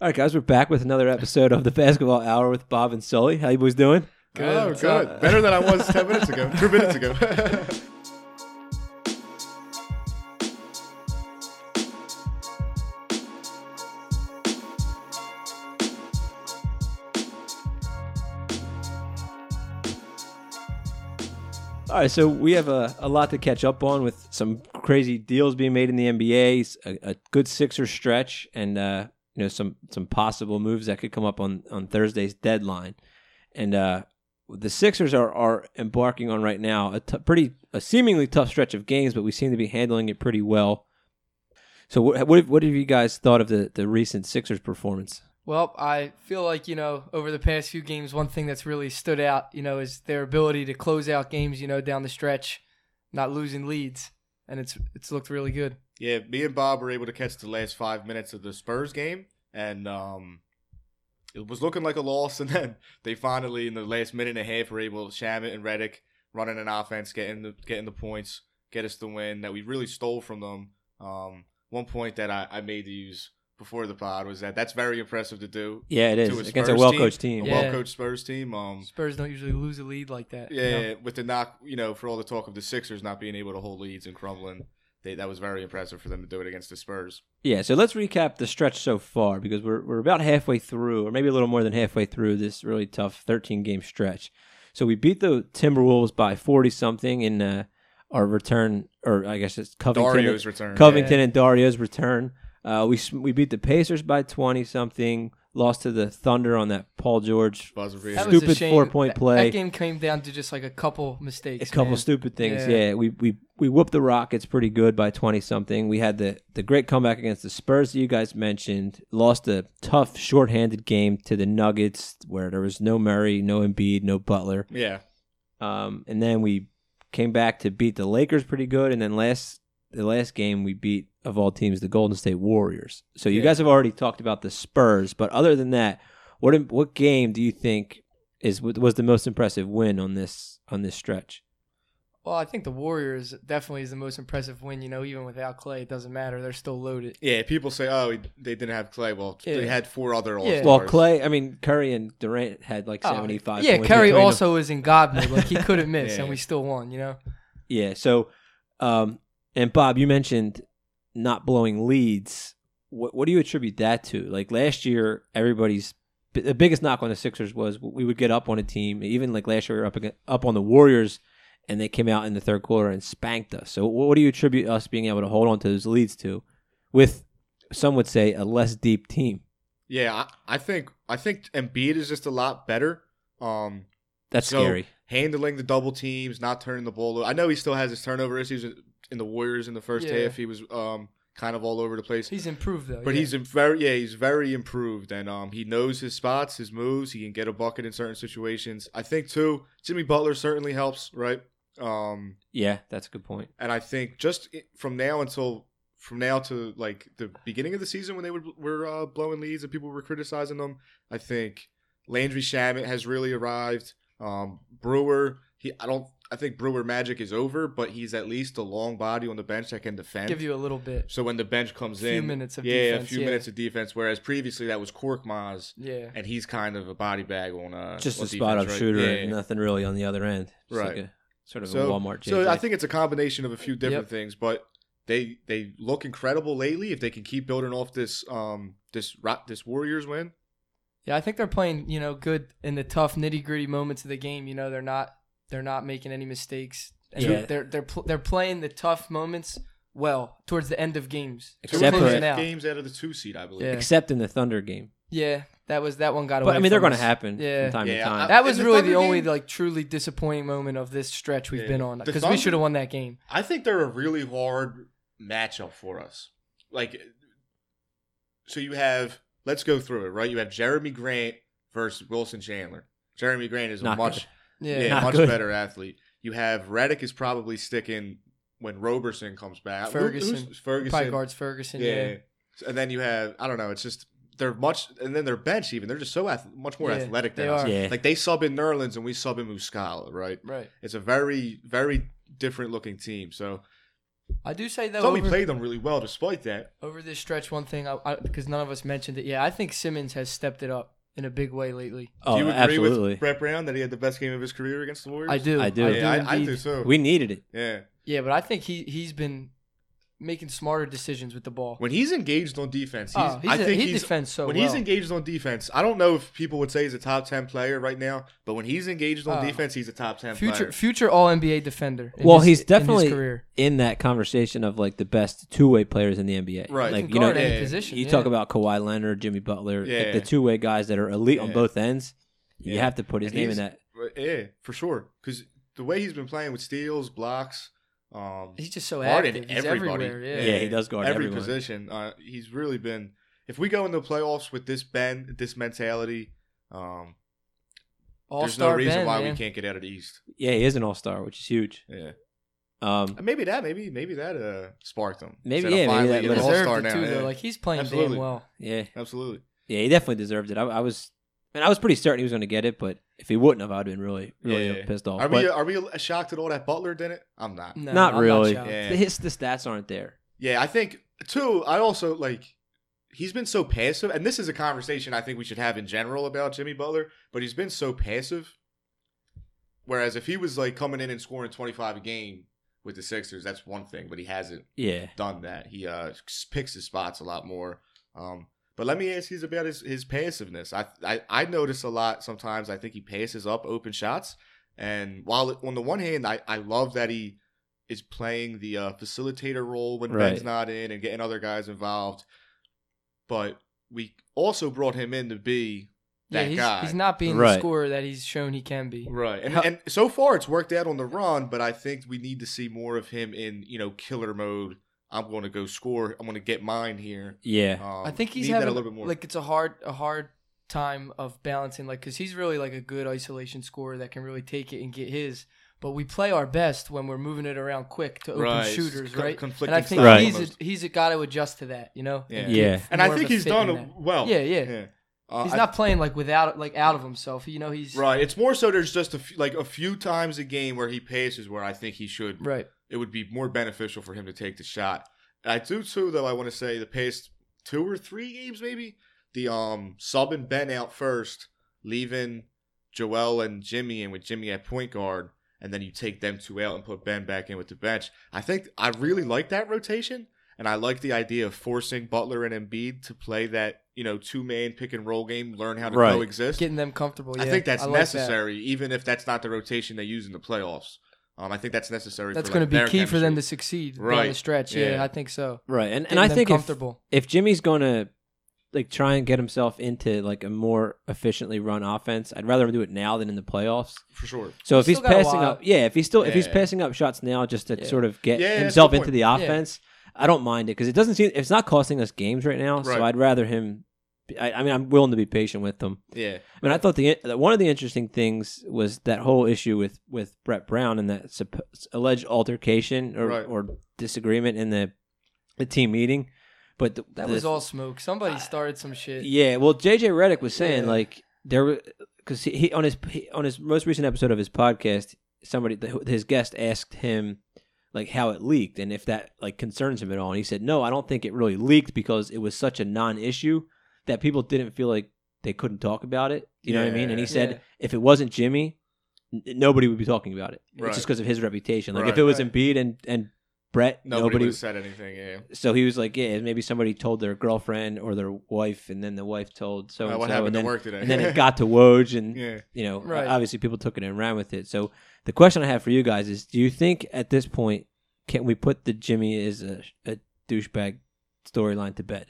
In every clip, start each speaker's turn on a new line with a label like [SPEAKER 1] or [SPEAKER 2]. [SPEAKER 1] All right, guys, we're back with another episode of the Basketball Hour with Bob and Sully. How you boys doing?
[SPEAKER 2] Good.
[SPEAKER 3] Oh,
[SPEAKER 2] What's
[SPEAKER 3] good.
[SPEAKER 2] up?
[SPEAKER 3] Better than I was 10 minutes ago, two minutes ago.
[SPEAKER 1] All right, so we have a, a lot to catch up on with some crazy deals being made in the NBA, s- a, a good sixer stretch, and uh, you know some some possible moves that could come up on on Thursday's deadline. And uh, the Sixers are are embarking on right now a t- pretty a seemingly tough stretch of games, but we seem to be handling it pretty well. So what what have, what have you guys thought of the the recent Sixers performance?
[SPEAKER 2] Well, I feel like, you know, over the past few games, one thing that's really stood out, you know, is their ability to close out games, you know, down the stretch, not losing leads. And it's it's looked really good.
[SPEAKER 3] yeah, me and Bob were able to catch the last five minutes of the Spurs game, and um, it was looking like a loss. And then they finally, in the last minute and a half, were able to sham it and Reddick running an offense, getting the getting the points, get us the win that we really stole from them. Um, one point that I, I made to use before the pod was that that's very impressive to do
[SPEAKER 1] Yeah, it
[SPEAKER 3] to
[SPEAKER 1] is
[SPEAKER 3] a
[SPEAKER 1] against a
[SPEAKER 3] Spurs
[SPEAKER 1] well coached team.
[SPEAKER 3] a
[SPEAKER 2] Yeah.
[SPEAKER 3] well coached Spurs team. Um,
[SPEAKER 2] Spurs don't usually lose a lead like that. you
[SPEAKER 3] Yeah,
[SPEAKER 2] know?
[SPEAKER 3] yeah, with the knock, you know, for all the talk of the Sixers not being able to hold leads and crumbling, they, that was very impressive for them to do it against the Spurs.
[SPEAKER 1] Yeah, so let's recap the stretch so far because we're we're about halfway through, or maybe a little more than halfway through this really tough 13 game stretch. So we beat the Timberwolves by 40 something in uh, our return, or I guess it's Covington.
[SPEAKER 3] Dario's return.
[SPEAKER 1] Covington and Dario's return. Uh, we s- we beat the Pacers by 20 something. Lost to the Thunder on that Paul George
[SPEAKER 3] Buzzer beater.
[SPEAKER 2] That was a
[SPEAKER 1] stupid
[SPEAKER 2] shame.
[SPEAKER 1] four point
[SPEAKER 2] That-
[SPEAKER 1] play.
[SPEAKER 2] That game came down to just like a couple mistakes.
[SPEAKER 1] a couple
[SPEAKER 2] man.
[SPEAKER 1] stupid things. Yeah.
[SPEAKER 2] Yeah.
[SPEAKER 1] we we we whooped the Rockets pretty good by twenty something. We had the the great comeback against the Spurs that you guys mentioned. Lost a tough shorthanded game to the Nuggets where there was no Murray, no Embiid, no Butler.
[SPEAKER 3] Yeah,
[SPEAKER 1] Um, and then we came back to beat the Lakers pretty good. And then last the last game we beat of all teams the Golden State Warriors. So you
[SPEAKER 3] Yeah.
[SPEAKER 1] guys have already talked about the Spurs, but other than that, what what game do you think is was the most impressive win on this on this stretch?
[SPEAKER 2] Well, I think the Warriors definitely is the most impressive win, you know, even without Clay, it doesn't matter. They're still loaded.
[SPEAKER 3] yeah. People say, oh, they didn't have Clay. Well,
[SPEAKER 2] Yeah.
[SPEAKER 3] they had four other All
[SPEAKER 2] Yeah.
[SPEAKER 3] Stars.
[SPEAKER 1] Well, Clay, I mean Curry and Durant had like
[SPEAKER 2] Oh,
[SPEAKER 1] seventy five.
[SPEAKER 2] Yeah, Curry also is in God mode. Like he couldn't miss,
[SPEAKER 3] Yeah.
[SPEAKER 2] and we still won. You know,
[SPEAKER 1] Yeah. So, um, and Bob, you mentioned not blowing leads. What what do you attribute that to? Like last year, everybody's b- the biggest knock on the Sixers was we would get up on a team. Even like last year, we were up against, up on the Warriors, and they came out in the third quarter and spanked us. So, what what do you attribute us being able to hold on to those leads to, with some would say a less deep team?
[SPEAKER 3] yeah, I, I think I think Embiid is just a lot better. Um,
[SPEAKER 1] That's
[SPEAKER 3] So,
[SPEAKER 1] scary.
[SPEAKER 3] handling the double teams, not turning the ball. over. I know he still has his turnover issues in the Warriors in the first
[SPEAKER 2] Yeah.
[SPEAKER 3] half. He was um kind of all over the place.
[SPEAKER 2] he's improved though.
[SPEAKER 3] But
[SPEAKER 2] Oh, yeah.
[SPEAKER 3] he's in very yeah, he's very improved and um he knows his spots, his moves, he can get a bucket in certain situations. I think too, Jimmy Butler certainly helps, right? Um
[SPEAKER 1] Yeah, that's a good point.
[SPEAKER 3] and I think just i- from now until from now to like the beginning of the season when they would, were uh, blowing leads and people were criticizing them, I think Landry Shamit has really arrived. Um, Brewer, he I don't I think Brewer magic is over, but he's at least a long body on the bench that can defend.
[SPEAKER 2] give you a little bit.
[SPEAKER 3] So when the bench comes
[SPEAKER 2] Few
[SPEAKER 3] in,
[SPEAKER 2] minutes of
[SPEAKER 3] yeah, a
[SPEAKER 2] defense,
[SPEAKER 3] few
[SPEAKER 2] yeah.
[SPEAKER 3] minutes of defense. Whereas previously that was Cork Maz,
[SPEAKER 2] Yeah,
[SPEAKER 3] and he's kind of a body bag on uh,
[SPEAKER 1] just
[SPEAKER 3] on
[SPEAKER 1] a spot up
[SPEAKER 3] defense, right?
[SPEAKER 1] shooter
[SPEAKER 3] Yeah.
[SPEAKER 1] and nothing really on the other end. Just Like
[SPEAKER 3] Right.
[SPEAKER 1] a, sort of
[SPEAKER 3] So-
[SPEAKER 1] a Walmart.
[SPEAKER 3] So
[SPEAKER 1] JJ.
[SPEAKER 3] I think it's a combination of a few different
[SPEAKER 2] Yep.
[SPEAKER 3] things, but they they look incredible lately. If they can keep building off this um this Ro- this Warriors win,
[SPEAKER 2] yeah. I think they're playing you know good in the tough nitty gritty moments of the game. You know, they're not they're not making any mistakes. And
[SPEAKER 1] Yeah.
[SPEAKER 2] they're they're pl- they're playing the tough moments well towards the end of games.
[SPEAKER 3] two
[SPEAKER 1] Except
[SPEAKER 3] and a
[SPEAKER 1] for-
[SPEAKER 2] closing
[SPEAKER 3] half
[SPEAKER 2] out.
[SPEAKER 3] games out of the two seed, I believe.
[SPEAKER 2] Yeah.
[SPEAKER 1] except in the Thunder game.
[SPEAKER 2] Yeah, that was that one got away.
[SPEAKER 1] But I mean, they're
[SPEAKER 2] from
[SPEAKER 1] going to
[SPEAKER 2] us.
[SPEAKER 1] happen
[SPEAKER 2] Yeah.
[SPEAKER 1] from time to
[SPEAKER 3] Yeah,
[SPEAKER 1] time.
[SPEAKER 3] I-
[SPEAKER 2] That was
[SPEAKER 3] And the
[SPEAKER 2] really
[SPEAKER 3] Thunder
[SPEAKER 2] the only
[SPEAKER 3] game-
[SPEAKER 2] like truly disappointing moment of this stretch we've
[SPEAKER 3] Yeah.
[SPEAKER 2] been on
[SPEAKER 3] The
[SPEAKER 2] because we
[SPEAKER 3] Thunder-
[SPEAKER 2] should have won that game.
[SPEAKER 3] I think they're a really hard matchup for us. Like, so you have let's go through it, right? You have Jeremy Grant versus Wilson Chandler. Jeremy Grant is a
[SPEAKER 1] Not
[SPEAKER 3] much
[SPEAKER 1] good.
[SPEAKER 2] Yeah,
[SPEAKER 3] Yeah,
[SPEAKER 1] Not
[SPEAKER 3] much
[SPEAKER 1] good.
[SPEAKER 3] better athlete. You have Reddick is probably sticking when Roberson comes back. Who-
[SPEAKER 2] Ferguson.
[SPEAKER 3] who's- Ferguson.
[SPEAKER 2] probably guards Ferguson.
[SPEAKER 3] yeah.
[SPEAKER 2] yeah.
[SPEAKER 3] And then you have I don't know. It's just they're much and then their bench even they're just so ath- much more
[SPEAKER 2] Yeah,
[SPEAKER 3] athletic
[SPEAKER 2] they
[SPEAKER 3] than us.
[SPEAKER 2] are.
[SPEAKER 1] Yeah.
[SPEAKER 3] Like they sub in Nerlens and we sub in Muscala, right?
[SPEAKER 2] right.
[SPEAKER 3] It's a very very different looking team. So
[SPEAKER 2] I do say though
[SPEAKER 3] Tommy
[SPEAKER 2] over,
[SPEAKER 3] played them really well despite that.
[SPEAKER 2] over this stretch, one thing I, I, because none of us mentioned it. Yeah, I think Simmons has stepped it up in a big way lately.
[SPEAKER 1] Oh,
[SPEAKER 3] do you agree
[SPEAKER 1] absolutely.
[SPEAKER 3] with Brett Brown that he had the best game of his career against the Warriors?
[SPEAKER 2] I do.
[SPEAKER 1] I do.
[SPEAKER 2] I do,
[SPEAKER 3] yeah, I, I
[SPEAKER 2] indeed.
[SPEAKER 3] do so.
[SPEAKER 1] we needed it.
[SPEAKER 3] yeah.
[SPEAKER 2] Yeah, but I think he he's been making smarter decisions with the ball.
[SPEAKER 3] When he's engaged on defense, he's,
[SPEAKER 2] Oh, he's
[SPEAKER 3] I
[SPEAKER 2] a-
[SPEAKER 3] think
[SPEAKER 2] he
[SPEAKER 3] he's,
[SPEAKER 2] defends so
[SPEAKER 3] when
[SPEAKER 2] well.
[SPEAKER 3] he's engaged on defense, I don't know if people would say he's a top ten player right now, but when he's engaged on
[SPEAKER 2] Oh.
[SPEAKER 3] defense, he's a top ten
[SPEAKER 2] future
[SPEAKER 3] player.
[SPEAKER 2] future All NBA defender. in
[SPEAKER 1] well,
[SPEAKER 2] his-
[SPEAKER 1] he's
[SPEAKER 2] in his
[SPEAKER 1] definitely in,
[SPEAKER 2] career.
[SPEAKER 1] that conversation of like the best two way players in the NBA.
[SPEAKER 3] Right.
[SPEAKER 1] Like
[SPEAKER 2] Can
[SPEAKER 1] you know,
[SPEAKER 2] guard any
[SPEAKER 3] yeah,
[SPEAKER 2] position,
[SPEAKER 1] you
[SPEAKER 2] yeah.
[SPEAKER 1] talk about Kawhi Leonard, Jimmy Butler,
[SPEAKER 3] Yeah.
[SPEAKER 1] like the two way guys that are elite on
[SPEAKER 3] Yeah.
[SPEAKER 1] both ends. You
[SPEAKER 3] Yeah.
[SPEAKER 1] have to put his
[SPEAKER 3] And
[SPEAKER 1] name in
[SPEAKER 3] he's-
[SPEAKER 1] that.
[SPEAKER 3] Yeah, for sure. Because the way he's been playing with steals, blocks, um,
[SPEAKER 2] He's just so
[SPEAKER 3] Harden,
[SPEAKER 2] active. He's
[SPEAKER 3] everybody.
[SPEAKER 2] everywhere.
[SPEAKER 1] Yeah,
[SPEAKER 2] Yeah.
[SPEAKER 1] he does guard
[SPEAKER 3] every
[SPEAKER 1] everyone.
[SPEAKER 3] position. Uh, he's really been. If we go into the playoffs with this bend, this mentality, um,
[SPEAKER 2] All
[SPEAKER 3] there's no
[SPEAKER 2] star
[SPEAKER 3] reason
[SPEAKER 2] Ben,
[SPEAKER 3] why
[SPEAKER 2] man.
[SPEAKER 3] we can't get out of the East.
[SPEAKER 1] Yeah, he is an all star, which is huge.
[SPEAKER 3] Yeah,
[SPEAKER 1] Um,
[SPEAKER 3] And maybe that, maybe maybe that uh, sparked him.
[SPEAKER 1] Maybe,
[SPEAKER 3] Said, I'm
[SPEAKER 1] yeah, maybe
[SPEAKER 3] finally
[SPEAKER 1] that
[SPEAKER 3] an
[SPEAKER 1] lit him.
[SPEAKER 2] Deserved
[SPEAKER 3] all-star
[SPEAKER 2] it too,
[SPEAKER 3] now.
[SPEAKER 2] though.
[SPEAKER 3] Yeah,
[SPEAKER 2] Like he's playing
[SPEAKER 3] Absolutely.
[SPEAKER 2] damn well.
[SPEAKER 1] yeah,
[SPEAKER 3] absolutely.
[SPEAKER 1] yeah, he definitely deserved it. I, I was, and I was pretty certain he was going to get it, but if he wouldn't have, I'd have been really, really
[SPEAKER 3] Yeah.
[SPEAKER 1] pissed off.
[SPEAKER 3] Are
[SPEAKER 1] But
[SPEAKER 3] we are we shocked at all that Butler did it? I'm not.
[SPEAKER 2] No,
[SPEAKER 1] not
[SPEAKER 2] I'm
[SPEAKER 1] really.
[SPEAKER 2] shocked.
[SPEAKER 3] Yeah.
[SPEAKER 1] the, his, the stats aren't there.
[SPEAKER 3] Yeah, I think too. I also like he's been so passive, and this is a conversation I think we should have in general about Jimmy Butler. But he's been so passive. Whereas if he was like coming in and scoring 25 a game with the Sixers, that's one thing. But he hasn't
[SPEAKER 1] Yeah,
[SPEAKER 3] done that. He uh, picks his spots a lot more. Um, but let me ask you about his, his passiveness. I, I I notice a lot sometimes. I think he passes up open shots, and while on the one hand, I, I love that he is playing the uh, facilitator role when Ben's
[SPEAKER 1] Right.
[SPEAKER 3] not in and getting other guys involved, but we also brought him in to be
[SPEAKER 2] Yeah,
[SPEAKER 3] that
[SPEAKER 2] he's,
[SPEAKER 3] guy.
[SPEAKER 2] he's not being
[SPEAKER 1] Right.
[SPEAKER 2] the scorer that he's shown he can be.
[SPEAKER 3] Right, and,
[SPEAKER 1] How-
[SPEAKER 3] and so far it's worked out on the run, but I think we need to see more of him in you know killer mode. I'm going to go score. I'm going to get mine here.
[SPEAKER 1] yeah.
[SPEAKER 3] Um,
[SPEAKER 2] I think he's
[SPEAKER 3] need
[SPEAKER 2] having
[SPEAKER 3] that a little bit more.
[SPEAKER 2] like it's a hard a hard time of balancing like because he's really like a good isolation scorer that can really take it and get his. But we play our best when we're moving it around quick to open
[SPEAKER 3] Right, it's
[SPEAKER 2] shooters,
[SPEAKER 3] con-
[SPEAKER 2] right?
[SPEAKER 3] conflicting
[SPEAKER 2] and I think
[SPEAKER 1] style
[SPEAKER 2] he's a,
[SPEAKER 3] almost.
[SPEAKER 2] he's a guy to adjust to that, you know.
[SPEAKER 3] Yeah.
[SPEAKER 2] get
[SPEAKER 1] Yeah.
[SPEAKER 3] and I
[SPEAKER 2] more of
[SPEAKER 3] think
[SPEAKER 2] a
[SPEAKER 3] he's
[SPEAKER 2] fit
[SPEAKER 3] done
[SPEAKER 2] in
[SPEAKER 3] a-
[SPEAKER 2] that.
[SPEAKER 3] well.
[SPEAKER 2] Yeah, yeah.
[SPEAKER 3] Uh,
[SPEAKER 2] He's
[SPEAKER 3] I-
[SPEAKER 2] not playing like without like out of himself. You know, he's
[SPEAKER 3] right. It's more so there's just a few, like a few times a game where he paces where I think he should.
[SPEAKER 2] right.
[SPEAKER 3] It would be more beneficial for him to take the shot. I do too, though. I want to say the pace two or three games maybe the um subbing Ben out first, leaving Joel and Jimmy in with Jimmy at point guard, and then you take them two out and put Ben back in with the bench. I think I really like that rotation, and I like the idea of forcing Butler and Embiid to play that you know two man pick and roll game, learn how to
[SPEAKER 1] Right.
[SPEAKER 3] coexist.
[SPEAKER 2] Getting them comfortable. Yeah,
[SPEAKER 3] I think that's
[SPEAKER 2] like that.
[SPEAKER 3] necessary, even if that's not the rotation they use in the playoffs. Um, I think that's necessary.
[SPEAKER 2] That's
[SPEAKER 3] for,
[SPEAKER 2] going
[SPEAKER 3] like,
[SPEAKER 2] to
[SPEAKER 3] their
[SPEAKER 2] be key for them to
[SPEAKER 3] chemistry.
[SPEAKER 2] succeed down
[SPEAKER 3] Right.
[SPEAKER 2] the stretch. Yeah,
[SPEAKER 3] Yeah.
[SPEAKER 2] I think so.
[SPEAKER 1] Right, and
[SPEAKER 2] Getting
[SPEAKER 1] and I
[SPEAKER 2] them
[SPEAKER 1] think if,
[SPEAKER 2] comfortable.
[SPEAKER 1] if Jimmy's going to like try and get himself into like a more efficiently run offense, I'd rather him do it now than in the playoffs.
[SPEAKER 3] for sure.
[SPEAKER 1] So if he's
[SPEAKER 2] He's still got a
[SPEAKER 1] passing
[SPEAKER 2] while.
[SPEAKER 1] up, yeah, if he's still if he's
[SPEAKER 3] Yeah.
[SPEAKER 1] passing up shots now just to
[SPEAKER 2] Yeah.
[SPEAKER 1] sort of get
[SPEAKER 3] Yeah, that's a
[SPEAKER 1] himself
[SPEAKER 3] good
[SPEAKER 1] into
[SPEAKER 3] point.
[SPEAKER 1] the offense, I don't mind it because it doesn't seem it's not costing us games right now.
[SPEAKER 3] Right.
[SPEAKER 1] So I'd rather him. be- I, I mean, I'm willing to be patient with him.
[SPEAKER 3] Yeah,
[SPEAKER 1] I mean, I thought the that one of the interesting things was that whole issue with with Brett Brown and that supp- alleged altercation or,
[SPEAKER 3] Right.
[SPEAKER 1] or disagreement in the the team meeting. But the,
[SPEAKER 2] That
[SPEAKER 1] the-
[SPEAKER 2] was all smoke. Somebody started some shit.
[SPEAKER 1] Yeah, well, JJ Reddick was saying
[SPEAKER 2] Yeah.
[SPEAKER 1] like there because he, he on his he, on his most recent episode of his podcast, somebody the, his guest asked him like how it leaked and if that like concerns him at all, and he said no, I don't think it really leaked because it was such a non-issue that people didn't feel like they couldn't talk about it. You know what I mean? And he
[SPEAKER 3] Yeah.
[SPEAKER 1] said
[SPEAKER 2] Yeah.
[SPEAKER 1] if it wasn't Jimmy, n- nobody would be talking about it.
[SPEAKER 3] Right.
[SPEAKER 1] It's just because of his reputation. Like if
[SPEAKER 3] Right.
[SPEAKER 1] it was
[SPEAKER 2] Right.
[SPEAKER 1] Embiid and and Brett,
[SPEAKER 3] nobody,
[SPEAKER 1] nobody
[SPEAKER 3] would've said anything. Yeah,
[SPEAKER 1] so he was like, yeah, maybe somebody told their girlfriend or their wife, and then the wife told so
[SPEAKER 3] Uh,
[SPEAKER 1] and
[SPEAKER 3] what
[SPEAKER 1] so,
[SPEAKER 3] happened
[SPEAKER 1] and
[SPEAKER 3] to
[SPEAKER 1] then
[SPEAKER 3] work today?
[SPEAKER 1] and then it got to Woj, and
[SPEAKER 3] yeah.
[SPEAKER 1] you know,
[SPEAKER 2] Right.
[SPEAKER 1] obviously people took it and ran with it. So the question I have for you guys is, do you think at this point can we put the Jimmy is a, a douchebag storyline to bed?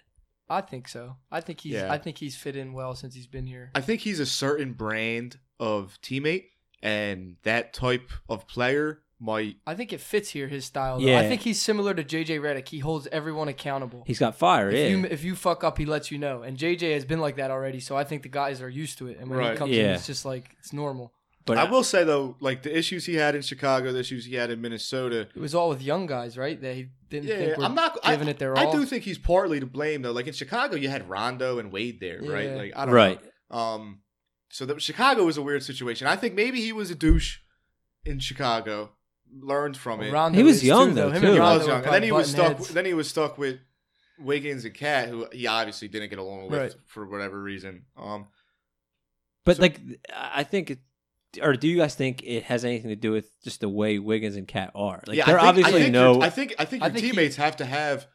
[SPEAKER 2] I think so. I think he's.
[SPEAKER 3] Yeah.
[SPEAKER 2] I think he's fit in well since he's been here.
[SPEAKER 3] I think he's a certain brand of teammate, and that type of player might.
[SPEAKER 2] I think it fits here his style. Though.
[SPEAKER 1] Yeah.
[SPEAKER 2] I think he's similar to JJ Redick. He holds everyone accountable.
[SPEAKER 1] He's got fire,
[SPEAKER 2] if
[SPEAKER 1] yeah.
[SPEAKER 2] you if you fuck up, he lets you know. And JJ has been like that already, so I think the guys are used to it. And when
[SPEAKER 3] Right.
[SPEAKER 2] he comes in,
[SPEAKER 1] Yeah.
[SPEAKER 2] it's just like it's normal.
[SPEAKER 1] but
[SPEAKER 3] I will say though, like the issues he had in Chicago, the issues he had in Minnesota.
[SPEAKER 2] It was all with young guys, right? That he didn't
[SPEAKER 3] Yeah,
[SPEAKER 2] think were
[SPEAKER 3] I'm not
[SPEAKER 2] giving
[SPEAKER 3] I,
[SPEAKER 2] it their
[SPEAKER 3] I
[SPEAKER 2] all.
[SPEAKER 3] do think he's partly to blame though. Like in Chicago, you had Rondo and Wade there, right?
[SPEAKER 2] Yeah.
[SPEAKER 3] Like I don't know.
[SPEAKER 1] right,
[SPEAKER 3] Um, so the, Chicago was a weird situation. I think maybe he was a douche in Chicago. learned from it.
[SPEAKER 2] Rondo
[SPEAKER 1] He was
[SPEAKER 2] is
[SPEAKER 1] young, though,
[SPEAKER 2] Him
[SPEAKER 1] too.
[SPEAKER 2] And,
[SPEAKER 1] Yeah,
[SPEAKER 3] When I
[SPEAKER 2] Rondo
[SPEAKER 3] was
[SPEAKER 2] were
[SPEAKER 3] young. And
[SPEAKER 2] probably
[SPEAKER 3] then he was
[SPEAKER 2] button
[SPEAKER 3] stuck.
[SPEAKER 2] heads.
[SPEAKER 3] Then he was stuck with Wiggins and Cat, who he obviously didn't get along with
[SPEAKER 2] Right.
[SPEAKER 3] for whatever reason. Um,
[SPEAKER 1] But
[SPEAKER 3] So-
[SPEAKER 1] like, th- I I think, it, or do you guys think it has anything to do with just the way Wiggins and Cat are? Like,
[SPEAKER 3] yeah, I
[SPEAKER 1] they're
[SPEAKER 3] think- I
[SPEAKER 1] obviously
[SPEAKER 3] think
[SPEAKER 1] no.
[SPEAKER 3] your- I think I think
[SPEAKER 2] I
[SPEAKER 3] your
[SPEAKER 2] think he-
[SPEAKER 3] teammates have to have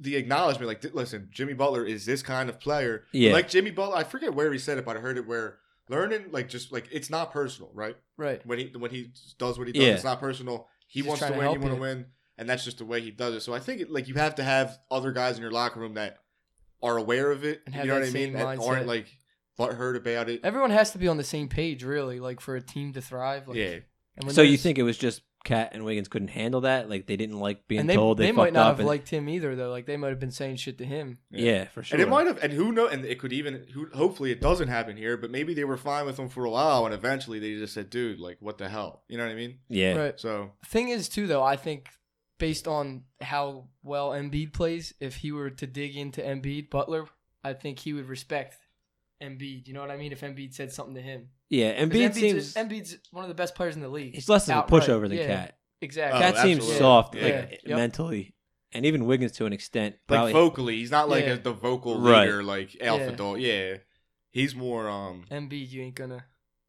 [SPEAKER 3] the acknowledgement. Like, "Th- listen, Jimmy Butler is this kind of player.
[SPEAKER 1] Yeah.
[SPEAKER 3] Like Jimmy Butler, I forget where he said it, but I heard it where learning, like, just like it's not personal, right?
[SPEAKER 2] Right.
[SPEAKER 3] When he when he does what he does,
[SPEAKER 1] Yeah.
[SPEAKER 3] it's not personal. He
[SPEAKER 2] He's just
[SPEAKER 3] wants to
[SPEAKER 2] trying to
[SPEAKER 3] win. You
[SPEAKER 2] help
[SPEAKER 3] want to
[SPEAKER 2] you.
[SPEAKER 3] win, and that's just the way he does it. So I think it, like you have to have other guys in your locker room that are aware of it.
[SPEAKER 2] And
[SPEAKER 3] you
[SPEAKER 2] have
[SPEAKER 3] know
[SPEAKER 2] that
[SPEAKER 3] what I mean?
[SPEAKER 2] same
[SPEAKER 3] That
[SPEAKER 2] mindset.
[SPEAKER 3] aren't like butthurt about it.
[SPEAKER 2] Everyone has to be on the same page, really, like for a team to thrive. Like,
[SPEAKER 3] yeah,
[SPEAKER 2] And when
[SPEAKER 1] so you
[SPEAKER 2] there's-
[SPEAKER 1] think it was just Cat and Wiggins couldn't handle that? Like they didn't like being
[SPEAKER 2] and they,
[SPEAKER 1] told they,
[SPEAKER 2] they, might
[SPEAKER 1] fucked
[SPEAKER 2] not
[SPEAKER 1] up.
[SPEAKER 2] have
[SPEAKER 1] and,
[SPEAKER 2] liked him either, though. Like they might have been saying shit to him.
[SPEAKER 1] yeah, for sure.
[SPEAKER 3] And it might have, and who know, and it could even, who, hopefully it doesn't happen here, but maybe they were fine with him for a while, and eventually they just said, dude, like, what the hell? You know what I mean?
[SPEAKER 1] yeah,
[SPEAKER 2] Right.
[SPEAKER 3] So,
[SPEAKER 2] Thing is, too, though, I think based on how well Embiid plays, if he were to dig into Embiid Butler, I think he would respect Embiid. You know what I mean? If Embiid said something to him,
[SPEAKER 1] yeah.
[SPEAKER 2] 'Cause
[SPEAKER 1] Embiid
[SPEAKER 2] Embiid's,
[SPEAKER 1] seems
[SPEAKER 2] Embiid's one of the best players in the league.
[SPEAKER 1] he's less of a
[SPEAKER 2] Outright.
[SPEAKER 1] pushover than
[SPEAKER 2] Yeah,
[SPEAKER 1] Cat.
[SPEAKER 2] Exactly.
[SPEAKER 3] Oh,
[SPEAKER 1] Cat seems
[SPEAKER 3] absolutely.
[SPEAKER 1] soft,
[SPEAKER 3] Yeah.
[SPEAKER 1] like
[SPEAKER 2] Yeah.
[SPEAKER 1] mentally, and even Wiggins to an extent.
[SPEAKER 3] like,
[SPEAKER 1] Probably,
[SPEAKER 3] vocally, he's not like
[SPEAKER 2] Yeah.
[SPEAKER 3] a, the vocal
[SPEAKER 1] Right.
[SPEAKER 3] leader, like, alpha
[SPEAKER 2] Yeah.
[SPEAKER 3] dog. Yeah. He's more, um,
[SPEAKER 2] Embiid, you ain't gonna.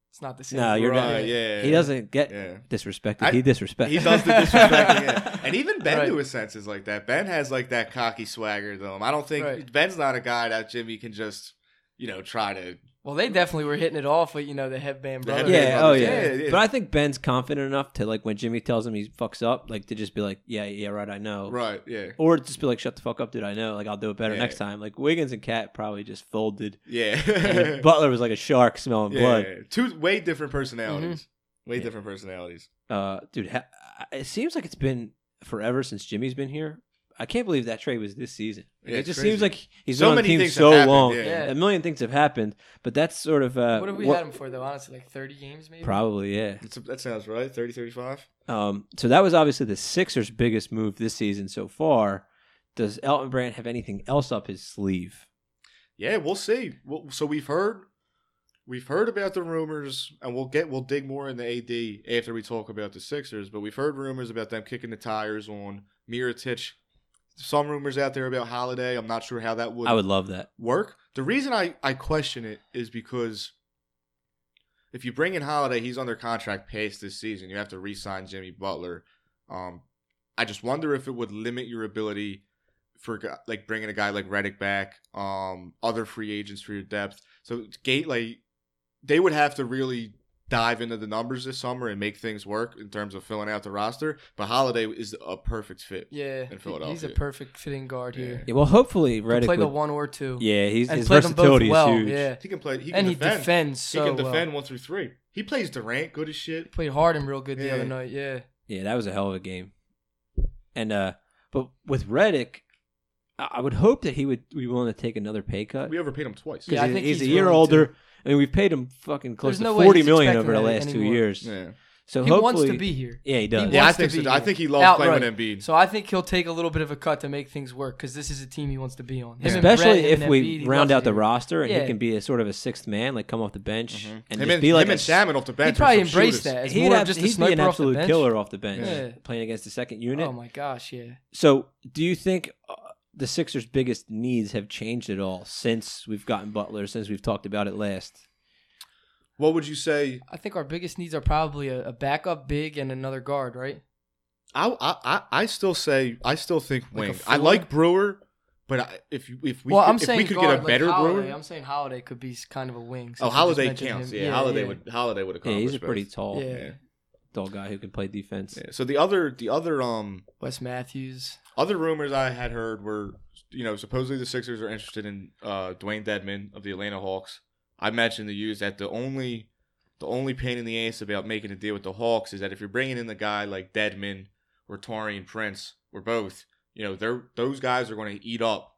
[SPEAKER 2] It's Uh, not the same.
[SPEAKER 1] No, you're not-
[SPEAKER 3] right, yeah.
[SPEAKER 1] he doesn't get
[SPEAKER 3] Yeah.
[SPEAKER 1] disrespected.
[SPEAKER 3] I-
[SPEAKER 1] he disrespects.
[SPEAKER 3] He does the disrespecting, yeah. and even Ben
[SPEAKER 2] Right.
[SPEAKER 3] to his senses like that. Ben has like that cocky swagger to him. I don't think
[SPEAKER 2] Right.
[SPEAKER 3] Ben's not a guy that Jimmy can just, you know, try to.
[SPEAKER 2] Well, they definitely were hitting it off with you know the
[SPEAKER 3] The
[SPEAKER 2] headband brother.
[SPEAKER 3] headband
[SPEAKER 1] yeah, oh
[SPEAKER 3] brothers.
[SPEAKER 1] yeah.
[SPEAKER 3] Yeah, yeah.
[SPEAKER 1] But I think Ben's confident enough to like when Jimmy tells him he fucks up, like to just be like, yeah, yeah, right, I know,
[SPEAKER 3] Right? Yeah,
[SPEAKER 1] or just be like, shut the fuck up, dude, I know, like I'll do it better
[SPEAKER 3] Yeah.
[SPEAKER 1] next time. Like Wiggins and Cat probably just folded.
[SPEAKER 3] yeah.
[SPEAKER 1] And Butler was like a shark smelling blood.
[SPEAKER 3] Two way different personalities. Way different personalities.
[SPEAKER 1] Uh, dude, ha- it seems like it's been forever since Jimmy's been here. I can't believe that trade was this season. Like,
[SPEAKER 3] Yeah,
[SPEAKER 1] it
[SPEAKER 3] it's
[SPEAKER 1] just
[SPEAKER 3] crazy.
[SPEAKER 1] seems like he's
[SPEAKER 3] So
[SPEAKER 1] been on
[SPEAKER 3] many
[SPEAKER 1] the team
[SPEAKER 3] things have
[SPEAKER 1] so
[SPEAKER 3] happened,
[SPEAKER 1] long.
[SPEAKER 3] yeah.
[SPEAKER 2] Yeah.
[SPEAKER 1] A million things have happened, but that's sort of uh,
[SPEAKER 2] What have we
[SPEAKER 1] what-
[SPEAKER 2] had him for though? Honestly, like thirty games maybe.
[SPEAKER 1] probably yeah.
[SPEAKER 3] That's- that sounds right. 30 35.
[SPEAKER 1] Um, so that was obviously the Sixers' biggest move this season so far. Does Elton Brand have anything else up his sleeve?
[SPEAKER 3] Yeah, we'll see. We'll, so we've heard we've heard about the rumors and we'll get we'll dig more into AD after we talk about the Sixers, but we've heard rumors about them kicking the tires on Miritich. Some rumors out there about Holiday. I'm not sure how that would
[SPEAKER 1] I would love that.
[SPEAKER 3] work. The reason I, I question it is because if you bring in Holiday, he's under contract pace this season. You have to re-sign Jimmy Butler. Um, I just wonder if it would limit your ability for gu- like bringing a guy like Reddick back, um, other free agents for your depth. So Gate like they would have to really dive into the numbers this summer and make things work in terms of filling out the roster. But Holiday is a perfect fit.
[SPEAKER 2] Yeah.
[SPEAKER 3] In
[SPEAKER 2] He's a
[SPEAKER 3] Philadelphia.
[SPEAKER 2] perfect fitting guard
[SPEAKER 3] Yeah.
[SPEAKER 2] here.
[SPEAKER 1] Yeah, well, hopefully
[SPEAKER 2] Can
[SPEAKER 1] Reddick.
[SPEAKER 2] play the
[SPEAKER 1] would-
[SPEAKER 2] one or two.
[SPEAKER 1] yeah, he's,
[SPEAKER 2] And
[SPEAKER 1] his
[SPEAKER 2] play them both
[SPEAKER 1] versatility
[SPEAKER 2] well.
[SPEAKER 1] is huge.
[SPEAKER 2] Yeah.
[SPEAKER 3] He can play. He can
[SPEAKER 2] And he
[SPEAKER 3] defend.
[SPEAKER 2] defends
[SPEAKER 3] he
[SPEAKER 2] so
[SPEAKER 3] can defend
[SPEAKER 2] well.
[SPEAKER 3] one through three. He plays Durant good as shit.
[SPEAKER 2] Played Harden real good the
[SPEAKER 3] Yeah.
[SPEAKER 2] other night. Yeah.
[SPEAKER 1] Yeah, that was a hell of a game. And uh, but with Reddick, I I would hope that he would be willing to take another pay cut.
[SPEAKER 3] We overpaid him twice.
[SPEAKER 1] because
[SPEAKER 2] Yeah, I think
[SPEAKER 1] he's,
[SPEAKER 2] he's
[SPEAKER 1] a year
[SPEAKER 2] willing to.
[SPEAKER 1] older. I mean, we've paid him fucking close
[SPEAKER 2] There's
[SPEAKER 1] to
[SPEAKER 2] no way
[SPEAKER 1] forty
[SPEAKER 2] he's
[SPEAKER 1] million
[SPEAKER 2] expecting
[SPEAKER 1] over the
[SPEAKER 2] that
[SPEAKER 1] last two
[SPEAKER 2] anymore.
[SPEAKER 1] years.
[SPEAKER 3] Yeah,
[SPEAKER 1] So
[SPEAKER 2] He
[SPEAKER 1] hopefully,
[SPEAKER 2] wants to be here.
[SPEAKER 1] yeah, he does.
[SPEAKER 2] He
[SPEAKER 3] I
[SPEAKER 2] wants
[SPEAKER 3] think
[SPEAKER 2] to
[SPEAKER 3] so.
[SPEAKER 2] be
[SPEAKER 3] I
[SPEAKER 2] here.
[SPEAKER 3] think he loves playing with Embiid.
[SPEAKER 2] So I think he'll take a little bit of a cut to make things work because this is a team he wants to be on. Him and Brett,
[SPEAKER 1] Especially
[SPEAKER 2] him
[SPEAKER 1] if
[SPEAKER 2] and Embiid,
[SPEAKER 1] we
[SPEAKER 2] he
[SPEAKER 1] round
[SPEAKER 2] loves
[SPEAKER 1] out
[SPEAKER 2] it
[SPEAKER 1] the
[SPEAKER 2] here.
[SPEAKER 1] roster and
[SPEAKER 2] Yeah. Mm-hmm.
[SPEAKER 1] he can be a sort of a sixth man, like come off the bench and
[SPEAKER 3] Mm-hmm. him
[SPEAKER 1] just
[SPEAKER 3] and,
[SPEAKER 1] be like
[SPEAKER 3] him
[SPEAKER 1] a
[SPEAKER 3] and Shaman off the
[SPEAKER 2] He
[SPEAKER 3] bench.
[SPEAKER 2] probably
[SPEAKER 3] are some shooters.
[SPEAKER 2] embraced that as
[SPEAKER 1] He'd
[SPEAKER 2] more
[SPEAKER 1] have-
[SPEAKER 2] of just a
[SPEAKER 1] he'd be
[SPEAKER 2] sniper
[SPEAKER 1] an
[SPEAKER 2] off the
[SPEAKER 1] absolute
[SPEAKER 2] bench.
[SPEAKER 1] killer off the bench,
[SPEAKER 2] Yeah.
[SPEAKER 1] playing against the second unit.
[SPEAKER 2] Oh my gosh, yeah.
[SPEAKER 1] so, do you think uh, the Sixers' biggest needs have changed at all since we've gotten Butler? Since we've talked about it last,
[SPEAKER 3] What would you say?
[SPEAKER 2] I think our biggest needs are probably a, a backup big and another guard, right?
[SPEAKER 3] I, I I I still say I still think
[SPEAKER 2] Like a
[SPEAKER 3] wing. I
[SPEAKER 2] four?
[SPEAKER 3] like Brewer, but I, if you- if we
[SPEAKER 2] well,
[SPEAKER 3] could,
[SPEAKER 2] I'm
[SPEAKER 3] if
[SPEAKER 2] saying
[SPEAKER 3] we could
[SPEAKER 2] guard,
[SPEAKER 3] get a better
[SPEAKER 2] like Holiday,
[SPEAKER 3] Brewer,
[SPEAKER 2] I'm saying Holiday could be s- kind of a
[SPEAKER 3] oh
[SPEAKER 2] wing. since you just
[SPEAKER 3] Holiday
[SPEAKER 2] mentioned
[SPEAKER 3] counts.
[SPEAKER 2] him.
[SPEAKER 3] Yeah, Holiday would Holiday would
[SPEAKER 1] yeah,
[SPEAKER 3] accomplish.
[SPEAKER 1] he's a
[SPEAKER 3] both.
[SPEAKER 1] pretty tall,
[SPEAKER 2] Yeah.
[SPEAKER 3] Yeah.
[SPEAKER 1] tall guy who can play defense.
[SPEAKER 3] Yeah. So the other the other um
[SPEAKER 2] Wes Matthews.
[SPEAKER 3] other rumors I had heard were you know supposedly the Sixers are interested in uh Dwayne Dedman of the Atlanta Hawks. I mentioned to you that the only the only pain in the ass about making a deal with the Hawks is that if you're bringing in the guy like Deadman or Torian Prince or both, you know, they're those guys are going to eat up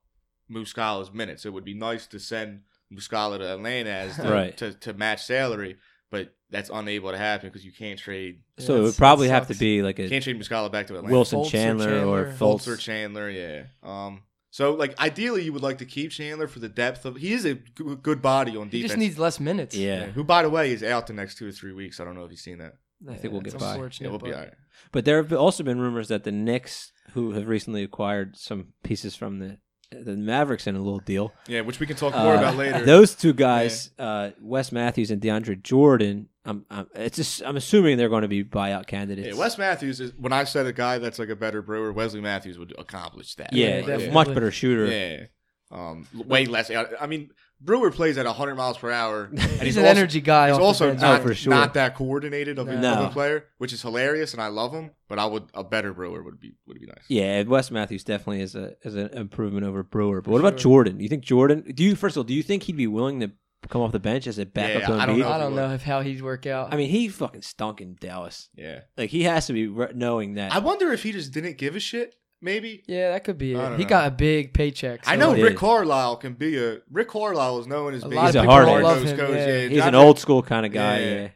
[SPEAKER 3] Muscala's minutes. It would be nice to send Muscala to Atlanta as the,
[SPEAKER 1] Right.
[SPEAKER 3] to to match salary, but that's unable to happen because you can't trade
[SPEAKER 2] Yeah,
[SPEAKER 1] So it
[SPEAKER 2] that's-
[SPEAKER 1] would probably
[SPEAKER 2] that
[SPEAKER 1] have to
[SPEAKER 2] sucks.
[SPEAKER 1] be like
[SPEAKER 3] you
[SPEAKER 1] a
[SPEAKER 3] can't trade Muscala back to Atlanta.
[SPEAKER 1] Wilson
[SPEAKER 2] Fultz or
[SPEAKER 1] Chandler, or
[SPEAKER 2] Chandler.
[SPEAKER 1] Fultz.
[SPEAKER 3] Fultz or Chandler, yeah. Um, so like ideally, you would like to keep Chandler for the depth of he is a g- good body on
[SPEAKER 2] He
[SPEAKER 3] defense.
[SPEAKER 2] just needs less minutes.
[SPEAKER 1] yeah.
[SPEAKER 3] Who, by the way, is out the next two or three weeks. I don't know if you've seen that.
[SPEAKER 1] I think we'll
[SPEAKER 2] it's
[SPEAKER 1] get by.
[SPEAKER 2] unfortunate,
[SPEAKER 3] Yeah, we'll be
[SPEAKER 2] but-
[SPEAKER 3] all right.
[SPEAKER 1] But there have also been rumors that the Knicks, who have recently acquired some pieces from the the Mavericks in a little deal,
[SPEAKER 3] Yeah, which we can talk more
[SPEAKER 1] uh,
[SPEAKER 3] about later.
[SPEAKER 1] Those two guys, uh, Wes Matthews and DeAndre Jordan. I'm, I'm it's just I'm assuming they're going to be buyout candidates.
[SPEAKER 3] Yeah, Wes Matthews is when I said a guy that's like a better brewer, Wesley Matthews would accomplish that.
[SPEAKER 1] Yeah, a
[SPEAKER 2] Yeah,
[SPEAKER 3] Like,
[SPEAKER 2] definitely.
[SPEAKER 1] much better shooter.
[SPEAKER 3] yeah. Um, l- way less. I I mean, Brewer plays at 100 miles per hour, and
[SPEAKER 2] He's,
[SPEAKER 3] he's
[SPEAKER 2] an
[SPEAKER 3] also,
[SPEAKER 2] energy guy.
[SPEAKER 3] He's
[SPEAKER 2] off the
[SPEAKER 3] also
[SPEAKER 2] bench.
[SPEAKER 3] not,
[SPEAKER 1] Oh, for sure.
[SPEAKER 3] not that coordinated of, a,
[SPEAKER 2] No.
[SPEAKER 3] of a player, which is hilarious, and I love him. But I would a better Brewer would be would be nice.
[SPEAKER 1] Yeah, Wes Matthews definitely is a is an improvement over Brewer. But
[SPEAKER 2] For
[SPEAKER 1] what about
[SPEAKER 2] sure.
[SPEAKER 1] Jordan? Do you think Jordan? Do you first of all, do you think he'd be willing to come off the bench as a backup
[SPEAKER 3] Yeah,
[SPEAKER 1] to
[SPEAKER 3] I don't
[SPEAKER 1] Embiid?
[SPEAKER 3] know.
[SPEAKER 2] I don't know if how he'd work out.
[SPEAKER 1] I mean, he fucking stunk in Dallas.
[SPEAKER 3] Yeah,
[SPEAKER 1] Like he has to be re- knowing that.
[SPEAKER 3] I wonder if he just didn't give a shit. Maybe
[SPEAKER 2] yeah, that could be
[SPEAKER 3] I
[SPEAKER 2] it.
[SPEAKER 3] don't
[SPEAKER 2] He
[SPEAKER 3] know.
[SPEAKER 2] got a big paycheck.
[SPEAKER 3] I
[SPEAKER 2] so-
[SPEAKER 3] know
[SPEAKER 1] Yeah.
[SPEAKER 3] Rick Carlisle can be a Rick Carlisle is known as
[SPEAKER 2] A
[SPEAKER 3] being
[SPEAKER 2] lot
[SPEAKER 1] of
[SPEAKER 3] a
[SPEAKER 1] people
[SPEAKER 3] hard
[SPEAKER 1] love
[SPEAKER 3] nose
[SPEAKER 2] him,
[SPEAKER 3] coach.
[SPEAKER 2] yeah.
[SPEAKER 3] Yeah,
[SPEAKER 1] He's
[SPEAKER 3] not
[SPEAKER 1] an
[SPEAKER 3] that-
[SPEAKER 1] old school kind of guy.
[SPEAKER 3] Yeah.
[SPEAKER 1] Yeah.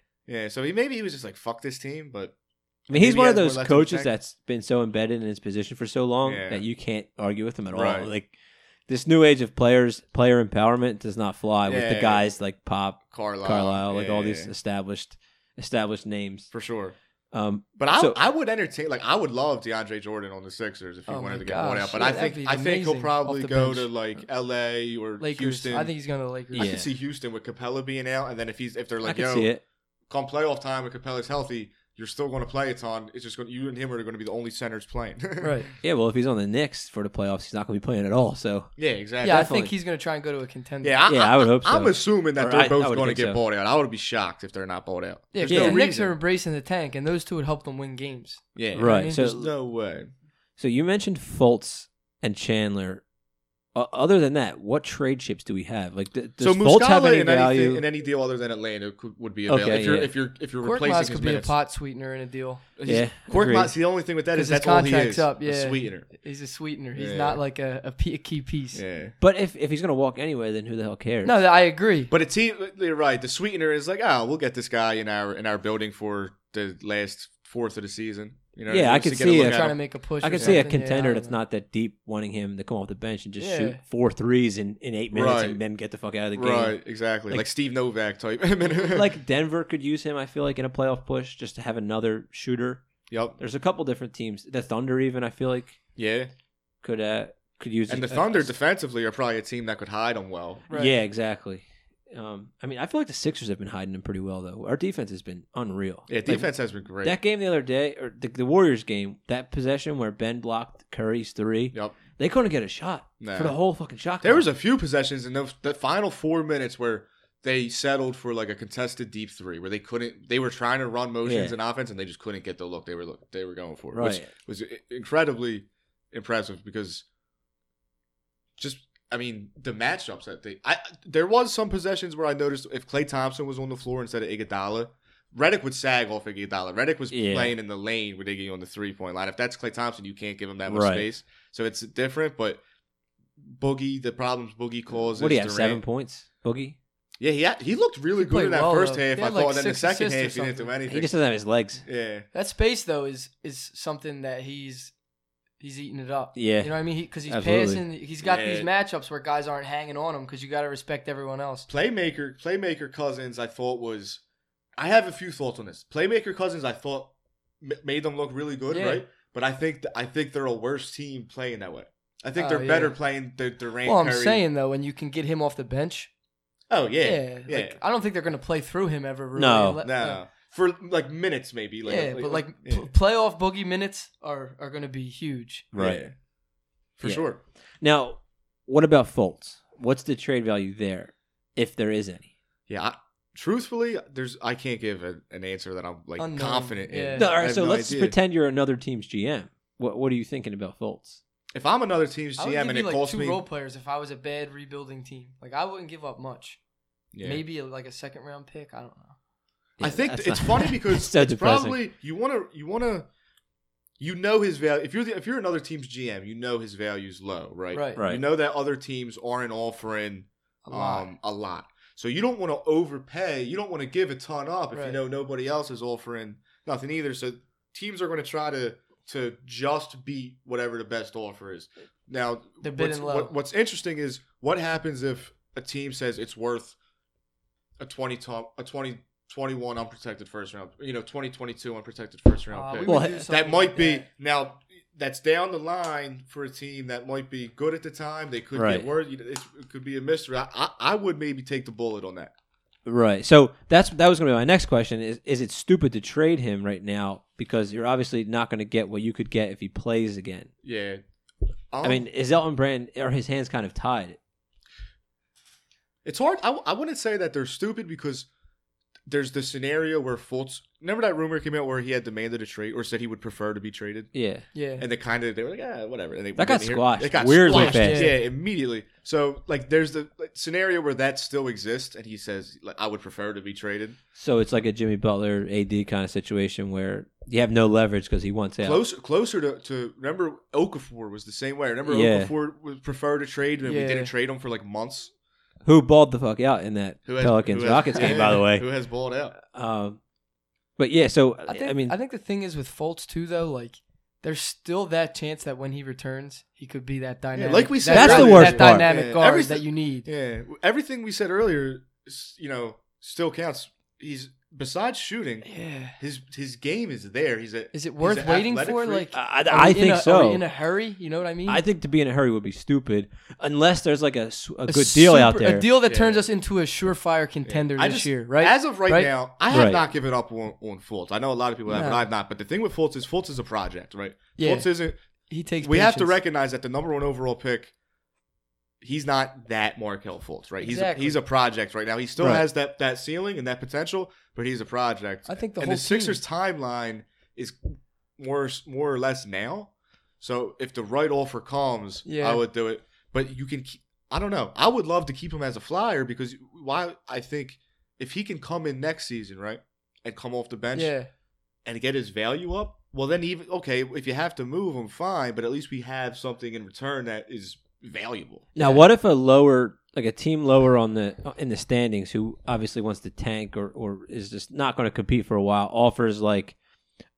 [SPEAKER 3] Yeah, so he maybe he was just like fuck this team, but
[SPEAKER 1] I mean, he's
[SPEAKER 3] Maybe
[SPEAKER 1] one
[SPEAKER 3] he
[SPEAKER 1] of
[SPEAKER 3] has more
[SPEAKER 1] those
[SPEAKER 3] left in the
[SPEAKER 1] coaches
[SPEAKER 3] tank.
[SPEAKER 1] that's been so embedded in his position for so long
[SPEAKER 3] Yeah.
[SPEAKER 1] that you can't argue with him at
[SPEAKER 3] Right.
[SPEAKER 1] all. Like this new age of players, player empowerment does not fly with
[SPEAKER 3] Yeah.
[SPEAKER 1] the guys like Pop,
[SPEAKER 3] Carlisle,
[SPEAKER 1] Carlisle, like all
[SPEAKER 3] yeah,
[SPEAKER 1] these established established names.
[SPEAKER 3] for sure.
[SPEAKER 1] Um,
[SPEAKER 3] But I,
[SPEAKER 1] So-
[SPEAKER 3] I would entertain like I would love DeAndre Jordan on the Sixers if he
[SPEAKER 2] Oh my
[SPEAKER 3] wanted to get one
[SPEAKER 2] gosh,
[SPEAKER 3] out. But
[SPEAKER 2] yeah,
[SPEAKER 3] I
[SPEAKER 2] that'd
[SPEAKER 3] think
[SPEAKER 2] be
[SPEAKER 3] I think
[SPEAKER 2] amazing
[SPEAKER 3] he'll
[SPEAKER 2] off
[SPEAKER 3] probably
[SPEAKER 2] the
[SPEAKER 3] go
[SPEAKER 2] bench.
[SPEAKER 3] to like L.A. or
[SPEAKER 2] Lakers.
[SPEAKER 3] Houston.
[SPEAKER 2] I think he's going to the Lakers.
[SPEAKER 3] I
[SPEAKER 1] Yeah.
[SPEAKER 3] can see Houston with Capella being out, and then if he's if they're
[SPEAKER 1] I
[SPEAKER 3] like
[SPEAKER 1] can
[SPEAKER 3] yo,
[SPEAKER 1] see it.
[SPEAKER 3] come playoff time and Capella's healthy, you're still going to play a ton. It's just going you and him are going to be the only centers playing.
[SPEAKER 2] Right.
[SPEAKER 1] Yeah, well, if he's on the Knicks for the playoffs, he's not going to be playing at all. So
[SPEAKER 3] Yeah. Exactly.
[SPEAKER 2] Yeah, I
[SPEAKER 1] definitely.
[SPEAKER 2] think he's going to try and go to a contender.
[SPEAKER 3] Yeah, I,
[SPEAKER 1] Yeah, I would hope so.
[SPEAKER 3] I'm assuming that
[SPEAKER 1] Or
[SPEAKER 3] they're
[SPEAKER 1] I- I
[SPEAKER 3] both
[SPEAKER 1] would
[SPEAKER 3] going to
[SPEAKER 1] think so.
[SPEAKER 3] get bought out. I would be shocked if they're not bought out.
[SPEAKER 2] Yeah,
[SPEAKER 3] There's
[SPEAKER 2] because
[SPEAKER 1] no
[SPEAKER 2] the Knicks
[SPEAKER 3] reason.
[SPEAKER 2] are embracing the tank, and those two would help them win games.
[SPEAKER 3] Yeah,
[SPEAKER 1] Right,
[SPEAKER 2] mean,
[SPEAKER 1] so-
[SPEAKER 3] there's no way.
[SPEAKER 1] So you mentioned Fultz and Chandler. O- other than that, what trade chips do we have? Like, d- does
[SPEAKER 3] So
[SPEAKER 1] Fultz have
[SPEAKER 3] Muscala
[SPEAKER 1] any
[SPEAKER 3] in any,
[SPEAKER 1] value?
[SPEAKER 3] in any deal other than Atlanta could, would be available
[SPEAKER 1] Okay,
[SPEAKER 3] if you're
[SPEAKER 1] yeah.
[SPEAKER 3] if you're if you're replacing
[SPEAKER 2] Korkmaz
[SPEAKER 3] his
[SPEAKER 2] could be
[SPEAKER 3] minutes.
[SPEAKER 2] a pot sweetener in a deal.
[SPEAKER 1] Yeah,
[SPEAKER 3] Korkmaz.
[SPEAKER 1] agreed.
[SPEAKER 3] The only thing with that is
[SPEAKER 2] 'Cause his
[SPEAKER 3] that's all he
[SPEAKER 2] contract's
[SPEAKER 3] is.
[SPEAKER 2] up,
[SPEAKER 3] A
[SPEAKER 2] yeah.
[SPEAKER 3] sweetener.
[SPEAKER 2] He's a sweetener. He's
[SPEAKER 3] Yeah.
[SPEAKER 2] not like a, a, pe- a key piece.
[SPEAKER 3] Yeah.
[SPEAKER 1] but if if he's going to walk anyway, then who the hell cares?
[SPEAKER 2] No, I agree.
[SPEAKER 3] But a team, you're right. The sweetener is like, oh, we'll get this guy in our in our building for the last fourth of the season. You know, what
[SPEAKER 1] Yeah,
[SPEAKER 3] mean?
[SPEAKER 1] I
[SPEAKER 3] Just to
[SPEAKER 1] could
[SPEAKER 3] get a
[SPEAKER 1] see
[SPEAKER 3] look
[SPEAKER 1] it.
[SPEAKER 3] at
[SPEAKER 2] trying to
[SPEAKER 3] him.
[SPEAKER 2] make a push.
[SPEAKER 1] I
[SPEAKER 2] or
[SPEAKER 1] can see a
[SPEAKER 2] something, yeah, I
[SPEAKER 1] contender
[SPEAKER 2] don't
[SPEAKER 1] that's
[SPEAKER 2] know.
[SPEAKER 1] not that deep wanting him to come off the bench and just
[SPEAKER 2] Yeah.
[SPEAKER 1] shoot four threes in, in eight minutes
[SPEAKER 3] Right.
[SPEAKER 1] and then get the fuck out of the game.
[SPEAKER 3] Right, exactly. Like,
[SPEAKER 1] Like-
[SPEAKER 3] Steve Novak type.
[SPEAKER 1] Like Denver could use him, I feel like, in a playoff push just to have another shooter.
[SPEAKER 3] yep,
[SPEAKER 1] There's a couple different teams. The Thunder, even, I feel like,
[SPEAKER 3] yeah.
[SPEAKER 1] could uh, could use
[SPEAKER 3] And the
[SPEAKER 1] a-
[SPEAKER 3] Thunder
[SPEAKER 1] a-
[SPEAKER 3] defensively are probably a team that could hide him well.
[SPEAKER 2] Right.
[SPEAKER 1] Yeah, exactly. Um, I mean, I feel like the Sixers have been hiding him pretty well, though. Our defense has been unreal.
[SPEAKER 3] Yeah,
[SPEAKER 1] Like,
[SPEAKER 3] defense has been great.
[SPEAKER 1] that game the other day, or the, the Warriors game, that possession where Ben blocked Curry's three,
[SPEAKER 3] Yep.
[SPEAKER 1] they couldn't get a shot
[SPEAKER 3] Nah.
[SPEAKER 1] for the whole fucking shot.
[SPEAKER 3] There
[SPEAKER 1] clock.
[SPEAKER 3] was a few possessions in the, the final four minutes where they settled for like a contested deep three, where they couldn't. They were trying to run motions
[SPEAKER 1] Yeah.
[SPEAKER 3] in offense, and they just couldn't get the look they were look, they were going for, which
[SPEAKER 1] Right.
[SPEAKER 3] was i- incredibly impressive because just I mean the matchups that they. I there was some possessions where I noticed if Clay Thompson was on the floor instead of Iguodala. Reddick would sag off Iguodala. Reddick was
[SPEAKER 1] Yeah.
[SPEAKER 3] playing in the lane with Iggy on the three point line. If that's Clay Thompson, you can't give him that much
[SPEAKER 1] Right.
[SPEAKER 3] space. So it's different, but Boogie, the problems Boogie causes.
[SPEAKER 1] what do you have?
[SPEAKER 3] Durant-
[SPEAKER 1] Seven points, Boogie.
[SPEAKER 3] Yeah, he, had, he looked really
[SPEAKER 2] He
[SPEAKER 3] good in
[SPEAKER 2] played
[SPEAKER 3] that
[SPEAKER 2] well,
[SPEAKER 3] first
[SPEAKER 2] though.
[SPEAKER 3] half.
[SPEAKER 2] He
[SPEAKER 3] I
[SPEAKER 2] had,
[SPEAKER 3] thought,
[SPEAKER 2] like,
[SPEAKER 3] and then the
[SPEAKER 2] six
[SPEAKER 3] second half
[SPEAKER 2] assists
[SPEAKER 3] he
[SPEAKER 2] or
[SPEAKER 3] didn't do
[SPEAKER 2] something.
[SPEAKER 1] He
[SPEAKER 3] anything.
[SPEAKER 1] just doesn't have his legs.
[SPEAKER 3] yeah,
[SPEAKER 2] That space though is is something that he's he's eating it up.
[SPEAKER 1] Yeah.
[SPEAKER 2] you know what I mean. Because he's
[SPEAKER 1] Absolutely.
[SPEAKER 2] passing. He's got
[SPEAKER 3] Yeah.
[SPEAKER 2] these matchups where guys aren't hanging on him because you got to respect everyone else.
[SPEAKER 3] playmaker playmaker Cousins. I thought was. I have a few thoughts on this. Playmaker Cousins, I thought m- made them look really good,
[SPEAKER 2] Yeah.
[SPEAKER 3] right? But I think th- I think they're a worse team playing that way. I think
[SPEAKER 2] Oh,
[SPEAKER 3] they're
[SPEAKER 2] yeah.
[SPEAKER 3] better playing the Durant.
[SPEAKER 2] Well, I'm
[SPEAKER 3] Curry-
[SPEAKER 2] saying though, when you can get him off the bench,
[SPEAKER 3] Oh yeah,
[SPEAKER 2] yeah,
[SPEAKER 3] yeah.
[SPEAKER 2] like, I don't think they're going to play through him ever. Really
[SPEAKER 1] No.
[SPEAKER 2] unless-
[SPEAKER 3] no, for like minutes maybe. Like,
[SPEAKER 2] yeah, but like
[SPEAKER 3] yeah.
[SPEAKER 2] pl- playoff boogie minutes are are going to be huge.
[SPEAKER 1] Right.
[SPEAKER 3] Yeah. for
[SPEAKER 1] Yeah.
[SPEAKER 3] sure.
[SPEAKER 1] Now, what about Fultz? What's the trade value there, if there is any?
[SPEAKER 3] Yeah. I, truthfully, there's I can't give a, an answer that I'm like
[SPEAKER 2] Unknown,
[SPEAKER 3] confident
[SPEAKER 2] yeah.
[SPEAKER 3] in.
[SPEAKER 1] No, all
[SPEAKER 3] I
[SPEAKER 1] right,
[SPEAKER 3] have
[SPEAKER 1] so
[SPEAKER 3] no
[SPEAKER 1] let's
[SPEAKER 3] idea.
[SPEAKER 1] pretend you're another team's GM. What What are you thinking about Fultz?
[SPEAKER 3] if I'm another team's
[SPEAKER 2] I would give
[SPEAKER 3] GM and
[SPEAKER 2] you
[SPEAKER 3] it
[SPEAKER 2] like
[SPEAKER 3] costs
[SPEAKER 2] two
[SPEAKER 3] me,
[SPEAKER 2] role players if I was a bad rebuilding team. Like I wouldn't give up much.
[SPEAKER 3] Yeah.
[SPEAKER 2] Maybe like a second round pick. I don't know.
[SPEAKER 3] I think
[SPEAKER 1] that's
[SPEAKER 3] it's
[SPEAKER 1] not-
[SPEAKER 3] funny because
[SPEAKER 1] so
[SPEAKER 3] it's
[SPEAKER 1] depressing.
[SPEAKER 3] probably you want to you want to you know his value. If you're the, if you're another team's GM, you know his value's low, right?
[SPEAKER 2] Right.
[SPEAKER 1] Right.
[SPEAKER 3] You know that other teams aren't offering
[SPEAKER 2] A lot.
[SPEAKER 3] um a lot. So you don't want to overpay. You don't want to give a ton up if you
[SPEAKER 2] Right.
[SPEAKER 3] know nobody else is offering nothing either. So teams are going to try to to just beat whatever the best offer is. Now,
[SPEAKER 2] They're
[SPEAKER 3] what's,
[SPEAKER 2] bidding low.
[SPEAKER 3] what- what's interesting is what happens if a team says it's worth a twenty ton, a twenty 21 unprotected first round, you know, 2022 unprotected first round
[SPEAKER 2] Uh,
[SPEAKER 3] pick.
[SPEAKER 2] we
[SPEAKER 1] Well,
[SPEAKER 2] would do
[SPEAKER 3] that
[SPEAKER 2] something
[SPEAKER 3] might
[SPEAKER 2] like
[SPEAKER 3] be
[SPEAKER 2] that.
[SPEAKER 3] now that's down the line for a team that might be good at the time. They could
[SPEAKER 1] Right.
[SPEAKER 3] get worse. You know, it's, it could be a mystery. I, I, I would maybe take the bullet on that.
[SPEAKER 1] Right. So that's that was going to be my next question: is is it stupid to trade him right now because you're obviously not going to get what you could get if he plays again?
[SPEAKER 3] Yeah.
[SPEAKER 1] I
[SPEAKER 3] Oh.
[SPEAKER 1] mean, is Elton Brand are his hands kind of tied?
[SPEAKER 3] It's hard. I, I wouldn't say that they're stupid because there's the scenario where Fultz. Remember that rumor came out where he had demanded a trade or said he would prefer to be traded,
[SPEAKER 1] Yeah.
[SPEAKER 2] Yeah.
[SPEAKER 3] and they kind of they were like, ah, whatever. And they
[SPEAKER 1] That got
[SPEAKER 3] didn't hear-
[SPEAKER 1] squashed
[SPEAKER 3] It got
[SPEAKER 1] weirdly
[SPEAKER 3] squashed.
[SPEAKER 1] fast.
[SPEAKER 3] Yeah, immediately. So like, there's the like, scenario where that still exists, and he says, like, I would prefer to be traded.
[SPEAKER 1] So it's like a Jimmy Butler AD kind of situation where you have no leverage because he wants out.
[SPEAKER 3] Closer, closer to, to remember Okafor was the same way. Remember
[SPEAKER 1] Yeah.
[SPEAKER 3] Okafor would prefer to trade, and we
[SPEAKER 2] Yeah.
[SPEAKER 3] didn't trade him for like months.
[SPEAKER 1] Who balled the fuck out in that
[SPEAKER 3] Who has-
[SPEAKER 1] Pelicans
[SPEAKER 3] who has-
[SPEAKER 1] Rockets game, by the
[SPEAKER 3] Who
[SPEAKER 1] way?
[SPEAKER 3] has balled out?
[SPEAKER 1] Um, but yeah, so
[SPEAKER 2] I
[SPEAKER 1] I,
[SPEAKER 2] think, I
[SPEAKER 1] mean,
[SPEAKER 2] think the thing is with Fultz too, though, like there's still that chance that when he returns, he could be that dynamic.
[SPEAKER 3] like we
[SPEAKER 2] that-
[SPEAKER 3] said,
[SPEAKER 2] that,
[SPEAKER 1] That's the worst
[SPEAKER 2] that
[SPEAKER 1] part.
[SPEAKER 2] dynamic
[SPEAKER 3] Yeah.
[SPEAKER 2] guard
[SPEAKER 3] Everything-
[SPEAKER 2] that you need.
[SPEAKER 3] Yeah, everything we said earlier, s- you know, still counts. He's besides shooting,
[SPEAKER 2] Yeah.
[SPEAKER 3] his his game is there. He's a
[SPEAKER 2] Is it worth
[SPEAKER 3] an
[SPEAKER 2] waiting
[SPEAKER 3] athletic
[SPEAKER 2] for?
[SPEAKER 3] freak.
[SPEAKER 2] Like,
[SPEAKER 1] I,
[SPEAKER 2] are
[SPEAKER 1] I
[SPEAKER 2] we in
[SPEAKER 1] think
[SPEAKER 2] a-
[SPEAKER 1] so.
[SPEAKER 2] Are we in a hurry? You know what I mean?
[SPEAKER 1] I think to be in a hurry would be stupid unless there's like a, s- a
[SPEAKER 2] A
[SPEAKER 1] good deal out
[SPEAKER 2] super-
[SPEAKER 1] there.
[SPEAKER 2] A deal that
[SPEAKER 3] Yeah.
[SPEAKER 2] turns us into a surefire contender
[SPEAKER 3] I
[SPEAKER 2] this
[SPEAKER 3] just-
[SPEAKER 2] year, right?
[SPEAKER 3] As of right,
[SPEAKER 2] Right?
[SPEAKER 3] now, I have
[SPEAKER 1] Right.
[SPEAKER 3] not given up on, on Fultz. I know a lot of people have,
[SPEAKER 2] No.
[SPEAKER 3] but I've not. But the thing with Fultz is Fultz is a project, right?
[SPEAKER 2] Yeah.
[SPEAKER 3] Fultz isn't.
[SPEAKER 2] he takes.
[SPEAKER 3] We have to
[SPEAKER 2] patience.
[SPEAKER 3] recognize that the number one overall pick. He's not that Markel Fultz, right? He's
[SPEAKER 2] Exactly.
[SPEAKER 3] a, he's a project right now. He still
[SPEAKER 1] Right.
[SPEAKER 3] has that that ceiling and that potential, but he's a project.
[SPEAKER 2] I think the
[SPEAKER 3] and
[SPEAKER 2] whole
[SPEAKER 3] the Sixers timeline is more more or less now. So if the right offer comes,
[SPEAKER 2] Yeah.
[SPEAKER 3] I would do it. But you can, keep, I don't know. I would love to keep him as a flyer because why? I think if he can come in next season, right, and come off the bench
[SPEAKER 2] Yeah.
[SPEAKER 3] and get his value up, well then even okay, if you have to move him, fine. But at least we have something in return that is valuable.
[SPEAKER 1] Now,
[SPEAKER 2] Yeah.
[SPEAKER 1] what if a lower, like a team lower on the in the standings, who obviously wants to tank or or is just not going to compete for a while, offers like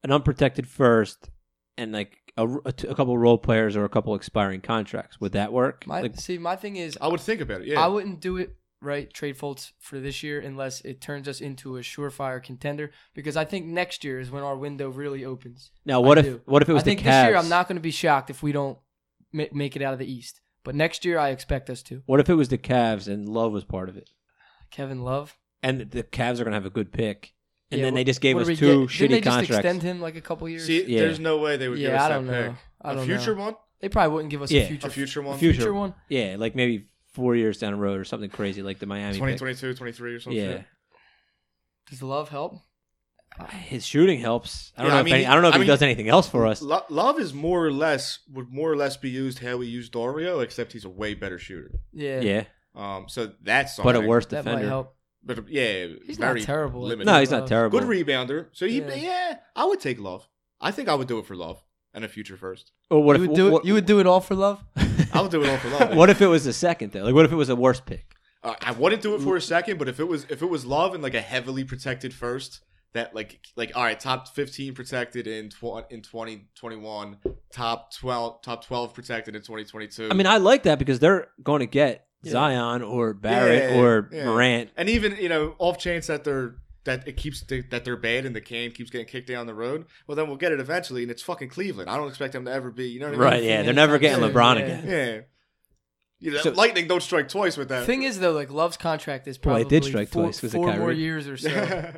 [SPEAKER 1] an unprotected first and like a, a t- a couple role players or a couple expiring contracts? Would that work?
[SPEAKER 2] My,
[SPEAKER 1] like,
[SPEAKER 2] see, my thing is,
[SPEAKER 3] I would think about it. Yeah,
[SPEAKER 2] I wouldn't do it right trade Fultz for this year unless it turns us into a surefire contender because I think next year is when our window really opens.
[SPEAKER 1] now, what
[SPEAKER 2] I
[SPEAKER 1] if
[SPEAKER 2] do.
[SPEAKER 1] what if it was
[SPEAKER 2] I think
[SPEAKER 1] the Cavs?
[SPEAKER 2] this year I'm not going to be shocked if we don't ma- make it out of the East, but next year I expect us to.
[SPEAKER 1] What if it was the Cavs and Love was part of it,
[SPEAKER 2] Kevin Love.
[SPEAKER 1] and the Cavs are going to have a good pick, and
[SPEAKER 2] Yeah,
[SPEAKER 1] then
[SPEAKER 2] wh-
[SPEAKER 1] they just gave
[SPEAKER 2] what
[SPEAKER 1] us
[SPEAKER 2] do we
[SPEAKER 1] two
[SPEAKER 2] get?
[SPEAKER 1] shitty
[SPEAKER 2] Didn't they just
[SPEAKER 1] contracts.
[SPEAKER 2] extend him like a couple years.
[SPEAKER 3] see,
[SPEAKER 1] Yeah.
[SPEAKER 3] there's no way they would give
[SPEAKER 2] yeah,
[SPEAKER 3] us
[SPEAKER 2] I
[SPEAKER 3] that
[SPEAKER 2] don't know.
[SPEAKER 3] pick.
[SPEAKER 2] I
[SPEAKER 3] a
[SPEAKER 2] don't
[SPEAKER 3] future
[SPEAKER 2] know.
[SPEAKER 3] one,
[SPEAKER 2] They probably wouldn't give us
[SPEAKER 1] Yeah.
[SPEAKER 2] a future.
[SPEAKER 3] a future one,
[SPEAKER 1] Future.
[SPEAKER 2] future one.
[SPEAKER 1] Yeah, like maybe four years down the road or something crazy, like the Miami. pick.
[SPEAKER 3] 2022, 23 or something.
[SPEAKER 1] Yeah.
[SPEAKER 2] Does Love help?
[SPEAKER 1] His shooting helps. I don't
[SPEAKER 3] Yeah,
[SPEAKER 1] know.
[SPEAKER 3] I
[SPEAKER 1] if
[SPEAKER 3] mean,
[SPEAKER 1] any, I don't know if
[SPEAKER 3] I
[SPEAKER 1] he
[SPEAKER 3] mean-
[SPEAKER 1] does anything else for us.
[SPEAKER 3] Lo- Love is more or less would more or less be used how we use Dario, except he's a way better shooter.
[SPEAKER 2] Yeah.
[SPEAKER 1] Yeah,
[SPEAKER 3] Um, so that's something.
[SPEAKER 1] but a worse
[SPEAKER 2] That might
[SPEAKER 1] defender.
[SPEAKER 2] help.
[SPEAKER 3] But yeah,
[SPEAKER 2] He's
[SPEAKER 3] very
[SPEAKER 2] not terrible.
[SPEAKER 3] limited.
[SPEAKER 1] No, he's
[SPEAKER 2] Uh,
[SPEAKER 1] not terrible.
[SPEAKER 3] good rebounder. So he,
[SPEAKER 2] Yeah.
[SPEAKER 3] yeah. I would take Love. I think I would do it for Love and a future first.
[SPEAKER 1] or what
[SPEAKER 2] you
[SPEAKER 1] if
[SPEAKER 2] would do it,
[SPEAKER 1] what,
[SPEAKER 2] you would do it all for love?
[SPEAKER 3] I would do it all for Love.
[SPEAKER 1] what if it was the second though? Like what if it was a worse pick?
[SPEAKER 3] Uh, I wouldn't do it for a second, but if it was if it was Love and like a heavily protected first. That like like all right, top fifteen protected in tw- in twenty twenty one, top twelve top twelve protected in twenty twenty two.
[SPEAKER 1] I mean, I like that because they're going to get
[SPEAKER 2] Yeah.
[SPEAKER 1] Zion or Barrett
[SPEAKER 3] Yeah,
[SPEAKER 1] or
[SPEAKER 3] yeah.
[SPEAKER 1] Morant.
[SPEAKER 3] and even you know off chance that they're that it keeps that they're bad and the can keeps getting kicked down the road well then we'll get it eventually and it's fucking cleveland i don't expect them to ever be you know what I
[SPEAKER 1] Right?
[SPEAKER 3] mean?
[SPEAKER 1] Yeah, they're never getting
[SPEAKER 2] Yeah.
[SPEAKER 1] LeBron
[SPEAKER 2] Yeah.
[SPEAKER 1] again.
[SPEAKER 3] yeah you know
[SPEAKER 1] So-
[SPEAKER 3] lightning don't strike twice with that
[SPEAKER 2] Thing is though, like Love's contract is
[SPEAKER 1] Well,
[SPEAKER 2] probably
[SPEAKER 1] it did strike
[SPEAKER 2] four,
[SPEAKER 1] twice. Was it
[SPEAKER 2] four more
[SPEAKER 1] Kyrie?
[SPEAKER 2] years or so,
[SPEAKER 3] yeah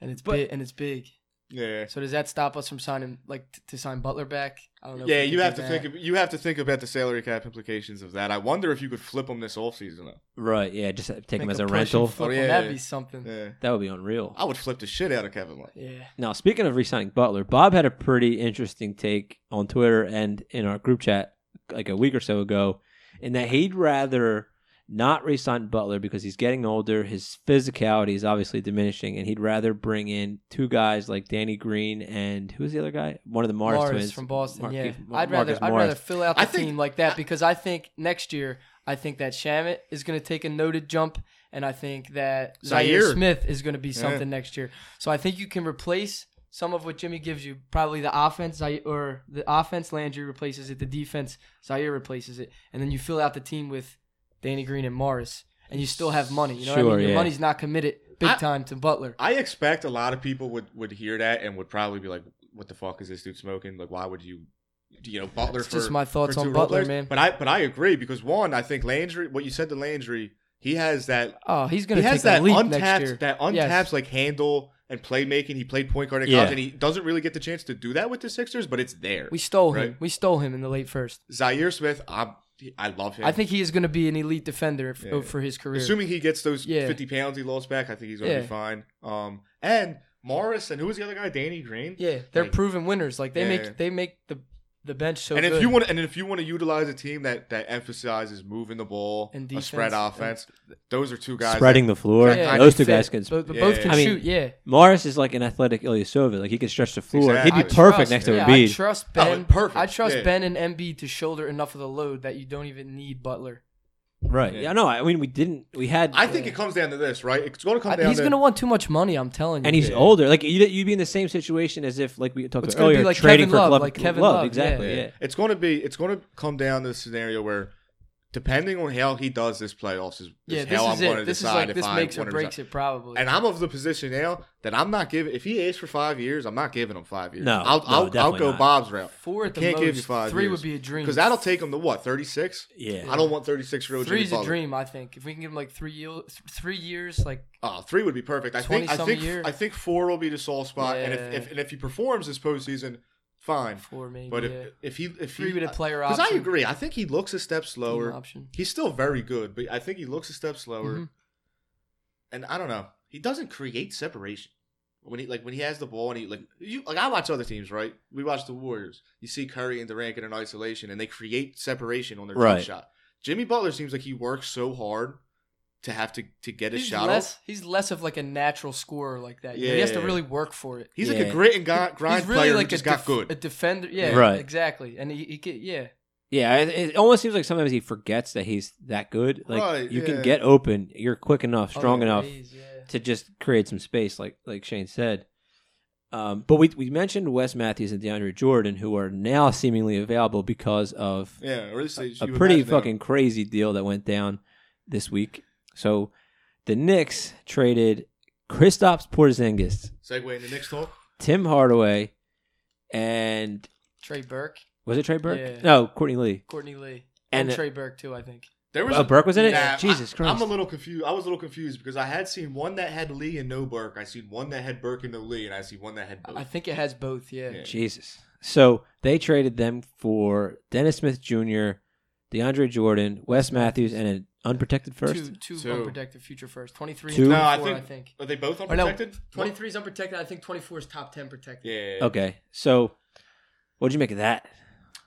[SPEAKER 2] and it's
[SPEAKER 1] But-
[SPEAKER 2] big, and it's big.
[SPEAKER 3] yeah
[SPEAKER 2] So does that stop us from signing like t- to sign Butler back? I don't know. if
[SPEAKER 3] yeah
[SPEAKER 2] we
[SPEAKER 3] you
[SPEAKER 2] could
[SPEAKER 3] have
[SPEAKER 2] do
[SPEAKER 3] to
[SPEAKER 2] that.
[SPEAKER 3] think ab- you have to think about the salary cap implications of that i wonder if you could flip them this offseason though
[SPEAKER 1] Right? Yeah, just take him
[SPEAKER 2] Make
[SPEAKER 1] as
[SPEAKER 2] a
[SPEAKER 1] a
[SPEAKER 2] push and
[SPEAKER 1] rental.
[SPEAKER 2] flip
[SPEAKER 3] Oh,
[SPEAKER 2] him.
[SPEAKER 3] yeah,
[SPEAKER 2] That'd
[SPEAKER 3] yeah.
[SPEAKER 2] be something.
[SPEAKER 3] yeah
[SPEAKER 1] That would be unreal.
[SPEAKER 3] i would flip the shit out of kevin love
[SPEAKER 2] Yeah.
[SPEAKER 1] Now, speaking of re-signing Butler, Bob had a pretty interesting take on Twitter and in our group chat like a week or so ago, in that he'd rather not re-sign Butler because he's getting older, his physicality is obviously diminishing, and he'd rather bring in two guys like Danny Green and who was the other guy? One of the Morris,
[SPEAKER 2] Morris
[SPEAKER 1] twins
[SPEAKER 2] from Boston.
[SPEAKER 1] Mar-
[SPEAKER 2] yeah,
[SPEAKER 1] Mar-
[SPEAKER 2] I'd rather
[SPEAKER 1] Marcus
[SPEAKER 2] I'd
[SPEAKER 1] Morris.
[SPEAKER 2] rather fill out the
[SPEAKER 3] I think-
[SPEAKER 2] team like that because I think next year I think that Shamit is going to take a noted jump, and I think that Zaire,
[SPEAKER 3] Zaire.
[SPEAKER 2] Smith is going to be something next year. So I think you can replace some of what Jimmy gives you. Probably the offense Zai- or the offense Landry replaces it, the defense Zaire replaces it, and then you fill out the team with Danny Green and Morris, and you still have money. You know what I
[SPEAKER 1] Sure,
[SPEAKER 2] mean? Your
[SPEAKER 1] yeah.
[SPEAKER 2] money's not committed big
[SPEAKER 3] I-
[SPEAKER 2] time to Butler.
[SPEAKER 3] I expect a lot of people would would hear that and would probably be like, "What the fuck is this dude smoking? Like, why would you, you know, Butler?"
[SPEAKER 2] It's
[SPEAKER 3] for,
[SPEAKER 2] just my thoughts
[SPEAKER 3] for
[SPEAKER 2] on
[SPEAKER 3] two role
[SPEAKER 2] Butler,
[SPEAKER 3] players?"
[SPEAKER 2] man.
[SPEAKER 3] But I but I agree because one, I think Landry, what you said to Landry, he has that
[SPEAKER 2] Oh, he's going
[SPEAKER 3] he
[SPEAKER 2] to take
[SPEAKER 3] has that
[SPEAKER 2] a leap
[SPEAKER 3] untapped
[SPEAKER 2] next year.
[SPEAKER 3] that untapped like handle and playmaking. He played point guard at
[SPEAKER 1] Yeah.
[SPEAKER 3] college, and he doesn't really get the chance to do that with the Sixers, but it's there.
[SPEAKER 2] We stole him.
[SPEAKER 3] Right.
[SPEAKER 2] We stole him in the late first.
[SPEAKER 3] Zaire Smith, I I love him.
[SPEAKER 2] I think he is going to be an elite defender if,
[SPEAKER 3] Yeah.
[SPEAKER 2] for his career.
[SPEAKER 3] Assuming he gets those
[SPEAKER 2] Yeah.
[SPEAKER 3] 50 pounds he lost back, I think he's going to
[SPEAKER 2] Yeah.
[SPEAKER 3] be fine. Um, and Morris and who was the other guy? Danny Green.
[SPEAKER 2] yeah, they're
[SPEAKER 3] Like-
[SPEAKER 2] proven winners. Like they
[SPEAKER 3] Yeah.
[SPEAKER 2] make they make the the bench so
[SPEAKER 3] and if
[SPEAKER 2] good.
[SPEAKER 3] you want, and if you want to utilize a team that that emphasizes moving the ball,
[SPEAKER 2] And
[SPEAKER 3] a spread offense,
[SPEAKER 2] defense,
[SPEAKER 3] those are two guys.
[SPEAKER 1] Spreading the floor.
[SPEAKER 3] Yeah,
[SPEAKER 2] I
[SPEAKER 1] Those
[SPEAKER 2] think
[SPEAKER 1] two
[SPEAKER 2] fit.
[SPEAKER 1] guys can.
[SPEAKER 2] Both,
[SPEAKER 3] Yeah.
[SPEAKER 2] both can
[SPEAKER 1] I mean,
[SPEAKER 2] shoot. Yeah,
[SPEAKER 1] Morris is like an athletic Ilyasova. Like he can stretch the floor.
[SPEAKER 3] Exactly.
[SPEAKER 1] He'd be perfect
[SPEAKER 2] trust-
[SPEAKER 1] next to
[SPEAKER 2] yeah, I
[SPEAKER 1] Embiid.
[SPEAKER 2] trust
[SPEAKER 3] Oh,
[SPEAKER 2] Ben.
[SPEAKER 3] perfect.
[SPEAKER 2] I trust
[SPEAKER 3] Yeah.
[SPEAKER 2] Ben and Embiid to shoulder enough of the load that you don't even need Butler.
[SPEAKER 1] right.
[SPEAKER 3] Yeah.
[SPEAKER 1] Yeah. No. I mean, we didn't. We had.
[SPEAKER 3] That, I think it comes down to this, right? It's going to come
[SPEAKER 2] I-
[SPEAKER 3] down.
[SPEAKER 2] he's
[SPEAKER 3] to,
[SPEAKER 2] going to want too much money. I'm telling you.
[SPEAKER 1] and he's
[SPEAKER 3] Yeah.
[SPEAKER 1] older. Like you'd, you'd be in the same situation as if, like we talked
[SPEAKER 2] It's
[SPEAKER 1] about
[SPEAKER 2] gonna be
[SPEAKER 1] earlier,
[SPEAKER 2] like
[SPEAKER 1] trading
[SPEAKER 2] Kevin
[SPEAKER 1] for
[SPEAKER 2] Love,
[SPEAKER 1] club,
[SPEAKER 2] like Kevin Love,
[SPEAKER 1] exactly.
[SPEAKER 2] yeah.
[SPEAKER 1] Yeah.
[SPEAKER 3] It's going to be. It's going to come down to the scenario where, depending on how he does this playoffs, is, is
[SPEAKER 2] yeah, this
[SPEAKER 3] how
[SPEAKER 2] is
[SPEAKER 3] I'm going to
[SPEAKER 2] it. This is
[SPEAKER 3] decide
[SPEAKER 2] like
[SPEAKER 3] if
[SPEAKER 2] this
[SPEAKER 3] I
[SPEAKER 2] makes or
[SPEAKER 3] want to
[SPEAKER 2] breaks
[SPEAKER 3] decide.
[SPEAKER 2] it probably.
[SPEAKER 3] And I'm of the position now that I'm not giving. If he asks for five years, I'm not giving him five years.
[SPEAKER 1] No,
[SPEAKER 3] I'll
[SPEAKER 1] no,
[SPEAKER 3] I'll, I'll
[SPEAKER 1] definitely
[SPEAKER 3] go
[SPEAKER 1] not.
[SPEAKER 3] Bob's route.
[SPEAKER 2] Four at the
[SPEAKER 3] Can't
[SPEAKER 2] most.
[SPEAKER 3] give you five.
[SPEAKER 2] Three
[SPEAKER 3] years.
[SPEAKER 2] would be a dream.
[SPEAKER 3] because that'll take him to what thirty six.
[SPEAKER 1] Yeah.
[SPEAKER 3] I don't want thirty six year old.
[SPEAKER 2] Three's a dream, I think. If we can give him like three years, three years, like
[SPEAKER 3] Oh, three would be perfect. I
[SPEAKER 2] 20
[SPEAKER 3] think. I
[SPEAKER 2] some
[SPEAKER 3] think.
[SPEAKER 2] a year.
[SPEAKER 3] I think four will be the soft spot, and if,
[SPEAKER 2] Yeah.
[SPEAKER 3] if and if he performs this postseason, fine.
[SPEAKER 2] four maybe.
[SPEAKER 3] But
[SPEAKER 2] yeah.
[SPEAKER 3] if, if he if
[SPEAKER 2] three
[SPEAKER 3] he,
[SPEAKER 2] with a player
[SPEAKER 3] because
[SPEAKER 2] option.
[SPEAKER 3] I agree, I think he looks a step
[SPEAKER 2] Team
[SPEAKER 3] slower.
[SPEAKER 2] option.
[SPEAKER 3] He's still very good, but I think he looks a step slower.
[SPEAKER 1] Mm-hmm.
[SPEAKER 2] Mhm.
[SPEAKER 3] And I don't know, he doesn't create separation when he like when he has the ball and he like you like I watch other teams, right? We watch the Warriors. You see Curry and Durant get in isolation, and they create separation on their right.
[SPEAKER 1] Right.
[SPEAKER 3] shot. Jimmy Butler seems like he works so hard to have to to get his
[SPEAKER 2] He's
[SPEAKER 3] shot off.
[SPEAKER 2] less. He's less of like a natural scorer like that. Yeah. He has to
[SPEAKER 3] Yeah.
[SPEAKER 2] really work for it.
[SPEAKER 3] He's like
[SPEAKER 1] Yeah.
[SPEAKER 3] a grit and gri- grind
[SPEAKER 2] he's really
[SPEAKER 3] player
[SPEAKER 2] like
[SPEAKER 3] who just
[SPEAKER 2] a
[SPEAKER 3] got
[SPEAKER 2] def-
[SPEAKER 3] good.
[SPEAKER 2] a defender. Yeah,
[SPEAKER 1] Right.
[SPEAKER 2] exactly. And he, he could, yeah.
[SPEAKER 1] Yeah, it, it almost seems like sometimes he forgets that he's that good. Like
[SPEAKER 3] Right,
[SPEAKER 1] you
[SPEAKER 3] yeah.
[SPEAKER 1] can get open, you're quick enough, strong
[SPEAKER 2] Other
[SPEAKER 1] enough
[SPEAKER 2] ways, Oh, yeah.
[SPEAKER 1] to just create some space, like like Shane said. Um, but we we mentioned Wes Matthews and DeAndre Jordan, who are now seemingly available because of
[SPEAKER 3] yeah, or at least you
[SPEAKER 1] a
[SPEAKER 3] would
[SPEAKER 1] pretty
[SPEAKER 3] imagine that.
[SPEAKER 1] fucking crazy deal that went down this week. So the Knicks traded Kristaps Porzingis,
[SPEAKER 3] segue into next talk.
[SPEAKER 1] Tim Hardaway, and
[SPEAKER 2] Trey Burke,
[SPEAKER 1] was it Trey Burke?
[SPEAKER 2] Yeah.
[SPEAKER 1] No, Courtney Lee.
[SPEAKER 2] Courtney Lee, and,
[SPEAKER 1] And-
[SPEAKER 2] Trey Burke too. I think.
[SPEAKER 3] There was
[SPEAKER 1] Oh,
[SPEAKER 3] a-
[SPEAKER 1] Burke was in it.
[SPEAKER 3] Nah,
[SPEAKER 1] Jesus
[SPEAKER 3] I,
[SPEAKER 1] Christ!
[SPEAKER 3] I'm a little confused. I was a little confused because I had seen one that had Lee and no Burke. I seen one that had Burke and no Lee, and I see one that had both.
[SPEAKER 2] I think it has both. Yeah.
[SPEAKER 3] Yeah.
[SPEAKER 1] Jesus. So they traded them for Dennis Smith Jr., DeAndre Jordan, Wes Matthews, and an unprotected first.
[SPEAKER 2] Two, two,
[SPEAKER 3] Two.
[SPEAKER 2] unprotected future first. Twenty three.
[SPEAKER 1] Two.
[SPEAKER 2] And
[SPEAKER 1] No,
[SPEAKER 2] 24,
[SPEAKER 3] I
[SPEAKER 2] I think.
[SPEAKER 3] think- Are they both
[SPEAKER 2] Or no,
[SPEAKER 3] unprotected?
[SPEAKER 2] twenty three is unprotected. I think twenty four is top ten protected.
[SPEAKER 3] Yeah.
[SPEAKER 1] Okay. So what'd you make of that?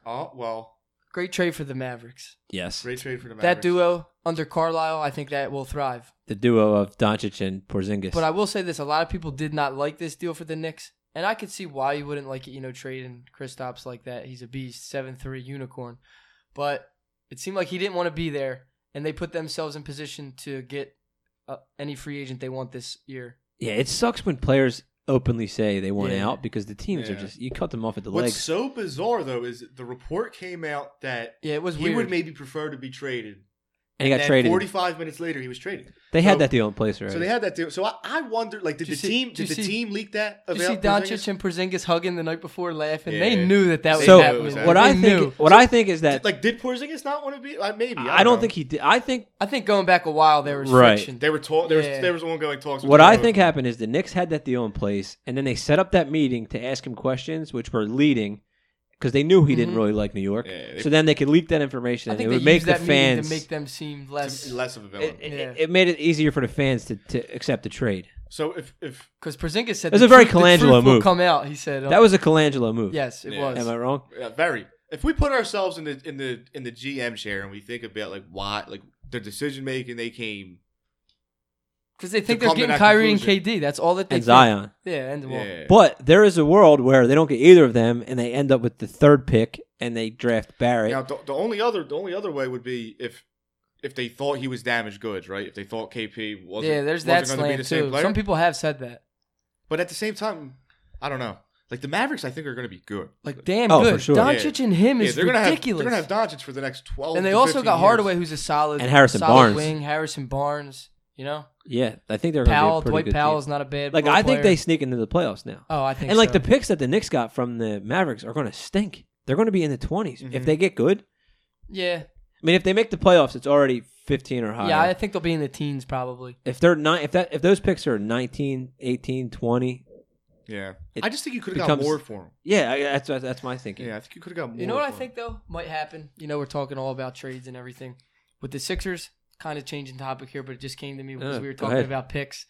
[SPEAKER 3] Oh well,
[SPEAKER 2] Great trade for the Mavericks.
[SPEAKER 1] Yes.
[SPEAKER 3] great trade for the Mavericks.
[SPEAKER 2] That duo under Carlisle, I think that will thrive.
[SPEAKER 1] The duo of Doncic and Porzingis.
[SPEAKER 2] But I will say this: a lot of people did not like this deal for the Knicks, and I could see why you wouldn't like it. You know, trading Kristaps like that, he's a beast, seven three unicorn. But it seemed like he didn't want to be there, and they put themselves in position to get uh, any free agent they want this year.
[SPEAKER 1] yeah, it sucks when players openly say they want
[SPEAKER 2] Yeah.
[SPEAKER 1] out because the teams are
[SPEAKER 3] Yeah.
[SPEAKER 1] just you cut them off at the
[SPEAKER 3] What's
[SPEAKER 1] legs.
[SPEAKER 3] so bizarre though is the report came out that
[SPEAKER 2] Yeah, it was
[SPEAKER 3] he
[SPEAKER 2] weird.
[SPEAKER 3] would maybe prefer to be traded.
[SPEAKER 1] and he got
[SPEAKER 3] then
[SPEAKER 1] traded.
[SPEAKER 3] 45 minutes later, he was traded.
[SPEAKER 1] they had
[SPEAKER 3] so-
[SPEAKER 1] that deal in place already.
[SPEAKER 3] So they had that deal. So I, I wonder, like, did
[SPEAKER 2] Do you
[SPEAKER 3] the
[SPEAKER 2] see-
[SPEAKER 3] team
[SPEAKER 2] do
[SPEAKER 3] did
[SPEAKER 2] you
[SPEAKER 3] the
[SPEAKER 2] see-
[SPEAKER 3] team leak that?
[SPEAKER 2] Did you see
[SPEAKER 3] about Porzingis?
[SPEAKER 2] Doncic and Porzingis hugging the night before, laughing. They
[SPEAKER 3] Yeah.
[SPEAKER 2] knew that that was
[SPEAKER 1] so
[SPEAKER 3] knew it was
[SPEAKER 2] happening.
[SPEAKER 1] what I
[SPEAKER 2] They
[SPEAKER 1] think
[SPEAKER 2] knew.
[SPEAKER 1] what I think is that
[SPEAKER 3] Did- like, did Porzingis not want to be? Uh, maybe
[SPEAKER 1] I don't
[SPEAKER 3] know.
[SPEAKER 1] think he did I think
[SPEAKER 2] I think going back a while, there was
[SPEAKER 1] Right.
[SPEAKER 2] friction.
[SPEAKER 3] They were talk. There
[SPEAKER 2] Yeah.
[SPEAKER 3] was there was ongoing talks.
[SPEAKER 1] What I
[SPEAKER 3] between
[SPEAKER 1] think
[SPEAKER 3] them.
[SPEAKER 1] happened is the Knicks had that deal in place, and then they set up that meeting to ask him questions, which were leading because they knew he didn't
[SPEAKER 2] Mhm.
[SPEAKER 1] really like New York.
[SPEAKER 3] Yeah, they-
[SPEAKER 1] so then they could leak that information,
[SPEAKER 2] I
[SPEAKER 1] and
[SPEAKER 2] think
[SPEAKER 1] it
[SPEAKER 2] they
[SPEAKER 1] would make
[SPEAKER 2] used
[SPEAKER 1] the
[SPEAKER 2] that meeting
[SPEAKER 1] fans.
[SPEAKER 2] to make them seem less.
[SPEAKER 3] It's less of a villain.
[SPEAKER 1] it, it-
[SPEAKER 2] Yeah.
[SPEAKER 1] it made it easier for the fans to, to accept the trade.
[SPEAKER 3] so if if
[SPEAKER 2] Because Porzingis said
[SPEAKER 1] That's
[SPEAKER 2] the
[SPEAKER 1] a very
[SPEAKER 2] truth- the
[SPEAKER 1] Colangelo
[SPEAKER 2] truth will
[SPEAKER 1] move.
[SPEAKER 2] Come out, he said.
[SPEAKER 1] That was a Colangelo move.
[SPEAKER 2] yes, it
[SPEAKER 3] Yeah.
[SPEAKER 2] was.
[SPEAKER 1] am I wrong?
[SPEAKER 3] uh, very if we put ourselves in the in the in the GM chair and we think about like why like their decision making they came
[SPEAKER 2] Because they think
[SPEAKER 3] to
[SPEAKER 2] they're
[SPEAKER 3] come to
[SPEAKER 2] getting
[SPEAKER 3] that
[SPEAKER 2] Kyrie
[SPEAKER 3] conclusion.
[SPEAKER 2] and KD. That's all that they
[SPEAKER 1] And
[SPEAKER 2] think.
[SPEAKER 1] Zion.
[SPEAKER 2] Yeah, and well,
[SPEAKER 3] yeah.
[SPEAKER 1] But there is a world where they don't get either of them, and they end up with the third pick, and they draft Barrett.
[SPEAKER 3] now the, the only other the only other way would be if if they thought he was damaged goods right if they thought KP wasn't
[SPEAKER 2] yeah. There's that
[SPEAKER 3] wasn't going to be
[SPEAKER 2] slam
[SPEAKER 3] the
[SPEAKER 2] too.
[SPEAKER 3] same player
[SPEAKER 2] Some people have said that.
[SPEAKER 3] but at the same time I don't know like the Mavericks I think are going to be good
[SPEAKER 2] Like damn
[SPEAKER 1] Oh,
[SPEAKER 2] good.
[SPEAKER 1] for sure.
[SPEAKER 2] Doncic and him
[SPEAKER 3] yeah
[SPEAKER 2] is
[SPEAKER 3] they're gonna have they're
[SPEAKER 2] ridiculous.
[SPEAKER 3] going to have Doncic for the next twelve
[SPEAKER 2] and they
[SPEAKER 3] to
[SPEAKER 2] also
[SPEAKER 3] 15
[SPEAKER 2] got
[SPEAKER 3] years.
[SPEAKER 2] Hardaway, who's a solid
[SPEAKER 1] And Harrison
[SPEAKER 2] solid
[SPEAKER 1] Barnes.
[SPEAKER 2] wing. Harrison Barnes. You know,
[SPEAKER 1] Yeah, I think they're going to be
[SPEAKER 2] Powell,
[SPEAKER 1] a pretty
[SPEAKER 2] Dwight
[SPEAKER 1] good team.
[SPEAKER 2] Powell's not a bad.
[SPEAKER 1] Like
[SPEAKER 2] role
[SPEAKER 1] I think
[SPEAKER 2] player.
[SPEAKER 1] they sneak into the playoffs now.
[SPEAKER 2] Oh, I think
[SPEAKER 1] And like
[SPEAKER 2] so.
[SPEAKER 1] the picks that the Knicks got from the Mavericks are going to stink. They're going to be in the 20s if
[SPEAKER 2] Mm-hmm.
[SPEAKER 3] Mhm.
[SPEAKER 1] they get good.
[SPEAKER 2] yeah,
[SPEAKER 1] I mean, if they make the playoffs, it's already 15 or higher.
[SPEAKER 2] yeah. I think they'll be in the teens probably.
[SPEAKER 1] if they're not if that if those picks are 19, 18, 20,
[SPEAKER 3] Yeah,
[SPEAKER 1] It
[SPEAKER 3] I just think you could have got
[SPEAKER 1] becomes-
[SPEAKER 3] more for him.
[SPEAKER 1] yeah, I, that's that's that's my thinking.
[SPEAKER 3] Yeah, I think you could have got more.
[SPEAKER 2] You know what I
[SPEAKER 3] for
[SPEAKER 2] think though might happen. You know we're talking all about trades and everything. With the Sixers, kind of changing topic here, but it just came to me because
[SPEAKER 1] Uh,
[SPEAKER 2] we were
[SPEAKER 1] go
[SPEAKER 2] talking
[SPEAKER 1] ahead.
[SPEAKER 2] about picks.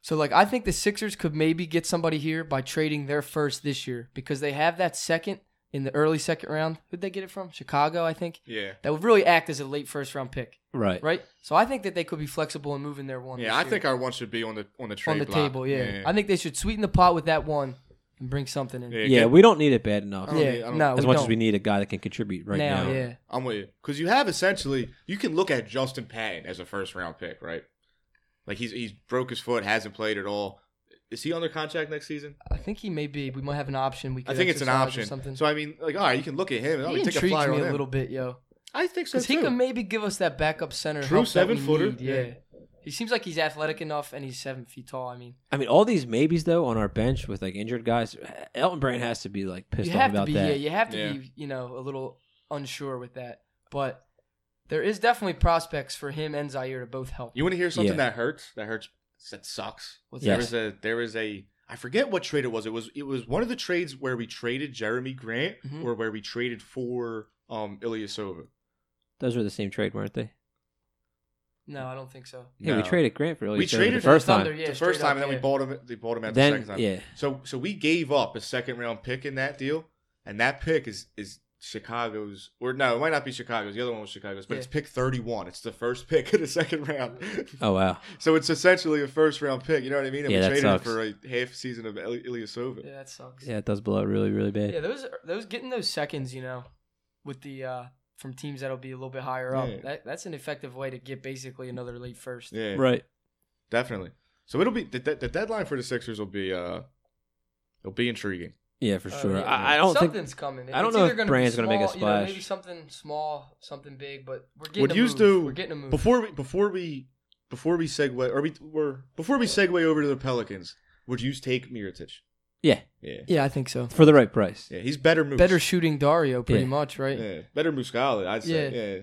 [SPEAKER 2] So like I think the Sixers could maybe get somebody here by trading their first this year because they have that second in the early second round. Who'd they get it from? Chicago, I think.
[SPEAKER 3] him. Yeah,
[SPEAKER 2] That would really act as a late first round pick,
[SPEAKER 1] Right.
[SPEAKER 2] right? So I think that they could be flexible in moving their one.
[SPEAKER 3] yeah.
[SPEAKER 2] this
[SPEAKER 3] I
[SPEAKER 2] year
[SPEAKER 3] think our one should be on the on the trade
[SPEAKER 2] on the
[SPEAKER 3] block.
[SPEAKER 2] table. Yeah.
[SPEAKER 3] yeah.
[SPEAKER 2] I think they should sweeten the pot with that one and bring something in.
[SPEAKER 1] Yeah,
[SPEAKER 3] Yeah, get-
[SPEAKER 1] we don't need it bad enough.
[SPEAKER 3] I don't
[SPEAKER 2] Oh, Yeah,
[SPEAKER 3] need- I don't-
[SPEAKER 2] no,
[SPEAKER 1] As
[SPEAKER 2] we
[SPEAKER 1] much
[SPEAKER 2] don't.
[SPEAKER 1] as we need a guy that can contribute right
[SPEAKER 2] now,
[SPEAKER 1] now.
[SPEAKER 2] yeah.
[SPEAKER 3] I'm with you because you have essentially you can look at Justin Patton as a first round pick, right? Like he's he's broke his foot, hasn't played at all. Is he under contract next season?
[SPEAKER 2] I think he may be. We might have an option. We could
[SPEAKER 3] I think it's an
[SPEAKER 2] exercise or
[SPEAKER 3] option.
[SPEAKER 2] Something.
[SPEAKER 3] So I mean, like, all right, you can look at him. and, oh,
[SPEAKER 2] he
[SPEAKER 3] take a
[SPEAKER 2] intrigues
[SPEAKER 3] flyer
[SPEAKER 2] me
[SPEAKER 3] on
[SPEAKER 2] a
[SPEAKER 3] him.
[SPEAKER 2] little bit, yo,
[SPEAKER 3] I think so
[SPEAKER 2] because he
[SPEAKER 3] too.
[SPEAKER 2] can maybe give us that backup center.
[SPEAKER 3] True
[SPEAKER 2] help that we
[SPEAKER 3] seven-footer,
[SPEAKER 2] need, Yeah.
[SPEAKER 3] yeah.
[SPEAKER 2] he seems like he's athletic enough, and he's seven feet tall. I mean,
[SPEAKER 1] I mean, all these maybes though on our bench with like injured guys, Elton Brand has to be like pissed
[SPEAKER 2] you
[SPEAKER 1] off
[SPEAKER 2] have to
[SPEAKER 1] about
[SPEAKER 2] be. Yeah,
[SPEAKER 1] that.
[SPEAKER 2] you have to
[SPEAKER 3] Yeah.
[SPEAKER 2] be. You know, a little unsure with that, but there is definitely prospects for him and Zaire to both help.
[SPEAKER 3] You want to hear something
[SPEAKER 1] Yeah.
[SPEAKER 3] that hurts? That hurts. That sucks.
[SPEAKER 2] What's
[SPEAKER 3] There
[SPEAKER 1] Yes.
[SPEAKER 3] was a there was a I forget what trade it was. It was it was one of the trades where we traded Jeremy Grant
[SPEAKER 2] Mhm.
[SPEAKER 3] or where we traded for um Ilyasova.
[SPEAKER 1] Those were the same trade, weren't they?
[SPEAKER 2] No, I don't think so.
[SPEAKER 1] Yeah, we
[SPEAKER 3] No.
[SPEAKER 1] traded Grant for Ilya
[SPEAKER 3] We
[SPEAKER 1] Sova the
[SPEAKER 3] traded for
[SPEAKER 1] first
[SPEAKER 2] Thunder,
[SPEAKER 1] time.
[SPEAKER 2] yeah,
[SPEAKER 3] the first
[SPEAKER 2] straight
[SPEAKER 3] time, and
[SPEAKER 2] up,
[SPEAKER 3] then
[SPEAKER 2] yeah.
[SPEAKER 3] we bought him. They bought him out the
[SPEAKER 1] Then
[SPEAKER 3] second time.
[SPEAKER 1] yeah,
[SPEAKER 3] So so we gave up a second round pick in that deal, and that pick is is Chicago's or no, it might not be Chicago's. The other one was Chicago's, but it's
[SPEAKER 2] Yeah.
[SPEAKER 3] pick thirty one. It's the first pick of the second round.
[SPEAKER 1] oh wow,
[SPEAKER 3] so it's essentially a first round pick. You know what I mean? And
[SPEAKER 1] Yeah,
[SPEAKER 3] we
[SPEAKER 1] that
[SPEAKER 3] traded
[SPEAKER 1] sucks.
[SPEAKER 3] for a half season of Ili- Ilyasova.
[SPEAKER 2] Yeah, that sucks.
[SPEAKER 1] yeah, it does blow really really bad.
[SPEAKER 2] Yeah, those those getting those seconds, you know, with the uh from teams that'll be a little bit higher up.
[SPEAKER 3] Yeah.
[SPEAKER 2] That that's an effective way to get basically another late first.
[SPEAKER 3] Yeah,
[SPEAKER 1] Right.
[SPEAKER 3] definitely. So it'll be the, de- the deadline for the Sixers will be uh, it'll be intriguing.
[SPEAKER 1] Yeah, for
[SPEAKER 2] Oh,
[SPEAKER 1] sure.
[SPEAKER 2] yeah.
[SPEAKER 1] I, I don't think
[SPEAKER 2] something's coming.
[SPEAKER 1] I don't
[SPEAKER 2] It's
[SPEAKER 1] know
[SPEAKER 2] either
[SPEAKER 1] if
[SPEAKER 2] gonna be
[SPEAKER 1] Brand's gonna make a
[SPEAKER 2] small, you know,
[SPEAKER 1] splash.
[SPEAKER 2] maybe something small, something big, but we're getting
[SPEAKER 3] Would
[SPEAKER 2] a
[SPEAKER 3] yous
[SPEAKER 2] move.
[SPEAKER 3] do
[SPEAKER 2] We're getting a move.
[SPEAKER 3] Before we before we before we segue or we were before we segue over to the Pelicans, would you take Miritich?
[SPEAKER 1] Yeah.
[SPEAKER 3] Yeah.
[SPEAKER 2] yeah, I think so.
[SPEAKER 1] for the right price.
[SPEAKER 3] Yeah, he's better moose.
[SPEAKER 2] Better shooting Dario, pretty
[SPEAKER 1] Yeah.
[SPEAKER 2] much, right?
[SPEAKER 3] yeah, better Muscala, I'd say. Yeah.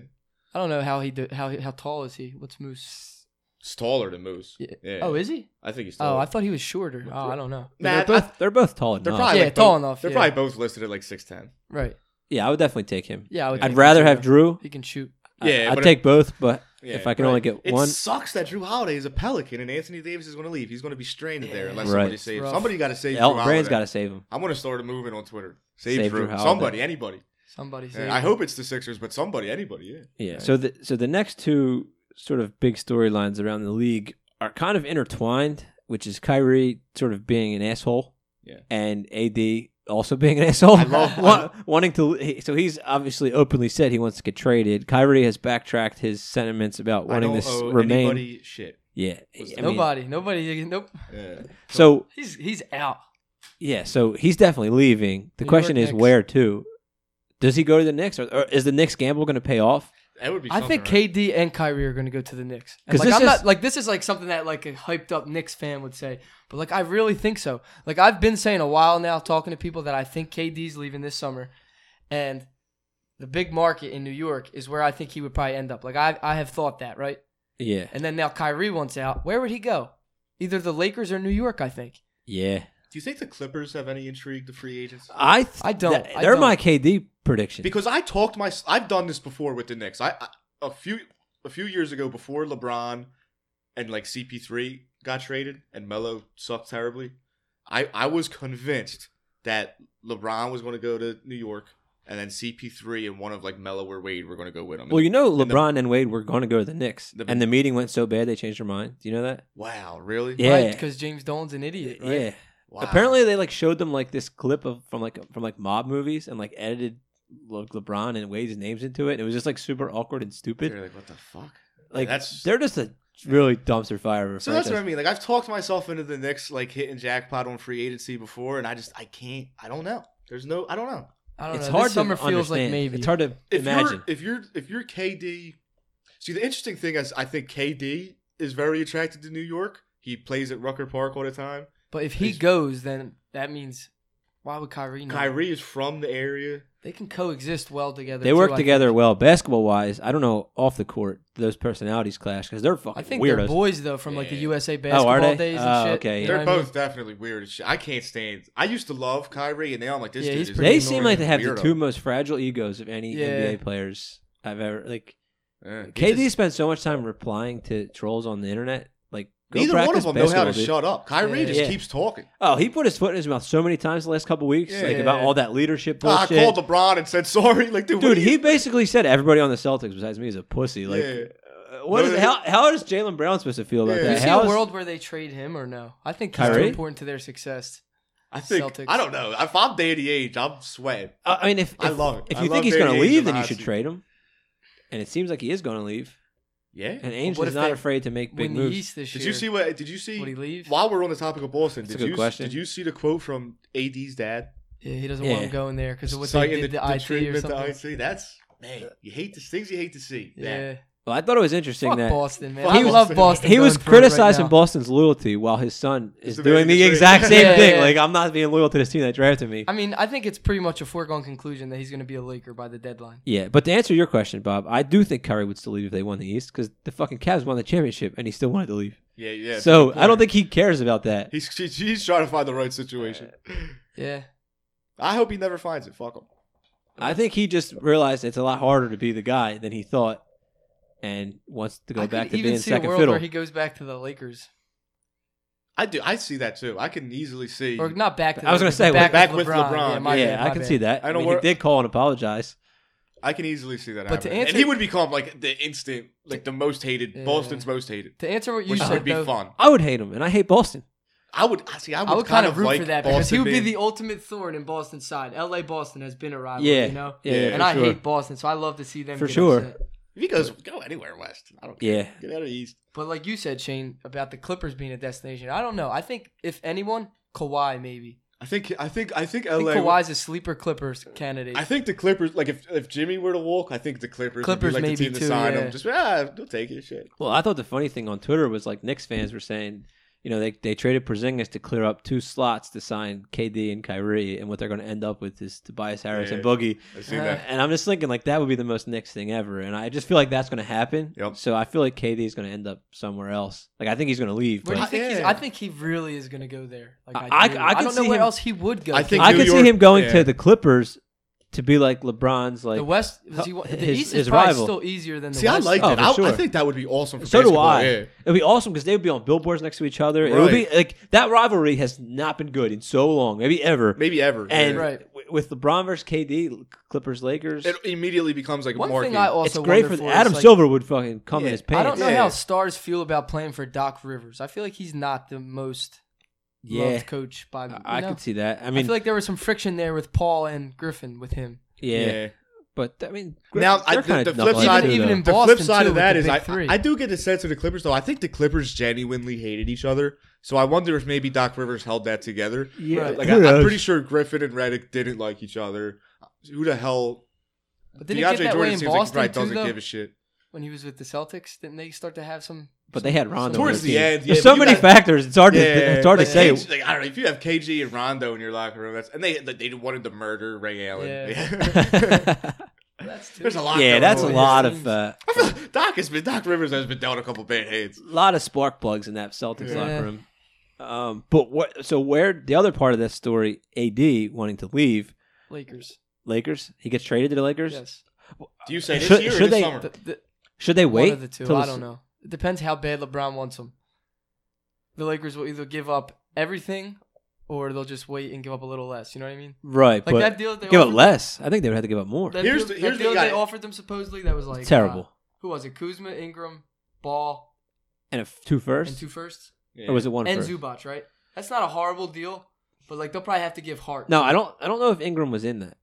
[SPEAKER 2] I don't know how he do, how he- how tall is he? What's Moose?
[SPEAKER 3] He's taller than Moose.
[SPEAKER 2] Yeah.
[SPEAKER 3] Yeah.
[SPEAKER 2] Oh, is he?
[SPEAKER 3] I think he's
[SPEAKER 2] Oh,
[SPEAKER 3] taller.
[SPEAKER 2] I thought he was shorter. Oh, I don't know.
[SPEAKER 3] Nah,
[SPEAKER 1] they're, both,
[SPEAKER 3] I-
[SPEAKER 1] they're both tall
[SPEAKER 3] they're
[SPEAKER 1] enough.
[SPEAKER 3] probably
[SPEAKER 2] Yeah,
[SPEAKER 3] like
[SPEAKER 2] tall
[SPEAKER 3] both-
[SPEAKER 2] enough,
[SPEAKER 3] They're
[SPEAKER 2] yeah.
[SPEAKER 3] probably both listed at like six ten.
[SPEAKER 2] Right?
[SPEAKER 1] Yeah, I would definitely take him.
[SPEAKER 2] Yeah, I would
[SPEAKER 3] I'd
[SPEAKER 1] I'd
[SPEAKER 2] think
[SPEAKER 1] rather
[SPEAKER 2] so,
[SPEAKER 1] have
[SPEAKER 2] yeah.
[SPEAKER 1] Drew.
[SPEAKER 2] He can shout.
[SPEAKER 3] Yeah,
[SPEAKER 1] I, I'd
[SPEAKER 3] but-
[SPEAKER 1] take both, but
[SPEAKER 3] Yeah,
[SPEAKER 1] if I can
[SPEAKER 3] right.
[SPEAKER 1] only get
[SPEAKER 3] It
[SPEAKER 1] one,
[SPEAKER 3] sucks that Drew Holiday is a Pelican and Anthony Davis is going to leave. He's going to be stranded there unless
[SPEAKER 1] Right.
[SPEAKER 3] somebody
[SPEAKER 1] It's
[SPEAKER 3] saves.
[SPEAKER 2] rough.
[SPEAKER 3] Somebody got to save.
[SPEAKER 1] Elton
[SPEAKER 3] Drew
[SPEAKER 1] Brand's got
[SPEAKER 3] Holiday.
[SPEAKER 1] to save him.
[SPEAKER 3] I'm going to start a movement on Twitter. Save,
[SPEAKER 1] Save Drew
[SPEAKER 3] Drew.
[SPEAKER 1] Holiday.
[SPEAKER 3] somebody, anybody.
[SPEAKER 2] Somebody's.
[SPEAKER 3] Yeah, I hope it's the Sixers, but somebody, anybody. Yeah.
[SPEAKER 1] Yeah. So the so the next two sort of big storylines around the league are kind of intertwined, which is Kyrie sort of being an asshole,
[SPEAKER 3] Yeah.
[SPEAKER 1] and AD also being an asshole.
[SPEAKER 3] I love-
[SPEAKER 1] Wa- wanting to. he- So he's obviously openly said he wants to get traded. Kyrie has backtracked his sentiments about
[SPEAKER 3] I
[SPEAKER 1] wanting
[SPEAKER 3] don't
[SPEAKER 1] this
[SPEAKER 3] owe
[SPEAKER 1] remain.
[SPEAKER 3] anybody shit.
[SPEAKER 1] Yeah.
[SPEAKER 3] Was
[SPEAKER 1] I mean,
[SPEAKER 2] nobody, nobody. Nope.
[SPEAKER 3] Yeah.
[SPEAKER 1] So
[SPEAKER 2] He's he's out.
[SPEAKER 1] yeah, so he's definitely leaving. The
[SPEAKER 2] New
[SPEAKER 1] question
[SPEAKER 2] York
[SPEAKER 1] is
[SPEAKER 2] Knicks.
[SPEAKER 1] where to. Does he go to the Knicks, or, or is the Knicks gamble going to pay off?
[SPEAKER 3] That would be.
[SPEAKER 2] I think
[SPEAKER 3] Kate.
[SPEAKER 2] KD and Kyrie are going to go to the Knicks. And
[SPEAKER 1] 'Cause
[SPEAKER 2] like
[SPEAKER 1] this
[SPEAKER 2] I'm
[SPEAKER 1] is-
[SPEAKER 2] not like this is like something that like a hyped up Knicks fan would say, but like I really think so. Like I've been saying a while now, talking to people that I think KD's leaving this summer, and the big market in New York is where I think he would probably end up. Like I I have thought that right,
[SPEAKER 1] Yeah,
[SPEAKER 2] and then now Kyrie wants out. Where would he go? Either the Lakers or New York, I think.
[SPEAKER 1] yeah.
[SPEAKER 3] Do you think the Clippers have any intrigue to free agents?
[SPEAKER 1] I th-
[SPEAKER 2] I don't.
[SPEAKER 1] that-
[SPEAKER 2] I
[SPEAKER 1] they're
[SPEAKER 2] don't.
[SPEAKER 1] my KD prediction.
[SPEAKER 3] Because I talked my, I've done this before with the Knicks. I, I a few a few years ago before LeBron and like CP3 got traded and Melo sucked terribly. I I was convinced that LeBron was going to go to New York and then CP3 and one of like Melo or Wade were going to go with him.
[SPEAKER 1] well, you know,
[SPEAKER 3] And the-
[SPEAKER 1] LeBron and Wade were going to go to the Knicks,
[SPEAKER 3] The-
[SPEAKER 1] and the meeting went so bad they changed their mind. Do you know that?
[SPEAKER 3] wow, really?
[SPEAKER 1] Yeah.
[SPEAKER 2] because James Dolan's an idiot. Right?
[SPEAKER 1] Yeah.
[SPEAKER 3] Wow.
[SPEAKER 1] Apparently, they like showed them like this clip of from like from like mob movies and like edited like LeBron and Wade's names into it. It was just like super awkward and stupid.
[SPEAKER 3] They're like, what the fuck?
[SPEAKER 1] Like
[SPEAKER 3] that's-
[SPEAKER 1] they're just a really dumpster fire. of a
[SPEAKER 3] So that's what I
[SPEAKER 1] franchise.
[SPEAKER 3] mean. Like I've talked myself into the Knicks like hitting jackpot on free agency before, and I just I can't. I don't know. There's no. I don't know.
[SPEAKER 2] I don't
[SPEAKER 1] It's
[SPEAKER 2] know.
[SPEAKER 1] hard
[SPEAKER 2] this summer
[SPEAKER 1] to
[SPEAKER 2] feels like
[SPEAKER 1] understand.
[SPEAKER 2] maybe.
[SPEAKER 1] It's hard to
[SPEAKER 3] if
[SPEAKER 1] imagine.
[SPEAKER 3] You're, if you're if you're KD, see the interesting thing is I think KD is very attracted to New York. He plays at Rucker Park all the time.
[SPEAKER 2] But if he
[SPEAKER 3] He's-
[SPEAKER 2] goes, then that means why would Kyrie? Not?
[SPEAKER 3] Kyrie is from the area.
[SPEAKER 2] They can coexist well together.
[SPEAKER 1] They
[SPEAKER 2] too,
[SPEAKER 1] work
[SPEAKER 2] I
[SPEAKER 1] together
[SPEAKER 2] think.
[SPEAKER 1] well, basketball wise. I don't know off the court those personalities clash because they're fucking
[SPEAKER 2] I think
[SPEAKER 1] weirdos.
[SPEAKER 2] they're boys though from like the
[SPEAKER 3] Yeah.
[SPEAKER 2] USA
[SPEAKER 1] Oh, are
[SPEAKER 2] basketball
[SPEAKER 1] they?
[SPEAKER 2] days and
[SPEAKER 1] Oh,
[SPEAKER 2] shit.
[SPEAKER 1] okay,
[SPEAKER 2] You
[SPEAKER 1] yeah.
[SPEAKER 2] know
[SPEAKER 3] They're
[SPEAKER 2] what I mean?
[SPEAKER 3] both definitely weird as shit. I can't stand. I used to love Kyrie, and now I'm like this.
[SPEAKER 2] Yeah,
[SPEAKER 3] dude
[SPEAKER 2] he's
[SPEAKER 3] is
[SPEAKER 2] pretty
[SPEAKER 1] they
[SPEAKER 3] a
[SPEAKER 1] seem
[SPEAKER 2] annoying.
[SPEAKER 1] like they have
[SPEAKER 3] weirdo.
[SPEAKER 1] the two most fragile egos of any
[SPEAKER 2] Yeah.
[SPEAKER 1] NBA players I've ever like.
[SPEAKER 3] Yeah, he
[SPEAKER 1] KD
[SPEAKER 3] just-
[SPEAKER 1] spends so much time replying to trolls on the internet. Like go
[SPEAKER 3] Neither one of
[SPEAKER 1] practice
[SPEAKER 3] them know how
[SPEAKER 1] basketball,
[SPEAKER 3] to
[SPEAKER 1] dude.
[SPEAKER 3] shut up. Kyrie
[SPEAKER 2] Yeah.
[SPEAKER 3] just
[SPEAKER 1] Yeah.
[SPEAKER 3] keeps talking.
[SPEAKER 1] Oh, he put his foot in his mouth so many times the last couple weeks, like about
[SPEAKER 2] Yeah.
[SPEAKER 1] all that leadership
[SPEAKER 3] Ah, I
[SPEAKER 1] bullshit.
[SPEAKER 3] called LeBron and said sorry. Like, dude, what
[SPEAKER 1] Dude,
[SPEAKER 3] do you-
[SPEAKER 1] he basically said everybody on the Celtics besides me is a pussy. Like,
[SPEAKER 3] Yeah.
[SPEAKER 1] uh, what
[SPEAKER 3] No,
[SPEAKER 1] is
[SPEAKER 3] no,
[SPEAKER 1] how how is Jalen Brown supposed to feel about
[SPEAKER 3] Yeah.
[SPEAKER 1] that?
[SPEAKER 2] You see
[SPEAKER 1] How
[SPEAKER 2] a
[SPEAKER 1] is-
[SPEAKER 2] world where they trade him or no? I think he's too
[SPEAKER 1] Kyrie?
[SPEAKER 2] important to their success.
[SPEAKER 3] I think
[SPEAKER 2] Celtics.
[SPEAKER 3] I don't know. If I'm Danny Age, I'm sweating.
[SPEAKER 1] I I mean, if, if
[SPEAKER 3] I love it.
[SPEAKER 1] if
[SPEAKER 3] I
[SPEAKER 1] you
[SPEAKER 3] love
[SPEAKER 1] think he's going
[SPEAKER 3] Danny
[SPEAKER 1] to
[SPEAKER 3] Ainge
[SPEAKER 1] leave,
[SPEAKER 3] in the
[SPEAKER 1] then you
[SPEAKER 3] hot
[SPEAKER 1] should
[SPEAKER 3] seat.
[SPEAKER 1] trade him. And it seems like he is going to leave.
[SPEAKER 3] Yeah.
[SPEAKER 1] And Ainge
[SPEAKER 2] what
[SPEAKER 1] is
[SPEAKER 2] if
[SPEAKER 1] not
[SPEAKER 2] they
[SPEAKER 1] afraid to make big
[SPEAKER 2] Win the
[SPEAKER 1] moves.
[SPEAKER 2] East this
[SPEAKER 3] Did
[SPEAKER 2] year.
[SPEAKER 3] you see what? Did you see?
[SPEAKER 2] Would he leave?
[SPEAKER 3] While we're on the topic of Boston,
[SPEAKER 1] That's a
[SPEAKER 3] did
[SPEAKER 1] good
[SPEAKER 3] you
[SPEAKER 1] question.
[SPEAKER 3] did you see the quote from AD's dad?
[SPEAKER 2] Yeah, he doesn't want
[SPEAKER 1] Yeah.
[SPEAKER 2] him going there because of what they
[SPEAKER 3] Citing
[SPEAKER 2] did to IT or
[SPEAKER 3] treatment to
[SPEAKER 2] something.
[SPEAKER 3] IT. That's man, you hate these things you hate to see. That.
[SPEAKER 2] Yeah,
[SPEAKER 1] Well, I thought it was interesting
[SPEAKER 2] fuck
[SPEAKER 1] that
[SPEAKER 2] Boston, man.
[SPEAKER 3] Fuck
[SPEAKER 2] I love
[SPEAKER 3] Boston.
[SPEAKER 2] Boston.
[SPEAKER 1] he was
[SPEAKER 2] going for it right
[SPEAKER 1] criticizing
[SPEAKER 2] now.
[SPEAKER 1] Boston's loyalty while his son is
[SPEAKER 3] It's
[SPEAKER 1] doing
[SPEAKER 3] amazing
[SPEAKER 1] the
[SPEAKER 3] to see.
[SPEAKER 1] exact same
[SPEAKER 2] Yeah,
[SPEAKER 1] thing.
[SPEAKER 2] yeah.
[SPEAKER 1] Like, I'm not being loyal to this team that drafted me.
[SPEAKER 2] I mean, I think it's pretty much a foregone conclusion that he's going to be a Laker by the deadline.
[SPEAKER 1] yeah, but to answer your question, Bob, I do think Curry would still leave if they won the East because the fucking Cavs won the championship and he still wanted to leave.
[SPEAKER 3] yeah, yeah.
[SPEAKER 1] so I don't think he cares about that.
[SPEAKER 3] he's he's- he's trying to find the right situation.
[SPEAKER 2] Yeah,
[SPEAKER 3] I hope he never finds it. Fuck him.
[SPEAKER 1] I think he just realized it's a lot harder to be the guy than he thought, and wants to go
[SPEAKER 2] I
[SPEAKER 1] back
[SPEAKER 2] could
[SPEAKER 1] to
[SPEAKER 2] even
[SPEAKER 1] being
[SPEAKER 2] see a
[SPEAKER 1] second
[SPEAKER 2] world
[SPEAKER 1] fiddle.
[SPEAKER 2] where he goes back to the Lakers,
[SPEAKER 3] I do. I see that too. I can easily see.
[SPEAKER 2] or not back to. The
[SPEAKER 1] I was gonna
[SPEAKER 2] Lakers,
[SPEAKER 1] say,
[SPEAKER 2] but back,
[SPEAKER 3] back
[SPEAKER 2] with
[SPEAKER 3] with
[SPEAKER 2] LeBron.
[SPEAKER 3] LeBron.
[SPEAKER 2] Yeah, my
[SPEAKER 1] yeah,
[SPEAKER 2] bad,
[SPEAKER 1] I
[SPEAKER 2] my
[SPEAKER 1] can
[SPEAKER 2] bad.
[SPEAKER 1] see that.
[SPEAKER 3] I
[SPEAKER 1] I,
[SPEAKER 3] don't
[SPEAKER 1] mean,
[SPEAKER 3] wor-
[SPEAKER 1] he did call and apologize.
[SPEAKER 3] I can easily see that.
[SPEAKER 2] But to
[SPEAKER 3] happening.
[SPEAKER 2] answer-
[SPEAKER 3] and he would become like the instant, like the most hated,
[SPEAKER 2] Yeah.
[SPEAKER 3] Boston's most hated,
[SPEAKER 2] To answer what you
[SPEAKER 3] which
[SPEAKER 2] said,
[SPEAKER 3] would be
[SPEAKER 2] though,
[SPEAKER 3] fun.
[SPEAKER 1] I would hate him, and I hate Boston.
[SPEAKER 3] I would. I see. I would,
[SPEAKER 2] I would kind of root
[SPEAKER 3] like
[SPEAKER 2] for that
[SPEAKER 3] Boston
[SPEAKER 2] because he would be
[SPEAKER 3] being-
[SPEAKER 2] the ultimate thorn in Boston's side. L.A. Boston has been a rival,
[SPEAKER 1] Yeah,
[SPEAKER 2] you know,
[SPEAKER 1] yeah,
[SPEAKER 3] Yeah,
[SPEAKER 2] and
[SPEAKER 3] for
[SPEAKER 2] I
[SPEAKER 1] sure.
[SPEAKER 2] hate Boston, so I love to see them
[SPEAKER 1] For
[SPEAKER 2] get
[SPEAKER 1] sure.
[SPEAKER 2] upset.
[SPEAKER 3] If he goes, go anywhere west. I don't care.
[SPEAKER 1] Yeah,
[SPEAKER 3] Get out of the east.
[SPEAKER 2] But like you said, Shane, about the Clippers being a destination, I don't know. I think if anyone, Kawhi maybe.
[SPEAKER 3] I think. I think. I think
[SPEAKER 2] I think
[SPEAKER 3] LA.
[SPEAKER 2] Kawhi's a sleeper Clippers candidate.
[SPEAKER 3] I think the Clippers. Like if if Jimmy were to walk, I think the Clippers.
[SPEAKER 2] Clippers
[SPEAKER 3] would be like
[SPEAKER 2] maybe
[SPEAKER 3] the team
[SPEAKER 2] too,
[SPEAKER 3] to sign
[SPEAKER 2] yeah.
[SPEAKER 3] him. Just ah, they'll take it. Shit.
[SPEAKER 1] Well, I thought the funny thing on Twitter was like Knicks fans were saying, you know, they they traded Porzingis to clear up two slots to sign KD and Kyrie, and what they're going to end up with is Tobias Harris and
[SPEAKER 3] Yeah.
[SPEAKER 1] Boogie.
[SPEAKER 3] I see
[SPEAKER 2] Uh,
[SPEAKER 3] that.
[SPEAKER 1] And I'm just thinking like that would be the most Knicks thing ever, and I just feel like that's going to happen.
[SPEAKER 3] Yep.
[SPEAKER 1] So I feel like KD is going to end up somewhere else. Like I think he's going to leave.
[SPEAKER 2] Where do you
[SPEAKER 1] But
[SPEAKER 2] think he's,
[SPEAKER 3] Yeah.
[SPEAKER 2] I think he really is going to go there. Like I,
[SPEAKER 1] I-
[SPEAKER 2] do.
[SPEAKER 1] I- I
[SPEAKER 2] I
[SPEAKER 1] could
[SPEAKER 2] don't know
[SPEAKER 1] see
[SPEAKER 2] where
[SPEAKER 1] him-
[SPEAKER 2] else he would go.
[SPEAKER 3] I think
[SPEAKER 1] I
[SPEAKER 3] New
[SPEAKER 1] could see
[SPEAKER 3] York-
[SPEAKER 1] him going
[SPEAKER 3] yeah.
[SPEAKER 1] to the Clippers to be like LeBron's. Like
[SPEAKER 2] the West, does he want- the
[SPEAKER 1] his-
[SPEAKER 2] East
[SPEAKER 1] his
[SPEAKER 2] is probably
[SPEAKER 1] rival.
[SPEAKER 2] still easier than the
[SPEAKER 3] See, I
[SPEAKER 2] West.
[SPEAKER 3] like
[SPEAKER 1] Oh,
[SPEAKER 3] that.
[SPEAKER 1] for
[SPEAKER 3] I, I
[SPEAKER 1] sure.
[SPEAKER 3] think that would be awesome. For
[SPEAKER 1] So do
[SPEAKER 3] basketball,
[SPEAKER 1] I.
[SPEAKER 3] Yeah.
[SPEAKER 1] It'd be awesome because they would be on billboards next to each other. It would be
[SPEAKER 3] Right.
[SPEAKER 1] like that rivalry has not been good in so long, maybe ever.
[SPEAKER 3] Maybe ever.
[SPEAKER 1] And
[SPEAKER 3] yeah.
[SPEAKER 2] Right.
[SPEAKER 1] w- with LeBron versus KD, Clippers Lakers,
[SPEAKER 3] it immediately becomes like
[SPEAKER 2] One
[SPEAKER 3] marking.
[SPEAKER 2] thing I
[SPEAKER 1] it's
[SPEAKER 2] also
[SPEAKER 1] great
[SPEAKER 2] wonder
[SPEAKER 1] for
[SPEAKER 2] for is,
[SPEAKER 1] Adam
[SPEAKER 2] like,
[SPEAKER 1] Silver would fucking come
[SPEAKER 3] Yeah,
[SPEAKER 1] in his
[SPEAKER 2] I
[SPEAKER 1] pants.
[SPEAKER 2] don't know
[SPEAKER 3] Yeah.
[SPEAKER 2] how stars feel about playing for Doc Rivers. I feel like he's not the most
[SPEAKER 1] Yeah,
[SPEAKER 2] loved coach by. You
[SPEAKER 1] I I
[SPEAKER 2] know?
[SPEAKER 1] could see that. I
[SPEAKER 2] I
[SPEAKER 1] mean,
[SPEAKER 2] feel like there was some friction there with Paul and Griffin with him.
[SPEAKER 1] yeah, but I mean,
[SPEAKER 3] Now,
[SPEAKER 1] they're
[SPEAKER 3] I- the-
[SPEAKER 1] kinda
[SPEAKER 3] the flip
[SPEAKER 1] knuckleheads
[SPEAKER 3] side-
[SPEAKER 1] too,
[SPEAKER 2] even
[SPEAKER 1] though.
[SPEAKER 2] in
[SPEAKER 3] The
[SPEAKER 2] Boston,
[SPEAKER 3] flip side
[SPEAKER 2] too,
[SPEAKER 3] of that
[SPEAKER 2] with
[SPEAKER 3] is
[SPEAKER 2] the
[SPEAKER 3] I,
[SPEAKER 2] big three.
[SPEAKER 3] I do get the sense of the Clippers though. I think the Clippers genuinely hated each other. So I wonder if maybe Doc Rivers held that together.
[SPEAKER 1] yeah,
[SPEAKER 2] Right.
[SPEAKER 3] Like
[SPEAKER 1] who
[SPEAKER 3] I, I'm
[SPEAKER 1] knows?
[SPEAKER 3] pretty sure Griffin and Reddick didn't like each other. Who the hell?
[SPEAKER 2] But did it
[SPEAKER 3] DeAndre
[SPEAKER 2] get that
[SPEAKER 3] Jordan
[SPEAKER 2] way in
[SPEAKER 3] seems
[SPEAKER 2] Boston
[SPEAKER 3] like he
[SPEAKER 2] too,
[SPEAKER 3] probably doesn't
[SPEAKER 2] though?
[SPEAKER 3] give a shit.
[SPEAKER 2] when he was with the Celtics? Didn't they start to have some?
[SPEAKER 1] But they had Rondo.
[SPEAKER 2] some-
[SPEAKER 1] on
[SPEAKER 3] Towards
[SPEAKER 1] their
[SPEAKER 3] the
[SPEAKER 1] team.
[SPEAKER 3] end, yeah,
[SPEAKER 1] there's so
[SPEAKER 3] but you
[SPEAKER 1] many
[SPEAKER 3] got-
[SPEAKER 1] factors. It's hard to it's hard
[SPEAKER 3] like
[SPEAKER 1] to say.
[SPEAKER 3] KG, like I don't know if you have KG and Rondo in your locker room. That's and they they they wanted to murder Ray Allen.
[SPEAKER 2] That's too-
[SPEAKER 3] There's a lot.
[SPEAKER 1] yeah,
[SPEAKER 3] going
[SPEAKER 1] that's a
[SPEAKER 3] on.
[SPEAKER 1] lot of uh,
[SPEAKER 3] I feel like Doc has been Doc Rivers has been dealt a couple bad hands.
[SPEAKER 1] lot of spark plugs in that Celtics
[SPEAKER 2] Yeah.
[SPEAKER 1] locker room. Um, but what? So where the other part of this story, AD wanting to leave
[SPEAKER 2] Lakers.
[SPEAKER 1] Lakers, he gets traded to the Lakers.
[SPEAKER 2] Yes.
[SPEAKER 3] Do you say this
[SPEAKER 1] Should-
[SPEAKER 3] year
[SPEAKER 1] should
[SPEAKER 3] or this
[SPEAKER 1] they-
[SPEAKER 3] summer?
[SPEAKER 2] The, the,
[SPEAKER 1] Should they wait?
[SPEAKER 2] one of the two.
[SPEAKER 1] till
[SPEAKER 2] I
[SPEAKER 1] the-
[SPEAKER 2] don't know. It depends how bad LeBron wants them. The Lakers will either give up everything, or they'll just wait and give up a little less. You know what I mean?
[SPEAKER 1] Right,
[SPEAKER 2] Like
[SPEAKER 1] but
[SPEAKER 2] that deal. They
[SPEAKER 1] give up
[SPEAKER 2] offered-
[SPEAKER 1] less. I think they would have to give up more.
[SPEAKER 2] That
[SPEAKER 3] Here's
[SPEAKER 2] deal,
[SPEAKER 3] the-
[SPEAKER 2] that
[SPEAKER 3] here's the
[SPEAKER 2] deal
[SPEAKER 3] guy-
[SPEAKER 2] they offered them supposedly that was like
[SPEAKER 1] Terrible.
[SPEAKER 2] uh, who was it? Kuzma, Ingram, Ball,
[SPEAKER 1] and a f- two first,
[SPEAKER 2] and two firsts,
[SPEAKER 3] Yeah.
[SPEAKER 1] or was it one
[SPEAKER 2] and
[SPEAKER 1] first?
[SPEAKER 2] Zubac. Right? That's not a horrible deal, but like they'll probably have to give Hart.
[SPEAKER 1] No, I don't. I don't know if Ingram was in that.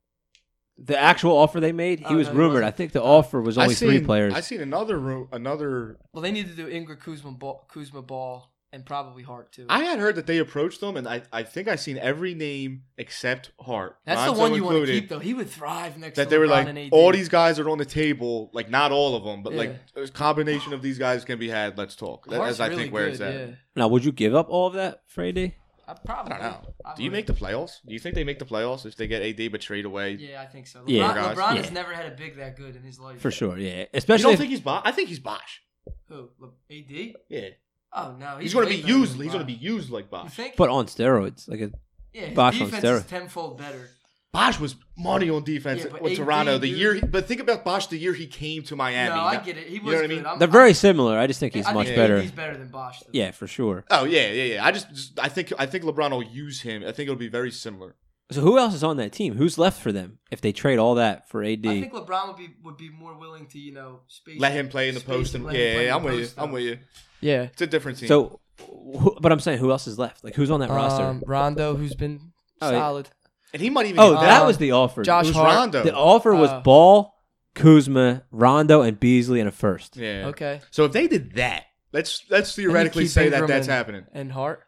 [SPEAKER 1] The actual offer they made, he
[SPEAKER 2] Oh,
[SPEAKER 1] was
[SPEAKER 2] no, he
[SPEAKER 1] rumored.
[SPEAKER 2] wasn't.
[SPEAKER 1] I think the offer was
[SPEAKER 3] I
[SPEAKER 1] only three
[SPEAKER 3] seen-
[SPEAKER 1] players.
[SPEAKER 3] I seen another room, another.
[SPEAKER 2] Well, they need to do Ingram, Kuzma, Ball, Kuzma, Ball, and probably Hart too.
[SPEAKER 3] I had heard that they approached them, and I, I think I seen every name except Hart.
[SPEAKER 2] That's
[SPEAKER 3] Lonzo
[SPEAKER 2] the one you want to
[SPEAKER 3] included,
[SPEAKER 2] keep though. He would thrive next
[SPEAKER 3] That
[SPEAKER 2] to
[SPEAKER 3] they were
[SPEAKER 2] LeBron
[SPEAKER 3] like,
[SPEAKER 2] and AD.
[SPEAKER 3] all these guys are on the table. Like, not all of them, but like
[SPEAKER 2] Yeah.
[SPEAKER 3] a combination of these guys can be had. Let's talk. That-
[SPEAKER 2] Hart's
[SPEAKER 3] That's, I
[SPEAKER 2] really
[SPEAKER 3] think, where
[SPEAKER 2] good,
[SPEAKER 3] it's at.
[SPEAKER 2] yeah.
[SPEAKER 1] Now, would you give up all of that for AD?
[SPEAKER 2] I probably
[SPEAKER 3] I don't know.
[SPEAKER 2] I
[SPEAKER 3] Do you
[SPEAKER 2] would.
[SPEAKER 3] make the playoffs? Do you think they make the playoffs if they get AD but trade away?
[SPEAKER 2] Yeah, I think so. LeBron,
[SPEAKER 1] Yeah.
[SPEAKER 3] Guys.
[SPEAKER 2] LeBron has
[SPEAKER 1] Yeah.
[SPEAKER 2] never had a big that good in his life.
[SPEAKER 1] For sure, yeah.
[SPEAKER 3] You
[SPEAKER 1] Especially
[SPEAKER 3] don't
[SPEAKER 1] if-
[SPEAKER 3] think he's Bosh? I think he's Bosh.
[SPEAKER 2] Who? Le- AD?
[SPEAKER 3] Yeah.
[SPEAKER 2] Oh no,
[SPEAKER 3] He's, going to
[SPEAKER 2] way
[SPEAKER 3] be
[SPEAKER 2] better than
[SPEAKER 3] used. He's going to
[SPEAKER 2] LeBron.
[SPEAKER 3] be used like
[SPEAKER 2] You
[SPEAKER 3] Bosh.
[SPEAKER 2] think?
[SPEAKER 1] but on steroids, like a,
[SPEAKER 2] yeah, his
[SPEAKER 1] Bosh on
[SPEAKER 2] defense is
[SPEAKER 1] steroids.
[SPEAKER 2] tenfold better.
[SPEAKER 3] Bosh was money on defense
[SPEAKER 2] Yeah, but
[SPEAKER 3] with
[SPEAKER 2] AD,
[SPEAKER 3] Toronto the
[SPEAKER 2] dude.
[SPEAKER 3] year. he- but think about Bosh the year he came to Miami.
[SPEAKER 2] no, I
[SPEAKER 3] Not-
[SPEAKER 2] get it. He
[SPEAKER 3] you know
[SPEAKER 2] was
[SPEAKER 3] what I
[SPEAKER 2] good.
[SPEAKER 3] mean?
[SPEAKER 2] I'm,
[SPEAKER 1] they're very similar. I just think he's
[SPEAKER 2] I
[SPEAKER 1] much
[SPEAKER 2] think
[SPEAKER 1] better.
[SPEAKER 2] He's better than Bosh. Though.
[SPEAKER 1] Yeah, for sure.
[SPEAKER 3] Oh yeah, yeah, yeah. I just, just I think I think LeBron will use him. I think it'll be very similar.
[SPEAKER 1] So who else is on that team? Who's left for them if they trade all that for AD?
[SPEAKER 2] I think LeBron would be would be more willing to you know space
[SPEAKER 3] Let him play in the
[SPEAKER 2] space
[SPEAKER 3] post, and
[SPEAKER 2] let him
[SPEAKER 3] yeah,
[SPEAKER 2] play
[SPEAKER 3] yeah,
[SPEAKER 2] in the
[SPEAKER 3] I'm with you.
[SPEAKER 2] post,
[SPEAKER 3] I'm
[SPEAKER 2] though.
[SPEAKER 3] with you.
[SPEAKER 2] Yeah,
[SPEAKER 3] It's a different team.
[SPEAKER 1] so, who, but I'm saying who else is left? Like who's on that
[SPEAKER 2] Um,
[SPEAKER 1] roster?
[SPEAKER 2] Rondo, who's been
[SPEAKER 1] Oh, yeah.
[SPEAKER 2] solid.
[SPEAKER 3] and he might even.
[SPEAKER 1] Oh,
[SPEAKER 3] get
[SPEAKER 1] that
[SPEAKER 2] um,
[SPEAKER 1] was the offer.
[SPEAKER 2] Josh
[SPEAKER 3] it was
[SPEAKER 2] Hart.
[SPEAKER 3] Rondo.
[SPEAKER 1] The offer was
[SPEAKER 2] Oh.
[SPEAKER 1] Ball, Kuzma, Rondo, and Beasley in a first.
[SPEAKER 3] yeah.
[SPEAKER 2] Okay,
[SPEAKER 3] So if they did that, let's let's theoretically
[SPEAKER 2] keep
[SPEAKER 3] say that
[SPEAKER 2] Ingram
[SPEAKER 3] that's
[SPEAKER 2] and-
[SPEAKER 3] happening.
[SPEAKER 2] and Hart.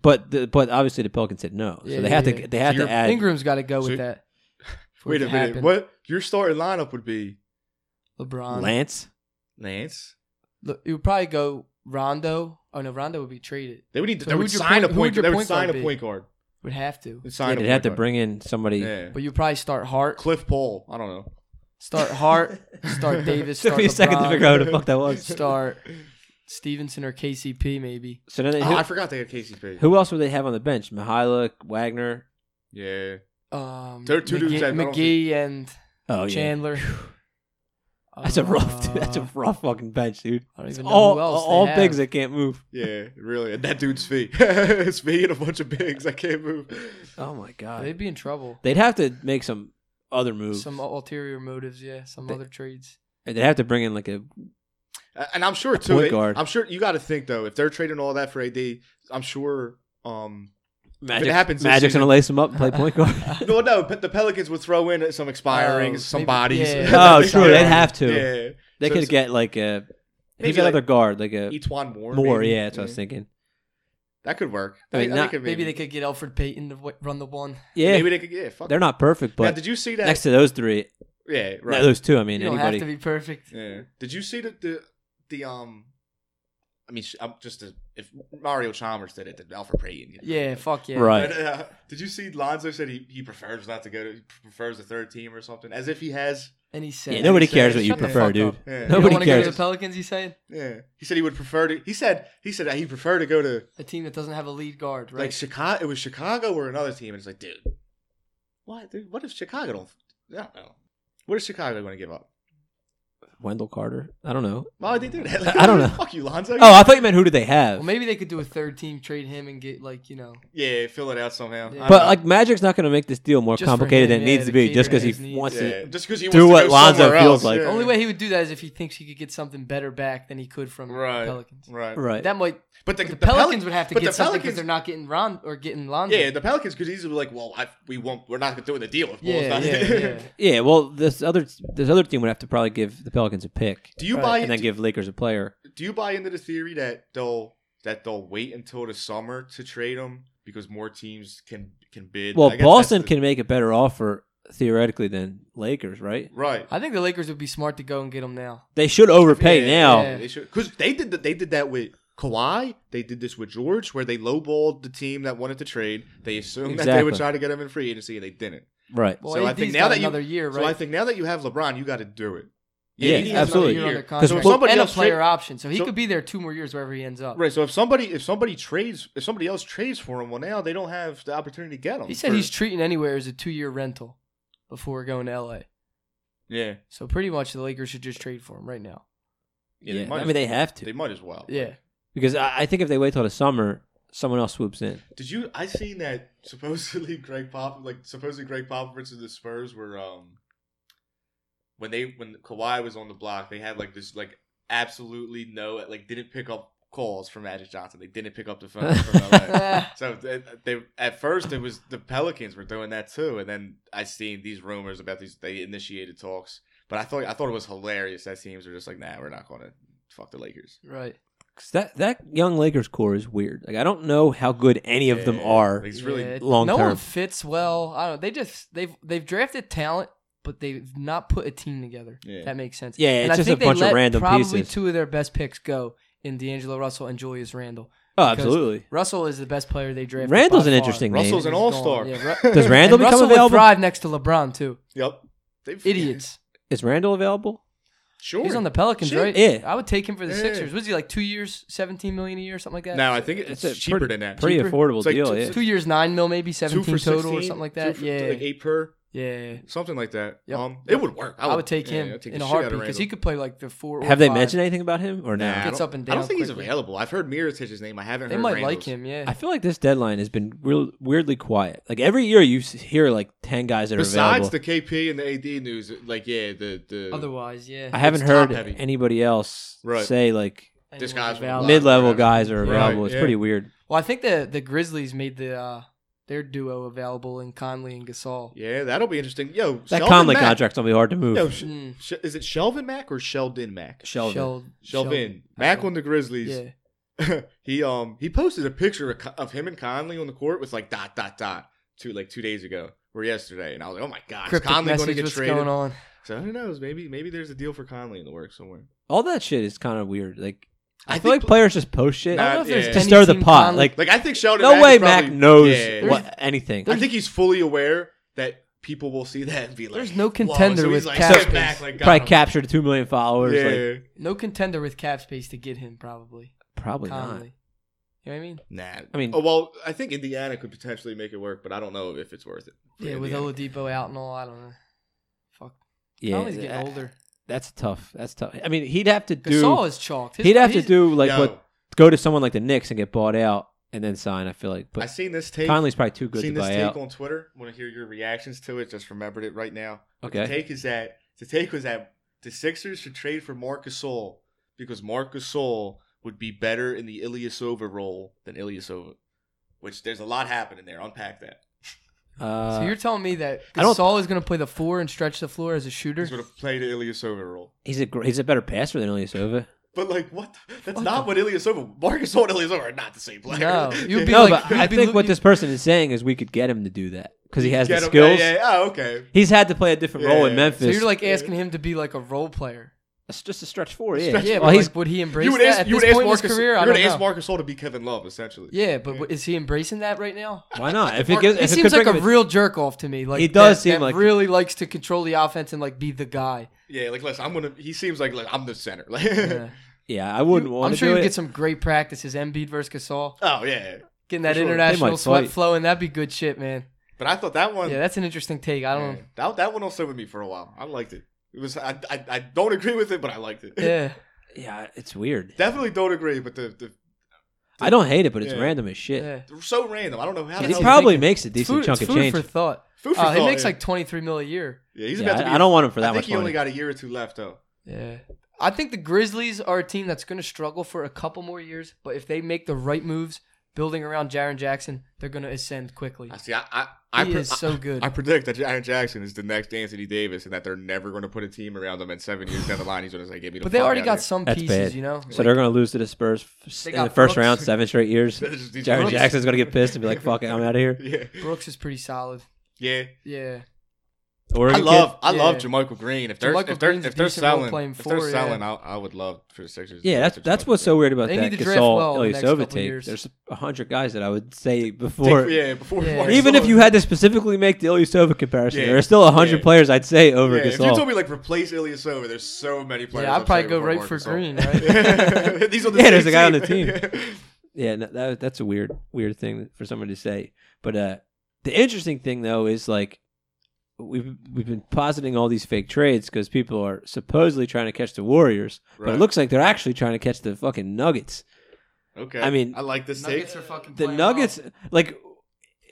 [SPEAKER 1] But the, but obviously the Pelicans said no, so
[SPEAKER 2] Yeah,
[SPEAKER 1] they
[SPEAKER 2] yeah,
[SPEAKER 1] have
[SPEAKER 2] yeah.
[SPEAKER 1] to they have to
[SPEAKER 3] So you're-
[SPEAKER 1] add.
[SPEAKER 2] Ingram's got to go
[SPEAKER 3] So-
[SPEAKER 2] with that. for it
[SPEAKER 3] Wait a
[SPEAKER 2] to
[SPEAKER 3] minute.
[SPEAKER 2] happen.
[SPEAKER 3] What your starting lineup would be?
[SPEAKER 2] LeBron.
[SPEAKER 1] Lance,
[SPEAKER 3] Lance.
[SPEAKER 2] Look, it would probably go Rondo. Oh no, Rondo would be traded.
[SPEAKER 3] They would need. To,
[SPEAKER 2] So
[SPEAKER 3] they would
[SPEAKER 2] who'd your
[SPEAKER 3] sign
[SPEAKER 2] point-
[SPEAKER 3] a
[SPEAKER 2] who would
[SPEAKER 3] point.
[SPEAKER 2] your
[SPEAKER 3] They would
[SPEAKER 2] point
[SPEAKER 3] sign
[SPEAKER 2] guard
[SPEAKER 3] a
[SPEAKER 2] be?
[SPEAKER 3] point guard.
[SPEAKER 2] Would have to.
[SPEAKER 3] They'd
[SPEAKER 1] yeah,
[SPEAKER 3] sign
[SPEAKER 1] they
[SPEAKER 3] a
[SPEAKER 1] have
[SPEAKER 3] point
[SPEAKER 1] to
[SPEAKER 3] guard.
[SPEAKER 1] bring in somebody.
[SPEAKER 3] Yeah.
[SPEAKER 2] But you probably start Hart,
[SPEAKER 3] Cliff Paul. I don't know.
[SPEAKER 2] start Hart, start Davis,
[SPEAKER 1] It took
[SPEAKER 2] start
[SPEAKER 1] me a second to
[SPEAKER 2] LeBron,
[SPEAKER 1] figure out who the fuck that was.
[SPEAKER 2] Start Stevenson or KCP maybe.
[SPEAKER 1] So then they,
[SPEAKER 3] Oh,
[SPEAKER 1] who,
[SPEAKER 3] I forgot they had Casey Page.
[SPEAKER 1] who else would they have on the bench? Mihailuk, Wagner.
[SPEAKER 3] Yeah.
[SPEAKER 2] Um,
[SPEAKER 3] There are two
[SPEAKER 2] McGee,
[SPEAKER 3] dudes that I don't
[SPEAKER 2] McGee and
[SPEAKER 1] Oh yeah,
[SPEAKER 2] Chandler.
[SPEAKER 1] That's a rough.
[SPEAKER 2] Uh,
[SPEAKER 1] that's a rough fucking bench, dude.
[SPEAKER 2] I don't
[SPEAKER 1] It's
[SPEAKER 2] even know
[SPEAKER 1] all
[SPEAKER 2] who else they
[SPEAKER 1] all
[SPEAKER 2] have.
[SPEAKER 1] bigs that can't move.
[SPEAKER 3] Yeah, really. And that dude's fee. His fee and a bunch of bigs. I can't move.
[SPEAKER 1] Oh my god.
[SPEAKER 2] Uh, They'd be in trouble.
[SPEAKER 1] They'd have to make some other moves.
[SPEAKER 2] Some ulterior motives, yeah. Some other trades.
[SPEAKER 1] They'd have to bring in like a
[SPEAKER 3] And I'm sure too.
[SPEAKER 1] point
[SPEAKER 3] They,
[SPEAKER 1] guard.
[SPEAKER 3] I'm sure you got to think though. If they're trading all that for AD, I'm sure. Um,
[SPEAKER 1] magic.
[SPEAKER 3] happens this
[SPEAKER 1] Magic's gonna
[SPEAKER 3] season-
[SPEAKER 1] lace them up and play point guard.
[SPEAKER 3] no, no. But the Pelicans would throw in some expiring,
[SPEAKER 2] Oh,
[SPEAKER 3] some
[SPEAKER 2] maybe-
[SPEAKER 3] bodies.
[SPEAKER 2] yeah.
[SPEAKER 1] oh,
[SPEAKER 3] They
[SPEAKER 1] true.
[SPEAKER 3] could-
[SPEAKER 1] They'd have to.
[SPEAKER 3] Yeah,
[SPEAKER 1] They
[SPEAKER 3] So
[SPEAKER 1] could
[SPEAKER 3] it's-
[SPEAKER 1] get like a
[SPEAKER 3] Maybe
[SPEAKER 1] maybe another
[SPEAKER 3] like
[SPEAKER 1] guard, like a
[SPEAKER 3] Etwan Moore.
[SPEAKER 1] more.
[SPEAKER 3] maybe.
[SPEAKER 1] Yeah, that's what I was thinking.
[SPEAKER 3] That could work.
[SPEAKER 1] I mean,
[SPEAKER 3] think
[SPEAKER 1] not-
[SPEAKER 3] it
[SPEAKER 2] Maybe they could get Alfred Payton to w- run the one.
[SPEAKER 1] Yeah,
[SPEAKER 3] Maybe they could. Yeah, fuck.
[SPEAKER 1] they're not perfect,
[SPEAKER 3] Now,
[SPEAKER 1] but
[SPEAKER 3] did you see that?
[SPEAKER 1] next to those three,
[SPEAKER 3] yeah,
[SPEAKER 1] no,
[SPEAKER 3] right.
[SPEAKER 1] those two. I mean,
[SPEAKER 2] you don't
[SPEAKER 1] anybody.
[SPEAKER 2] have to be perfect.
[SPEAKER 3] Yeah. Did you see the the, the um? I mean, sh- I'm just a, if Mario Chalmers did it, then Alfred Payton.
[SPEAKER 2] Yeah, fuck yeah.
[SPEAKER 1] Right.
[SPEAKER 3] But, uh, did you see Lonzo said he, he prefers not to go to he prefers the third team or something as if he has
[SPEAKER 2] And he said
[SPEAKER 1] Yeah, nobody
[SPEAKER 3] Shut
[SPEAKER 1] cares
[SPEAKER 3] the
[SPEAKER 1] what you
[SPEAKER 3] fuck
[SPEAKER 1] prefer,
[SPEAKER 2] up.
[SPEAKER 1] dude.
[SPEAKER 3] yeah,
[SPEAKER 1] Nobody
[SPEAKER 2] you don't wanna Go to
[SPEAKER 1] cares.
[SPEAKER 2] the Pelicans, he's saying?
[SPEAKER 3] yeah he said he would prefer to he said he said that he'd prefer to go to
[SPEAKER 2] A team that doesn't have a lead guard, right?
[SPEAKER 3] like Chicago it was Chicago or another team and it's like dude what dude, what if Chicago don't I don't know what is Chicago going to give up
[SPEAKER 1] Wendell Carter. I don't know.
[SPEAKER 3] why would they do that
[SPEAKER 1] I don't know.
[SPEAKER 3] fuck you Lonzo
[SPEAKER 1] Oh, I thought you meant who do they have?
[SPEAKER 2] well, maybe they could do a third team, trade him, and get like you know.
[SPEAKER 3] yeah fill it out somehow
[SPEAKER 2] Yeah.
[SPEAKER 3] I don't
[SPEAKER 1] but
[SPEAKER 3] know.
[SPEAKER 1] like Magic's not going to make this deal more
[SPEAKER 2] Just for
[SPEAKER 1] complicated
[SPEAKER 2] him,
[SPEAKER 1] than it
[SPEAKER 2] yeah,
[SPEAKER 1] needs to
[SPEAKER 2] to
[SPEAKER 1] be,
[SPEAKER 2] cater
[SPEAKER 1] just
[SPEAKER 2] to
[SPEAKER 1] because he
[SPEAKER 2] his needs.
[SPEAKER 1] wants
[SPEAKER 3] yeah,
[SPEAKER 1] to.
[SPEAKER 3] just because he
[SPEAKER 1] do
[SPEAKER 3] wants to
[SPEAKER 1] what
[SPEAKER 3] go
[SPEAKER 1] Lonzo
[SPEAKER 3] somewhere
[SPEAKER 1] feels
[SPEAKER 3] else,
[SPEAKER 1] like.
[SPEAKER 3] yeah.
[SPEAKER 2] The only way he would do that is if he thinks he could get something better back than he could from the
[SPEAKER 3] Right.
[SPEAKER 2] Pelicans.
[SPEAKER 3] right
[SPEAKER 1] Right.
[SPEAKER 2] That might.
[SPEAKER 3] but the,
[SPEAKER 2] The,
[SPEAKER 3] the
[SPEAKER 2] Pelicans would have to
[SPEAKER 3] but
[SPEAKER 2] get
[SPEAKER 3] the
[SPEAKER 2] something
[SPEAKER 3] Pelicans-
[SPEAKER 2] because they're not getting Ron or getting Lonzo.
[SPEAKER 3] yeah the Pelicans could easily be like well I, we won't we're not doing the deal if Ball's
[SPEAKER 2] yeah,
[SPEAKER 3] not
[SPEAKER 2] yeah, yeah.
[SPEAKER 1] Yeah, well, this other this other team would have to probably give the Pelicans a pick.
[SPEAKER 3] Do you
[SPEAKER 2] Right.
[SPEAKER 3] buy
[SPEAKER 1] and then give Lakers a player.
[SPEAKER 3] do you buy into the theory that they'll that they'll wait until the summer to trade them because more teams can can bid? I
[SPEAKER 1] Well,
[SPEAKER 3] guess that's
[SPEAKER 1] Boston
[SPEAKER 3] the-
[SPEAKER 1] can make a better offer theoretically than Lakers, right?
[SPEAKER 3] right.
[SPEAKER 2] I think the Lakers would be smart to go and get him now.
[SPEAKER 1] They should overpay
[SPEAKER 3] Yeah,
[SPEAKER 1] now.
[SPEAKER 3] yeah, they should because they did that. They did that with Kawhi. They did this with George, where they lowballed the team that wanted to trade. They assumed that they would
[SPEAKER 1] Exactly.
[SPEAKER 3] try to get him in free agency, and they didn't.
[SPEAKER 1] Right.
[SPEAKER 2] Well,
[SPEAKER 3] So I
[SPEAKER 2] AD's
[SPEAKER 3] think now
[SPEAKER 2] got
[SPEAKER 3] that you-
[SPEAKER 2] another year, right?
[SPEAKER 3] So I think now that you have LeBron, you got to do it.
[SPEAKER 1] Yeah,
[SPEAKER 3] he has another
[SPEAKER 1] absolutely.
[SPEAKER 3] year.
[SPEAKER 2] Year under
[SPEAKER 1] 'Cause
[SPEAKER 2] contract.
[SPEAKER 1] we'll-
[SPEAKER 3] somebody
[SPEAKER 2] and a
[SPEAKER 3] else trade-
[SPEAKER 2] player option, so he
[SPEAKER 3] so-
[SPEAKER 2] could be there two more years wherever he ends up.
[SPEAKER 3] Right. So if somebody if somebody trades if somebody else trades for him, well now they don't have the opportunity to get him.
[SPEAKER 2] He said
[SPEAKER 3] for-
[SPEAKER 2] he's treating anywhere as a two-year rental before going to LA.
[SPEAKER 3] yeah.
[SPEAKER 2] So pretty much the Lakers should just trade for him right now.
[SPEAKER 3] Yeah, they
[SPEAKER 1] Yeah,
[SPEAKER 3] might
[SPEAKER 1] I
[SPEAKER 3] as-
[SPEAKER 1] mean, they have to
[SPEAKER 3] They might as well.
[SPEAKER 2] Yeah.
[SPEAKER 1] because I, I think if they wait till the summer, someone else swoops in.
[SPEAKER 3] Did you? I seen that supposedly Greg Pop, like supposedly Greg Popovich and the Spurs were um when they when Kawhi was on the block, they had like this like absolutely no like didn't pick up calls from Magic Johnson. They didn't pick up the phone from LA.
[SPEAKER 2] Eh,
[SPEAKER 3] So they, they at first it was the Pelicans were doing that too, and then I seen these rumors about these they initiated talks. But I thought I thought it was hilarious that teams were just like, nah, we're not going to fuck the Lakers.
[SPEAKER 2] right.
[SPEAKER 1] 'Cause that that young Lakers core is weird. Like I don't know how good any of them are.
[SPEAKER 3] He's really
[SPEAKER 2] Yeah, it-
[SPEAKER 1] long
[SPEAKER 2] No one
[SPEAKER 1] term.
[SPEAKER 2] fits well. I don't. They just they've they've drafted talent, but they've not put a team together.
[SPEAKER 3] Yeah.
[SPEAKER 2] That makes sense.
[SPEAKER 1] Yeah,
[SPEAKER 2] and
[SPEAKER 1] it's
[SPEAKER 2] I
[SPEAKER 1] just
[SPEAKER 2] think
[SPEAKER 1] a
[SPEAKER 2] they
[SPEAKER 1] bunch of
[SPEAKER 2] let
[SPEAKER 1] random
[SPEAKER 2] probably
[SPEAKER 1] pieces.
[SPEAKER 2] two of their best picks go in D'Angelo Russell and Julius Randle.
[SPEAKER 1] Oh,
[SPEAKER 2] Because
[SPEAKER 1] absolutely.
[SPEAKER 2] Russell is the best player they drafted.
[SPEAKER 1] Randall's
[SPEAKER 2] by
[SPEAKER 1] an
[SPEAKER 2] far.
[SPEAKER 1] interesting name.
[SPEAKER 3] Russell's an
[SPEAKER 2] He's
[SPEAKER 3] all star.
[SPEAKER 2] gone, yeah,
[SPEAKER 1] Does
[SPEAKER 2] And
[SPEAKER 1] Randall become
[SPEAKER 2] Russell would
[SPEAKER 1] available?
[SPEAKER 2] thrive next to LeBron too.
[SPEAKER 3] Yep. They've,
[SPEAKER 2] Idiots.
[SPEAKER 1] Is Randall available?
[SPEAKER 3] Sure.
[SPEAKER 2] He's on the Pelicans,
[SPEAKER 1] Shit,
[SPEAKER 2] right?
[SPEAKER 1] yeah.
[SPEAKER 2] I would take him for the
[SPEAKER 3] Yeah.
[SPEAKER 2] Sixers. Was he like two years, seventeen million a year, something like that?
[SPEAKER 3] No, I think it's,
[SPEAKER 1] That's a
[SPEAKER 3] cheaper
[SPEAKER 1] pretty-
[SPEAKER 3] than that.
[SPEAKER 1] Pretty
[SPEAKER 2] Cheaper?
[SPEAKER 1] affordable
[SPEAKER 3] It's like
[SPEAKER 1] deal.
[SPEAKER 3] two-
[SPEAKER 1] yeah.
[SPEAKER 2] two years, nine mil, maybe
[SPEAKER 3] Two
[SPEAKER 2] seventeen
[SPEAKER 3] for
[SPEAKER 2] total
[SPEAKER 3] 16,
[SPEAKER 2] or something like
[SPEAKER 3] two
[SPEAKER 2] that.
[SPEAKER 3] for-
[SPEAKER 2] yeah,
[SPEAKER 3] like eight per,
[SPEAKER 2] yeah.
[SPEAKER 3] something like that.
[SPEAKER 2] Yep.
[SPEAKER 3] Um, it would work.
[SPEAKER 2] I would take
[SPEAKER 3] yeah,
[SPEAKER 2] him
[SPEAKER 3] I'd take
[SPEAKER 2] in
[SPEAKER 3] the
[SPEAKER 2] a
[SPEAKER 3] shit out of
[SPEAKER 2] heartbeat because he
[SPEAKER 3] Randall.
[SPEAKER 2] could play like the four. or
[SPEAKER 1] Have they
[SPEAKER 2] five.
[SPEAKER 1] mentioned anything about him or no?
[SPEAKER 3] Nah, I
[SPEAKER 2] Gets
[SPEAKER 3] don't-
[SPEAKER 2] up and
[SPEAKER 3] I
[SPEAKER 2] down
[SPEAKER 3] don't think
[SPEAKER 2] quickly.
[SPEAKER 3] he's available. I've heard Mirotic's name. I haven't
[SPEAKER 2] They
[SPEAKER 3] heard.
[SPEAKER 2] might
[SPEAKER 3] Randall's.
[SPEAKER 2] like him, yeah.
[SPEAKER 1] I feel like this deadline has been real weirdly quiet. Like every year, you s- hear like ten guys that are
[SPEAKER 3] Besides
[SPEAKER 1] available.
[SPEAKER 3] the KP and the AD news, like yeah, the the
[SPEAKER 2] Otherwise, yeah.
[SPEAKER 1] I haven't
[SPEAKER 3] it's
[SPEAKER 1] heard
[SPEAKER 3] top-heavy.
[SPEAKER 1] anybody else
[SPEAKER 3] Right.
[SPEAKER 1] say like
[SPEAKER 2] Anyone's
[SPEAKER 3] This guy's
[SPEAKER 2] available.
[SPEAKER 3] Lot,
[SPEAKER 1] mid level
[SPEAKER 3] whatever.
[SPEAKER 1] guys are
[SPEAKER 2] Right,
[SPEAKER 1] available. It's
[SPEAKER 3] yeah.
[SPEAKER 1] pretty weird.
[SPEAKER 2] Well, I think the the Grizzlies made the uh, their duo available in Conley and Gasol.
[SPEAKER 3] yeah, that'll be interesting. Yo,
[SPEAKER 1] That
[SPEAKER 3] Sheldon
[SPEAKER 1] Conley
[SPEAKER 3] Mack.
[SPEAKER 1] contract's gonna be hard to move.
[SPEAKER 3] Yo, sh-
[SPEAKER 2] Mm.
[SPEAKER 3] sh- is it Shelvin Mack or Sheldon Mack?
[SPEAKER 1] Sheldon.
[SPEAKER 2] Sheld-
[SPEAKER 3] Shelvin
[SPEAKER 2] Sheldon.
[SPEAKER 3] Mack on the Grizzlies.
[SPEAKER 2] Yeah.
[SPEAKER 3] he um he posted a picture of, Co- of him and Conley on the court with like dot dot dot two like two days ago or yesterday, and I was like, oh my god, is
[SPEAKER 2] Cryptic
[SPEAKER 3] Conley going to
[SPEAKER 2] message,
[SPEAKER 3] get
[SPEAKER 2] what's
[SPEAKER 3] traded?
[SPEAKER 2] going on?
[SPEAKER 3] So who knows? Maybe maybe there's a deal for Conley in the works somewhere.
[SPEAKER 1] All that shit is kind of weird. Like I,
[SPEAKER 3] I
[SPEAKER 1] feel
[SPEAKER 3] think-
[SPEAKER 1] like players just post shit
[SPEAKER 3] Nah,
[SPEAKER 2] I don't know if there's
[SPEAKER 3] yeah.
[SPEAKER 1] to
[SPEAKER 2] any
[SPEAKER 1] stir the
[SPEAKER 2] team
[SPEAKER 1] pot.
[SPEAKER 2] Conley-
[SPEAKER 1] Like
[SPEAKER 3] Like I think Sheldon.
[SPEAKER 1] no
[SPEAKER 3] Mack
[SPEAKER 1] way
[SPEAKER 3] is probably-
[SPEAKER 1] Mac knows
[SPEAKER 3] Yeah.
[SPEAKER 1] what anything.
[SPEAKER 3] I think he's fully aware that people will see that and be like,
[SPEAKER 2] There's no
[SPEAKER 3] "Whoa,"
[SPEAKER 2] contender
[SPEAKER 3] so he's
[SPEAKER 2] with
[SPEAKER 3] like,
[SPEAKER 2] cap
[SPEAKER 3] "Get
[SPEAKER 2] space.
[SPEAKER 3] back, like, got
[SPEAKER 1] probably
[SPEAKER 3] him."
[SPEAKER 1] captured two million followers.
[SPEAKER 3] Yeah.
[SPEAKER 1] Like,
[SPEAKER 2] no contender with cap space to get him probably.
[SPEAKER 1] probably
[SPEAKER 2] Conley.
[SPEAKER 1] not.
[SPEAKER 2] You know what I mean?
[SPEAKER 3] Nah.
[SPEAKER 1] I mean-
[SPEAKER 3] oh, well, I think Indiana could potentially make it work, but I don't know if it's worth it. for
[SPEAKER 2] Yeah, with
[SPEAKER 3] Indiana.
[SPEAKER 2] Oladipo out and all, I don't know. Fuck.
[SPEAKER 1] Yeah,
[SPEAKER 2] Conley's getting
[SPEAKER 1] I-
[SPEAKER 2] older.
[SPEAKER 1] That's tough. That's tough. I mean, he'd have to
[SPEAKER 2] Gasol
[SPEAKER 1] do.
[SPEAKER 2] is chalked. His-
[SPEAKER 1] He'd have to
[SPEAKER 2] he's-
[SPEAKER 1] do like
[SPEAKER 3] Yo,
[SPEAKER 1] what go to someone like the Knicks and get bought out and then sign. I feel like,
[SPEAKER 3] I
[SPEAKER 1] but
[SPEAKER 3] seen this take.
[SPEAKER 1] Conley's probably too good to
[SPEAKER 3] seen this
[SPEAKER 1] buy
[SPEAKER 3] take
[SPEAKER 1] out.
[SPEAKER 3] on Twitter. Want to hear your reactions to it? Just remembered it right now. The
[SPEAKER 1] okay,
[SPEAKER 3] take is that the take was that the Sixers should trade for Marcus Gasol because Marcus Gasol would be better in the Ilyasova role than Ilyasova, which there's a lot happening there. Unpack that.
[SPEAKER 1] uh,
[SPEAKER 2] So you're telling me that
[SPEAKER 1] I don't-
[SPEAKER 2] Gasol is going to play the four and stretch the floor as a shooter?
[SPEAKER 3] He's going to play the Ilyasova role.
[SPEAKER 1] he's a gr- he's a better passer than Ilyasova.
[SPEAKER 3] But like, what? The, that's
[SPEAKER 2] What
[SPEAKER 3] not
[SPEAKER 2] the-
[SPEAKER 3] what Ilyasova. Marcus Gasol and Ilyasova are not the same player.
[SPEAKER 2] No, you'd be
[SPEAKER 1] No,
[SPEAKER 2] like-
[SPEAKER 1] but
[SPEAKER 2] you'd
[SPEAKER 1] I
[SPEAKER 2] be
[SPEAKER 1] think
[SPEAKER 2] lo-
[SPEAKER 1] what this person is saying is we could get him to do that because he has the
[SPEAKER 3] Get him-
[SPEAKER 1] skills.
[SPEAKER 3] Yeah, yeah, oh, okay.
[SPEAKER 1] He's had to play a different role in
[SPEAKER 3] Yeah.
[SPEAKER 1] Memphis.
[SPEAKER 2] so you're like asking him to be like a role player.
[SPEAKER 1] It's just a stretch four, yeah.
[SPEAKER 3] Stretch
[SPEAKER 2] Yeah,
[SPEAKER 1] well,
[SPEAKER 2] but
[SPEAKER 1] he's
[SPEAKER 2] like, would he embrace
[SPEAKER 3] You would
[SPEAKER 2] that
[SPEAKER 3] ask.
[SPEAKER 2] at
[SPEAKER 3] You
[SPEAKER 2] this
[SPEAKER 3] would ask
[SPEAKER 2] point in his
[SPEAKER 3] Marcus.
[SPEAKER 2] career? I
[SPEAKER 3] you're
[SPEAKER 2] don't
[SPEAKER 3] gonna ask
[SPEAKER 2] know.
[SPEAKER 3] Marcus Gasol to be Kevin Love, essentially.
[SPEAKER 2] yeah, but w- is he embracing that right now?
[SPEAKER 1] why not? If it gives,
[SPEAKER 2] He
[SPEAKER 1] if
[SPEAKER 2] seems
[SPEAKER 1] it could
[SPEAKER 2] like a
[SPEAKER 1] bring him in-
[SPEAKER 2] real jerk off to me. Like
[SPEAKER 1] He does
[SPEAKER 2] that-
[SPEAKER 1] seem
[SPEAKER 2] that
[SPEAKER 1] like-
[SPEAKER 2] really likes to control the offense and like be the guy.
[SPEAKER 3] Yeah, like listen, I'm gonna. He seems like, like I'm the center. Like,
[SPEAKER 2] Yeah.
[SPEAKER 1] yeah, I wouldn't want
[SPEAKER 2] I'm
[SPEAKER 1] to
[SPEAKER 2] sure
[SPEAKER 1] do
[SPEAKER 2] you
[SPEAKER 1] it.
[SPEAKER 2] get some great practices. Embiid versus Gasol,
[SPEAKER 3] oh yeah.
[SPEAKER 2] getting that
[SPEAKER 3] For sure. They
[SPEAKER 2] international
[SPEAKER 1] might
[SPEAKER 2] sweat
[SPEAKER 1] fight.
[SPEAKER 2] flowing. That'd be good shit, man.
[SPEAKER 3] But I thought that one.
[SPEAKER 2] Yeah, that's an interesting take. I don't.
[SPEAKER 3] that that one also with me for a while. I liked it. It was. I I, I don't agree with it, but I liked it.
[SPEAKER 2] Yeah,
[SPEAKER 1] yeah, it's weird.
[SPEAKER 3] Definitely don't agree, but the, the
[SPEAKER 1] I don't hate it, but it's
[SPEAKER 3] Yeah.
[SPEAKER 1] random as shit.
[SPEAKER 2] yeah.
[SPEAKER 3] they're so random. I don't know how.
[SPEAKER 1] He
[SPEAKER 2] He's
[SPEAKER 3] the hell-
[SPEAKER 2] prob-
[SPEAKER 1] probably
[SPEAKER 2] thinking.
[SPEAKER 1] makes a
[SPEAKER 2] It's
[SPEAKER 1] decent
[SPEAKER 2] food,
[SPEAKER 1] chunk of
[SPEAKER 2] it's food
[SPEAKER 1] change.
[SPEAKER 2] for thought.
[SPEAKER 3] Food for
[SPEAKER 2] Uh, he
[SPEAKER 3] thought,
[SPEAKER 2] makes
[SPEAKER 3] yeah.
[SPEAKER 2] like 23 mil a year.
[SPEAKER 3] Yeah, he's
[SPEAKER 1] Yeah,
[SPEAKER 3] about to
[SPEAKER 1] I-
[SPEAKER 3] be.
[SPEAKER 1] I don't want him for
[SPEAKER 3] I
[SPEAKER 1] that
[SPEAKER 3] think
[SPEAKER 1] much
[SPEAKER 3] he only
[SPEAKER 1] money.
[SPEAKER 3] got a year or two left though.
[SPEAKER 2] Yeah. I think the Grizzlies are a team that's going to struggle for a couple more years, but if they make the right moves, building around Jaron Jackson, they're going to ascend quickly.
[SPEAKER 3] I see. I I, I
[SPEAKER 2] he
[SPEAKER 3] pre-
[SPEAKER 2] is so good.
[SPEAKER 3] I predict that Jaron Jackson is the next Anthony Davis, and that they're never going to put a team around him. And seven years down the line, he's going to say, "Give me." The
[SPEAKER 2] but they
[SPEAKER 3] fuck
[SPEAKER 2] already
[SPEAKER 3] outta
[SPEAKER 2] got
[SPEAKER 3] here."
[SPEAKER 2] some
[SPEAKER 1] That's
[SPEAKER 2] pieces,
[SPEAKER 1] bad.
[SPEAKER 2] you know.
[SPEAKER 1] So they're going to lose to the Spurs f-
[SPEAKER 2] They
[SPEAKER 1] in the
[SPEAKER 2] got
[SPEAKER 1] first
[SPEAKER 2] Brooks.
[SPEAKER 1] round, seven straight years.
[SPEAKER 3] This is- these
[SPEAKER 1] Jared
[SPEAKER 3] Brooks-
[SPEAKER 1] Jackson's going to get pissed and be like, "Fuck it, I'm out of here."
[SPEAKER 3] Yeah,
[SPEAKER 2] Brooks is pretty solid.
[SPEAKER 3] yeah.
[SPEAKER 2] Yeah.
[SPEAKER 1] Oregon
[SPEAKER 3] I
[SPEAKER 1] kid?
[SPEAKER 3] love, I love
[SPEAKER 2] Yeah.
[SPEAKER 3] Jermichael Green. If they're,
[SPEAKER 2] Jermichael
[SPEAKER 3] if they're,
[SPEAKER 2] Green's a
[SPEAKER 3] if they're
[SPEAKER 2] decent role
[SPEAKER 3] selling,
[SPEAKER 2] playing
[SPEAKER 3] if they're
[SPEAKER 2] forward, yeah.
[SPEAKER 3] selling, I, I would love for the Sixers. to
[SPEAKER 1] Yeah, that's
[SPEAKER 3] get Jermichael
[SPEAKER 1] that's what's
[SPEAKER 3] Green.
[SPEAKER 1] so weweird about
[SPEAKER 2] They
[SPEAKER 1] that
[SPEAKER 2] need to draft well
[SPEAKER 1] Gasol oh,
[SPEAKER 2] in the next
[SPEAKER 1] Ilyasova
[SPEAKER 2] couple
[SPEAKER 1] take.
[SPEAKER 2] years.
[SPEAKER 1] There's a hundred guys that I would say
[SPEAKER 3] Take-
[SPEAKER 1] before,
[SPEAKER 3] yeah, before
[SPEAKER 2] Yeah.
[SPEAKER 3] Marcus
[SPEAKER 1] even if
[SPEAKER 3] Gasol.
[SPEAKER 1] you had to specifically make the Ilyasova comparison,
[SPEAKER 3] Yeah.
[SPEAKER 1] there are still hundred
[SPEAKER 3] Yeah.
[SPEAKER 1] players I'd say
[SPEAKER 3] yeah,
[SPEAKER 1] over
[SPEAKER 3] if you
[SPEAKER 1] Gasol.
[SPEAKER 3] told me like replace Ilyasova, there's so many players.
[SPEAKER 2] Yeah, I'd
[SPEAKER 3] I'd
[SPEAKER 2] probably
[SPEAKER 3] say
[SPEAKER 2] go
[SPEAKER 3] before
[SPEAKER 2] right for
[SPEAKER 3] Marcus
[SPEAKER 2] Green,
[SPEAKER 3] Gasol.
[SPEAKER 2] right?
[SPEAKER 3] These are the
[SPEAKER 1] Yeah,
[SPEAKER 3] same
[SPEAKER 1] there's a guy on the
[SPEAKER 3] team.
[SPEAKER 1] yeah, no, that, that's a weird weird thing for someone to say. But uh, the interesting thing though is like we've we've been positing all these fake trades because people are supposedly trying to catch the Warriors, but it
[SPEAKER 3] Right.
[SPEAKER 1] looks like they're actually trying to catch the fucking Nuggets.
[SPEAKER 3] okay,
[SPEAKER 1] I mean,
[SPEAKER 3] I like this take.
[SPEAKER 2] Nuggets are fucking
[SPEAKER 1] the
[SPEAKER 2] playing
[SPEAKER 1] Nuggets,
[SPEAKER 2] well.
[SPEAKER 1] like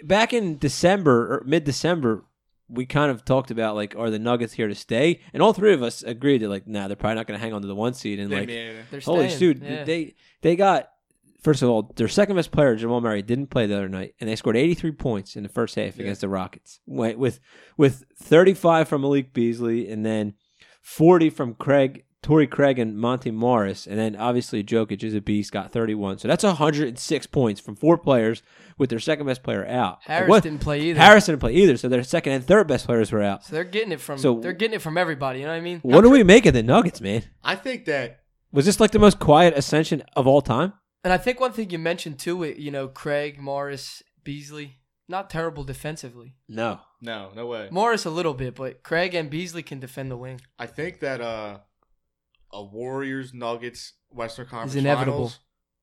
[SPEAKER 1] back in December or mid December, we kind of talked about like, are the Nuggets here to stay? And all three of us agreed that like, nah, they're probably not going to hang on to the one seed. And
[SPEAKER 3] Yeah,
[SPEAKER 1] like,
[SPEAKER 3] man.
[SPEAKER 2] They're
[SPEAKER 1] holy
[SPEAKER 2] staying.
[SPEAKER 1] dude,
[SPEAKER 2] Yeah.
[SPEAKER 1] they they got first of all their second best player Jamal Murray didn't play the other night, and they scored eighty three points in the first half
[SPEAKER 3] Yeah.
[SPEAKER 1] against the Rockets. Went with with thirty five from Malik Beasley, and then forty from Craig Torrey Craig and Monty Morris, and then obviously Jokic is a beast, got 31. So that's 106 points from four players with their second best player out.
[SPEAKER 2] Harris
[SPEAKER 1] What-
[SPEAKER 2] didn't play either.
[SPEAKER 1] Harris didn't play either, so their second and third best players were out.
[SPEAKER 2] So they're getting it from
[SPEAKER 1] So-
[SPEAKER 2] they're getting it from everybody. You know what I mean?
[SPEAKER 1] What do we make of the Nuggets, man?
[SPEAKER 3] I think that
[SPEAKER 1] Was this like the most quiet ascension of all time?
[SPEAKER 2] And I think one thing you mentioned too, it- you know, Craig Morris Beasley, not terrible defensively.
[SPEAKER 1] No.
[SPEAKER 3] no, no way.
[SPEAKER 2] Morris a little bit, but Craig and Beasley can defend the wing.
[SPEAKER 3] I think that uh, a Warriors Nuggets Western Conference
[SPEAKER 2] inevitable.
[SPEAKER 3] Finals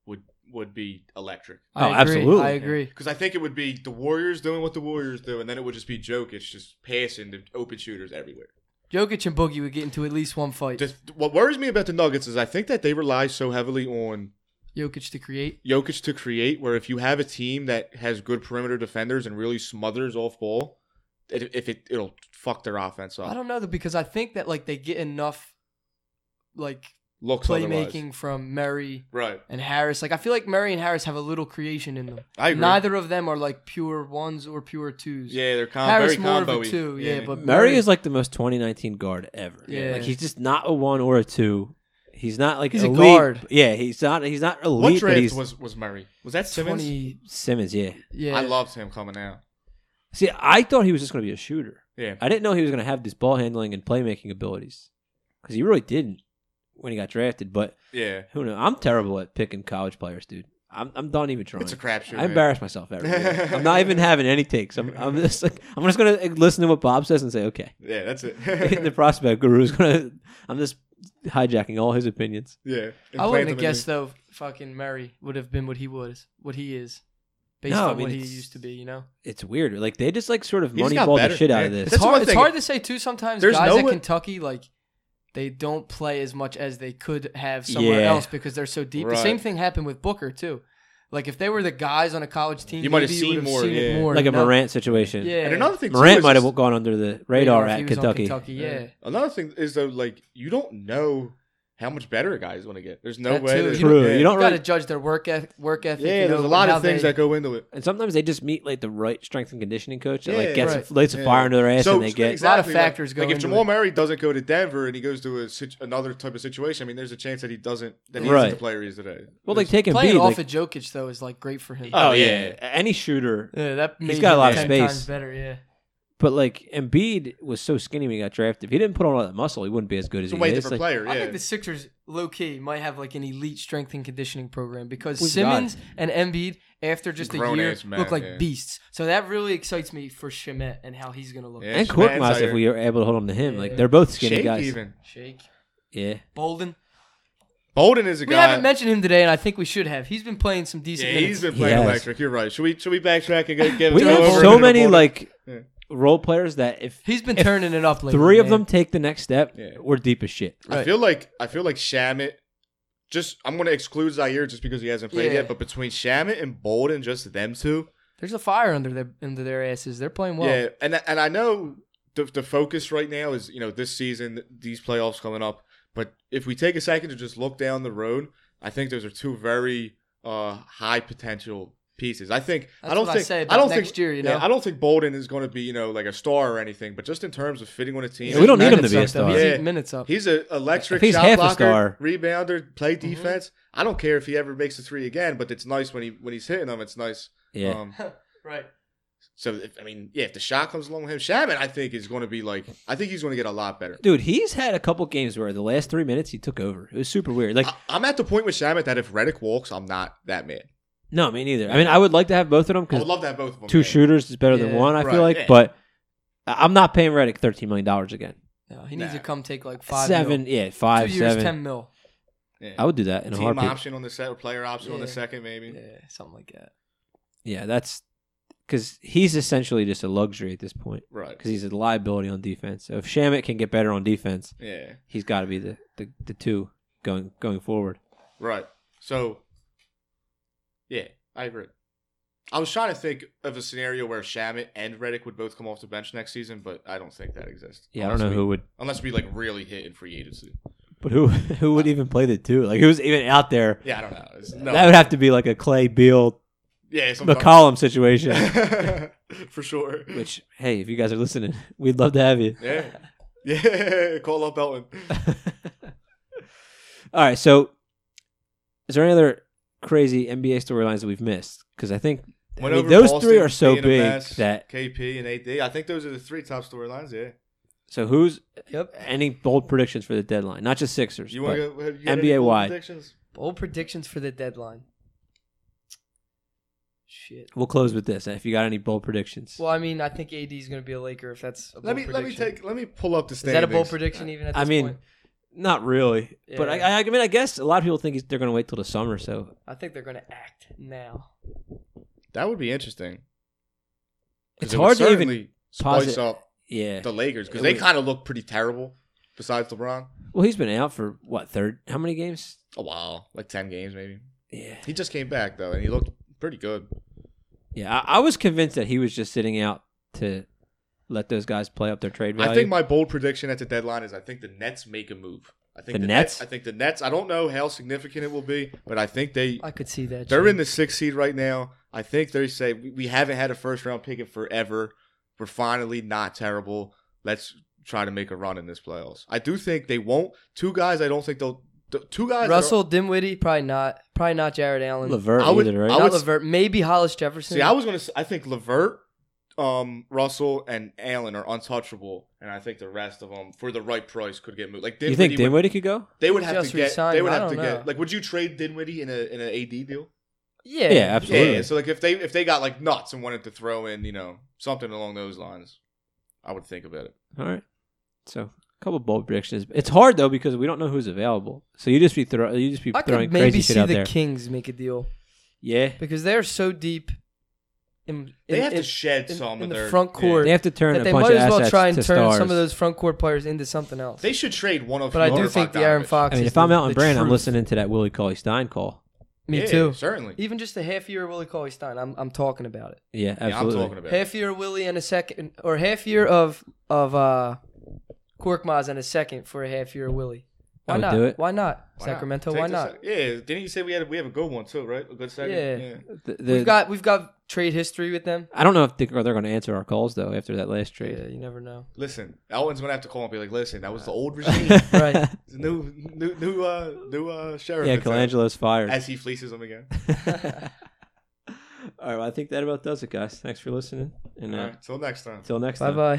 [SPEAKER 3] would would be electric.
[SPEAKER 1] Oh,
[SPEAKER 2] I agree.
[SPEAKER 1] absolutely.
[SPEAKER 2] I agree.
[SPEAKER 3] Because I think it would be the Warriors doing what the Warriors do, and then it would just be Jokic just passing to open shooters everywhere.
[SPEAKER 2] Jokic and Boogie would get into at least one fight.
[SPEAKER 3] Just- what worries me about the Nuggets is I think that they rely so heavily on
[SPEAKER 2] Jokic to create.
[SPEAKER 3] Jokic to create. Where if you have a team that has good perimeter defenders and really smothers off ball, it, if it it'll fuck their offense
[SPEAKER 2] I
[SPEAKER 3] up.
[SPEAKER 2] don't know though, because I think that like they get enough like
[SPEAKER 3] Looks
[SPEAKER 2] playmaking
[SPEAKER 3] otherwise.
[SPEAKER 2] from Murray
[SPEAKER 3] right?
[SPEAKER 2] and Harris. Like I feel like Murray and Harris have a little creation in them.
[SPEAKER 3] I agree.
[SPEAKER 2] Neither of them are like pure ones or pure twos.
[SPEAKER 3] yeah, they're com-
[SPEAKER 2] Harris
[SPEAKER 3] very
[SPEAKER 2] more of a
[SPEAKER 3] combo-y.
[SPEAKER 2] two, yeah, but
[SPEAKER 1] Murray is like the most 2019 guard ever.
[SPEAKER 2] Yeah.
[SPEAKER 1] Like he's just not a one or a two. He's not like
[SPEAKER 2] He's a
[SPEAKER 1] elite.
[SPEAKER 2] guard.
[SPEAKER 1] Yeah, he's not. He's not
[SPEAKER 3] what
[SPEAKER 1] elite. But
[SPEAKER 3] draft
[SPEAKER 1] he's
[SPEAKER 3] was was Murray? Was that Simmons?
[SPEAKER 2] twenty.
[SPEAKER 1] Simmons. Yeah.
[SPEAKER 2] Yeah,
[SPEAKER 3] I loved him coming out.
[SPEAKER 1] See, I thought he was just going to be a shooter.
[SPEAKER 3] Yeah,
[SPEAKER 1] I didn't know he was going to have this ball handling and playmaking abilities because he really didn't when he got drafted. But
[SPEAKER 3] yeah.
[SPEAKER 1] who knows? I'm terrible at picking college players, dude. I'm, I'm not even trying.
[SPEAKER 3] It's a crapshoot.
[SPEAKER 1] I
[SPEAKER 3] man.
[SPEAKER 1] embarrass myself every week. I'm not even having any takes. I'm, I'm just like I'm just gonna listen to what Bob says and say okay.
[SPEAKER 3] Yeah, that's it.
[SPEAKER 1] the prospect guru is gonna. I'm just hijacking all his opinions.
[SPEAKER 3] yeah,
[SPEAKER 2] I
[SPEAKER 3] Implant
[SPEAKER 2] wouldn't
[SPEAKER 3] them in
[SPEAKER 2] have guessed though. Fucking Murray would have been what he was, what he is, based
[SPEAKER 1] No, I
[SPEAKER 2] on
[SPEAKER 1] mean,
[SPEAKER 2] what he
[SPEAKER 1] it's-
[SPEAKER 2] used to be. You know,
[SPEAKER 1] It's weird. Like they just like sort of
[SPEAKER 3] He just got
[SPEAKER 1] moneyball the
[SPEAKER 3] better,
[SPEAKER 1] shit out of
[SPEAKER 3] man.
[SPEAKER 1] this.
[SPEAKER 3] That's
[SPEAKER 2] it's, hard,
[SPEAKER 3] one
[SPEAKER 2] it's
[SPEAKER 3] thing.
[SPEAKER 2] hard to say too. Sometimes
[SPEAKER 3] There's
[SPEAKER 2] guys
[SPEAKER 3] no
[SPEAKER 2] at
[SPEAKER 3] one-
[SPEAKER 2] Kentucky like they don't play as much as they could have somewhere
[SPEAKER 1] Yeah.
[SPEAKER 2] else because they're so deep.
[SPEAKER 3] Right.
[SPEAKER 2] The same thing happened with Booker too. Like if they were the guys on a college team,
[SPEAKER 3] You might have
[SPEAKER 2] maybe
[SPEAKER 3] seen
[SPEAKER 2] would
[SPEAKER 3] more,
[SPEAKER 2] seen it
[SPEAKER 3] yeah.
[SPEAKER 2] more.
[SPEAKER 1] like a
[SPEAKER 2] No.
[SPEAKER 1] Morant situation.
[SPEAKER 2] Yeah,
[SPEAKER 3] And another thing, too,
[SPEAKER 1] Morant
[SPEAKER 3] is-
[SPEAKER 1] might have gone under the radar
[SPEAKER 2] if he
[SPEAKER 1] at
[SPEAKER 2] was on
[SPEAKER 1] Kentucky.
[SPEAKER 2] Kentucky, yeah.
[SPEAKER 3] Another thing is though, like you don't know how much better a guy is going to get. There's no
[SPEAKER 2] That
[SPEAKER 3] way.
[SPEAKER 2] too.
[SPEAKER 3] there's-
[SPEAKER 1] True.
[SPEAKER 3] Yeah.
[SPEAKER 1] You don't
[SPEAKER 2] You gotta
[SPEAKER 1] really.
[SPEAKER 2] judge their work eth- work ethic.
[SPEAKER 3] Yeah,
[SPEAKER 2] you
[SPEAKER 3] there's a
[SPEAKER 2] know,
[SPEAKER 3] lot
[SPEAKER 2] how
[SPEAKER 3] of things
[SPEAKER 2] they-
[SPEAKER 3] that go into it.
[SPEAKER 1] And sometimes they just meet like the right strength and conditioning coach that
[SPEAKER 3] Yeah,
[SPEAKER 1] like gets
[SPEAKER 2] right.
[SPEAKER 1] lights a
[SPEAKER 3] Yeah.
[SPEAKER 1] fire under their ass
[SPEAKER 3] So
[SPEAKER 1] and they get.
[SPEAKER 2] A lot of
[SPEAKER 3] exactly,
[SPEAKER 2] factors
[SPEAKER 3] like,
[SPEAKER 2] go
[SPEAKER 3] Like if
[SPEAKER 2] into
[SPEAKER 3] Jamal
[SPEAKER 2] it.
[SPEAKER 3] Murray doesn't go to Denver and he goes to a situ- another type of situation, I mean, there's a chance that he doesn't that he
[SPEAKER 1] Right.
[SPEAKER 3] isn't the player he is today.
[SPEAKER 1] Well, like taking
[SPEAKER 2] Playing
[SPEAKER 1] Embiid,
[SPEAKER 2] off
[SPEAKER 1] like,
[SPEAKER 2] of Jokic though is like great for him.
[SPEAKER 1] oh
[SPEAKER 3] Oh,
[SPEAKER 1] yeah,
[SPEAKER 3] yeah.
[SPEAKER 1] any shooter
[SPEAKER 2] yeah, that
[SPEAKER 1] He's
[SPEAKER 2] made
[SPEAKER 1] got a
[SPEAKER 2] him
[SPEAKER 1] lot of
[SPEAKER 2] 10
[SPEAKER 1] space.
[SPEAKER 2] Times better, yeah.
[SPEAKER 1] But like Embiid was so skinny when he got drafted. If he didn't put on all that muscle, he wouldn't be as good as
[SPEAKER 3] He's a
[SPEAKER 1] he
[SPEAKER 3] way
[SPEAKER 1] is.
[SPEAKER 3] different
[SPEAKER 1] Like,
[SPEAKER 3] player.
[SPEAKER 2] I
[SPEAKER 3] Yeah,
[SPEAKER 2] think the Sixers low key might have like an elite strength and conditioning program because
[SPEAKER 1] We've got
[SPEAKER 2] Simmons and Embiid after just a
[SPEAKER 3] Grown
[SPEAKER 2] year
[SPEAKER 3] ass man,
[SPEAKER 2] look like
[SPEAKER 3] yeah.
[SPEAKER 2] beasts. So that really excites me for Shemet and how he's gonna look.
[SPEAKER 3] Yeah.
[SPEAKER 1] and
[SPEAKER 3] Schmann's
[SPEAKER 1] Korkmaz, if
[SPEAKER 3] higher.
[SPEAKER 1] we were able to hold on to him,
[SPEAKER 2] Yeah.
[SPEAKER 1] like they're both skinny
[SPEAKER 3] Shake
[SPEAKER 1] guys.
[SPEAKER 3] even.
[SPEAKER 2] Shake
[SPEAKER 1] Yeah,
[SPEAKER 2] Bolden.
[SPEAKER 3] Bolden is a
[SPEAKER 2] We
[SPEAKER 3] guy.
[SPEAKER 2] haven't mentioned him today, and I think we should have. He's been playing some decent.
[SPEAKER 3] yeah, he's
[SPEAKER 2] minutes.
[SPEAKER 3] been
[SPEAKER 1] He
[SPEAKER 3] playing
[SPEAKER 1] has.
[SPEAKER 3] electric. You're right. Should we should we backtrack and go get
[SPEAKER 1] we
[SPEAKER 3] go
[SPEAKER 1] have
[SPEAKER 3] over
[SPEAKER 1] so
[SPEAKER 3] and hit a
[SPEAKER 1] many
[SPEAKER 3] Bolden?
[SPEAKER 1] like
[SPEAKER 3] Yeah.
[SPEAKER 1] role players that if
[SPEAKER 2] he's been
[SPEAKER 1] if
[SPEAKER 2] turning it up. Lately,
[SPEAKER 1] three of
[SPEAKER 2] man.
[SPEAKER 1] them take the next step,
[SPEAKER 3] Yeah.
[SPEAKER 1] we're deep as shit.
[SPEAKER 3] I
[SPEAKER 2] Right.
[SPEAKER 3] feel like I feel like Shamit. Just I'm gonna exclude Zaire just because he hasn't played
[SPEAKER 2] Yeah.
[SPEAKER 3] yet. But between Shamit and Bolden, just them two,
[SPEAKER 2] There's a fire under their under their asses. They're playing well.
[SPEAKER 3] yeah. And and I know the the focus right now is you know this season, these playoffs coming up. But if we take a second to just look down the road, I think those are two very uh, high potential pieces. I think
[SPEAKER 2] That's
[SPEAKER 3] I don't
[SPEAKER 2] what I
[SPEAKER 3] think
[SPEAKER 2] say
[SPEAKER 3] I don't
[SPEAKER 2] about
[SPEAKER 3] think
[SPEAKER 2] next year, you
[SPEAKER 3] yeah,
[SPEAKER 2] know?
[SPEAKER 3] I don't think Bolden is going to be you know like a star or anything. But just in terms of fitting on a team,
[SPEAKER 1] Yeah, we don't need him to
[SPEAKER 2] Minutes
[SPEAKER 1] be a
[SPEAKER 2] up, though.
[SPEAKER 1] star.
[SPEAKER 2] He's
[SPEAKER 3] Yeah.
[SPEAKER 2] eating minutes up. Mm-hmm.
[SPEAKER 3] He's an electric
[SPEAKER 1] If he's
[SPEAKER 3] shot
[SPEAKER 1] half a
[SPEAKER 3] blocker,
[SPEAKER 1] star-
[SPEAKER 3] rebounder, play defense. I don't care if he ever makes a three again, but it's nice when he when he's hitting them. It's nice.
[SPEAKER 1] Yeah,
[SPEAKER 3] Um,
[SPEAKER 2] right.
[SPEAKER 3] so if, I mean, yeah, if the shot comes along with him, Shaman, I think is going to be like, I think he's going to get a lot better.
[SPEAKER 1] dude, he's had a couple games where the last three minutes he took over. It was super weird. Like,
[SPEAKER 3] I, I'm at the point with Shaman that if Reddick walks, I'm not that mad.
[SPEAKER 1] no, me neither. I mean, I would like to have both of them
[SPEAKER 3] I
[SPEAKER 1] because
[SPEAKER 3] would love to have both of them.
[SPEAKER 1] two
[SPEAKER 3] man.
[SPEAKER 1] shooters is better than
[SPEAKER 2] Yeah,
[SPEAKER 1] one. I
[SPEAKER 3] right,
[SPEAKER 1] feel like,
[SPEAKER 3] yeah.
[SPEAKER 1] but I- I'm not paying Reddick thirteen million dollars again.
[SPEAKER 2] No, he needs
[SPEAKER 3] Nah.
[SPEAKER 2] to come take like five,
[SPEAKER 1] seven,
[SPEAKER 2] mil.
[SPEAKER 1] yeah, five,
[SPEAKER 2] two years,
[SPEAKER 1] seven.
[SPEAKER 2] ten mil.
[SPEAKER 3] Yeah.
[SPEAKER 1] I would do that in a
[SPEAKER 3] team
[SPEAKER 1] heartbeat.
[SPEAKER 3] option on the set or player option on the
[SPEAKER 2] Yeah.
[SPEAKER 3] second, maybe.
[SPEAKER 2] Yeah, something like that.
[SPEAKER 1] Yeah, that's because he's essentially just a luxury at this point
[SPEAKER 3] Right.
[SPEAKER 1] because he's a liability on defense. So if Shamit can get better on defense,
[SPEAKER 3] Yeah.
[SPEAKER 1] he's got to be the, the, the two going going forward.
[SPEAKER 3] Right. So, yeah, I agree. I was trying to think of a scenario where Shamit and Reddick would both come off the bench next season, but I don't think that exists.
[SPEAKER 1] Yeah, I don't know
[SPEAKER 3] Unless
[SPEAKER 1] who
[SPEAKER 3] we-
[SPEAKER 1] would,
[SPEAKER 3] Unless we like really hit in free agency.
[SPEAKER 1] but who who would even play the two? Like who's even out there?
[SPEAKER 3] Yeah, I don't know. It's- no.
[SPEAKER 1] That would have to be like a Clay Beal
[SPEAKER 3] yeah, it's
[SPEAKER 1] McCollum situation.
[SPEAKER 3] for sure.
[SPEAKER 1] Which hey, if you guys are listening, we'd love to have you.
[SPEAKER 3] Yeah, yeah. Call up Elton.
[SPEAKER 1] All right. So, is there any other crazy NBA storylines that we've missed? Because I think I
[SPEAKER 3] Went
[SPEAKER 1] mean,
[SPEAKER 3] over
[SPEAKER 1] those
[SPEAKER 3] Boston,
[SPEAKER 1] three are so
[SPEAKER 3] being a
[SPEAKER 1] big
[SPEAKER 3] mess,
[SPEAKER 1] that.
[SPEAKER 3] KP and AD. I think those are the three top storylines. Yeah.
[SPEAKER 1] So, who's
[SPEAKER 2] Yep.
[SPEAKER 1] any bold predictions for the deadline? Not just Sixers.
[SPEAKER 3] You
[SPEAKER 1] but-
[SPEAKER 3] want to go? You got any
[SPEAKER 1] NBA
[SPEAKER 3] bold
[SPEAKER 1] wide.
[SPEAKER 3] predictions?
[SPEAKER 2] Bold predictions for the deadline. Shit.
[SPEAKER 1] We'll close with this. If you got any bold predictions,
[SPEAKER 2] Well, I mean, I think AD is going to be a Laker if that's a bold
[SPEAKER 3] Let me let me
[SPEAKER 2] prediction.
[SPEAKER 3] take let me pull up the
[SPEAKER 2] Is
[SPEAKER 3] standings.
[SPEAKER 2] that a bold prediction even at this
[SPEAKER 1] I mean,
[SPEAKER 2] point?
[SPEAKER 1] not really. But I,
[SPEAKER 2] Yeah.
[SPEAKER 1] I, I mean, I guess a lot of people think he's- they're going to wait till the summer. So
[SPEAKER 2] I think they're going to act now.
[SPEAKER 3] That would be interesting. 'Cause
[SPEAKER 1] it's
[SPEAKER 3] it would
[SPEAKER 1] hard to even.
[SPEAKER 3] certainly spice
[SPEAKER 1] posit-
[SPEAKER 3] up
[SPEAKER 1] Yeah.
[SPEAKER 3] the Lakers because
[SPEAKER 1] It
[SPEAKER 3] they
[SPEAKER 1] would-
[SPEAKER 3] kind of look pretty terrible. Besides LeBron,
[SPEAKER 1] Well, he's been out for what third? How many games?
[SPEAKER 3] a while, like ten games maybe.
[SPEAKER 1] Yeah.
[SPEAKER 3] He just came back though, and he looked pretty good.
[SPEAKER 1] Yeah, I, I was convinced that he was just sitting out to let those guys play up their trade value.
[SPEAKER 3] I think my bold prediction at the deadline is I think the Nets make a move. I think
[SPEAKER 1] The
[SPEAKER 3] Net-
[SPEAKER 1] Nets?
[SPEAKER 3] I think the Nets. I don't know how significant it will be, but I think they
[SPEAKER 2] I could see that.
[SPEAKER 3] they're in
[SPEAKER 2] Jimmy.
[SPEAKER 3] the sixth seed right now. I think they say we we haven't had a first round pick in forever. We're finally not terrible. Let's try to make a run in this playoffs. I do think they won't. Two guys. I don't think they'll. th- Two guys. that are-
[SPEAKER 2] Russell Dimwitty, probably not. Probably not Jared Allen.
[SPEAKER 1] Levert
[SPEAKER 3] I would-
[SPEAKER 1] either, right?
[SPEAKER 3] I
[SPEAKER 2] not
[SPEAKER 3] would-
[SPEAKER 2] Levert. Maybe Hollis Jefferson.
[SPEAKER 3] See, I was gonna. s- I think Levert, um, Russell, and Allen are untouchable, and I think the rest of them for the right price could get moved. Like
[SPEAKER 1] you think
[SPEAKER 3] Dinwiddie would-
[SPEAKER 1] Dinwiddie could go?
[SPEAKER 3] they would have to
[SPEAKER 2] Just
[SPEAKER 3] get.
[SPEAKER 2] resign
[SPEAKER 3] They
[SPEAKER 2] him,
[SPEAKER 3] would
[SPEAKER 2] I
[SPEAKER 3] have to
[SPEAKER 2] don't know.
[SPEAKER 3] get. Like, would you trade Dinwiddie in a in an AD deal?
[SPEAKER 2] yeah.
[SPEAKER 1] Yeah, absolutely.
[SPEAKER 3] Yeah. So like if they if they got like nuts and wanted to throw in you know something along those lines, I would think about it.
[SPEAKER 1] All right. So a couple bold predictions. It's hard though because we don't know who's available. So you just be throw, you just be
[SPEAKER 2] I
[SPEAKER 1] throwing
[SPEAKER 2] could maybe
[SPEAKER 1] crazy
[SPEAKER 2] see
[SPEAKER 1] shit out
[SPEAKER 2] the
[SPEAKER 1] there.
[SPEAKER 2] Kings make a deal
[SPEAKER 1] yeah,
[SPEAKER 2] because they're so deep. In,
[SPEAKER 3] They
[SPEAKER 2] in-
[SPEAKER 3] have
[SPEAKER 2] in-
[SPEAKER 3] to shed
[SPEAKER 2] in-
[SPEAKER 3] some
[SPEAKER 2] in
[SPEAKER 3] of
[SPEAKER 2] the
[SPEAKER 3] their
[SPEAKER 2] front court.
[SPEAKER 1] they have to turn
[SPEAKER 2] that
[SPEAKER 1] a
[SPEAKER 2] they
[SPEAKER 1] bunch
[SPEAKER 2] might
[SPEAKER 1] of
[SPEAKER 2] as well
[SPEAKER 1] assets
[SPEAKER 2] try and
[SPEAKER 1] to
[SPEAKER 2] turn
[SPEAKER 1] stars.
[SPEAKER 2] some of those front court players into something else.
[SPEAKER 3] They should trade one of.
[SPEAKER 2] but I
[SPEAKER 3] Jor
[SPEAKER 2] do
[SPEAKER 3] or
[SPEAKER 2] think the Aaron
[SPEAKER 3] Bogdanovich.
[SPEAKER 2] Fox.
[SPEAKER 1] I mean,
[SPEAKER 2] is
[SPEAKER 1] if I'm
[SPEAKER 2] the-
[SPEAKER 1] out in
[SPEAKER 2] the
[SPEAKER 1] Brand, I'm
[SPEAKER 2] truth.
[SPEAKER 1] listening to that Willie Cauley Stein call.
[SPEAKER 2] Me
[SPEAKER 3] Yeah,
[SPEAKER 2] too.
[SPEAKER 3] Certainly.
[SPEAKER 2] Even just a half year of Willie Cauley Stein, I'm I'm talking about it.
[SPEAKER 1] Yeah,
[SPEAKER 3] Yeah, I'm
[SPEAKER 1] absolutely.
[SPEAKER 3] talking about. it.
[SPEAKER 2] Half year of Willie and a second, or half year of of uh, Korkmaz and a second for a half year of Willie.
[SPEAKER 1] I
[SPEAKER 2] Why
[SPEAKER 1] would
[SPEAKER 2] not?
[SPEAKER 1] do it.
[SPEAKER 2] Why not?
[SPEAKER 3] Why not?
[SPEAKER 2] Sacramento.
[SPEAKER 3] Take
[SPEAKER 2] Why
[SPEAKER 3] the
[SPEAKER 2] not?
[SPEAKER 3] sec- Yeah. Didn't you say we had we have a good one too, right? A good second.
[SPEAKER 2] Yeah.
[SPEAKER 1] The- the-
[SPEAKER 2] We've got we've got trade history with them.
[SPEAKER 1] I don't know if they, they're going to answer our calls though after that last
[SPEAKER 2] Yeah,
[SPEAKER 1] trade.
[SPEAKER 2] you never know.
[SPEAKER 3] Listen, Elwin's gonna have to call and be like, "Listen, that was the old regime,
[SPEAKER 2] Right.
[SPEAKER 3] the new, new, new, uh, new uh, sheriff."
[SPEAKER 1] yeah,
[SPEAKER 3] in town,"
[SPEAKER 1] Colangelo's fired.
[SPEAKER 3] As he fleeces him again.
[SPEAKER 1] All right, well, I think that about does it, guys. Thanks for listening, and uh,
[SPEAKER 3] All right, till next time.
[SPEAKER 1] until next
[SPEAKER 2] Bye
[SPEAKER 1] time.
[SPEAKER 2] bye.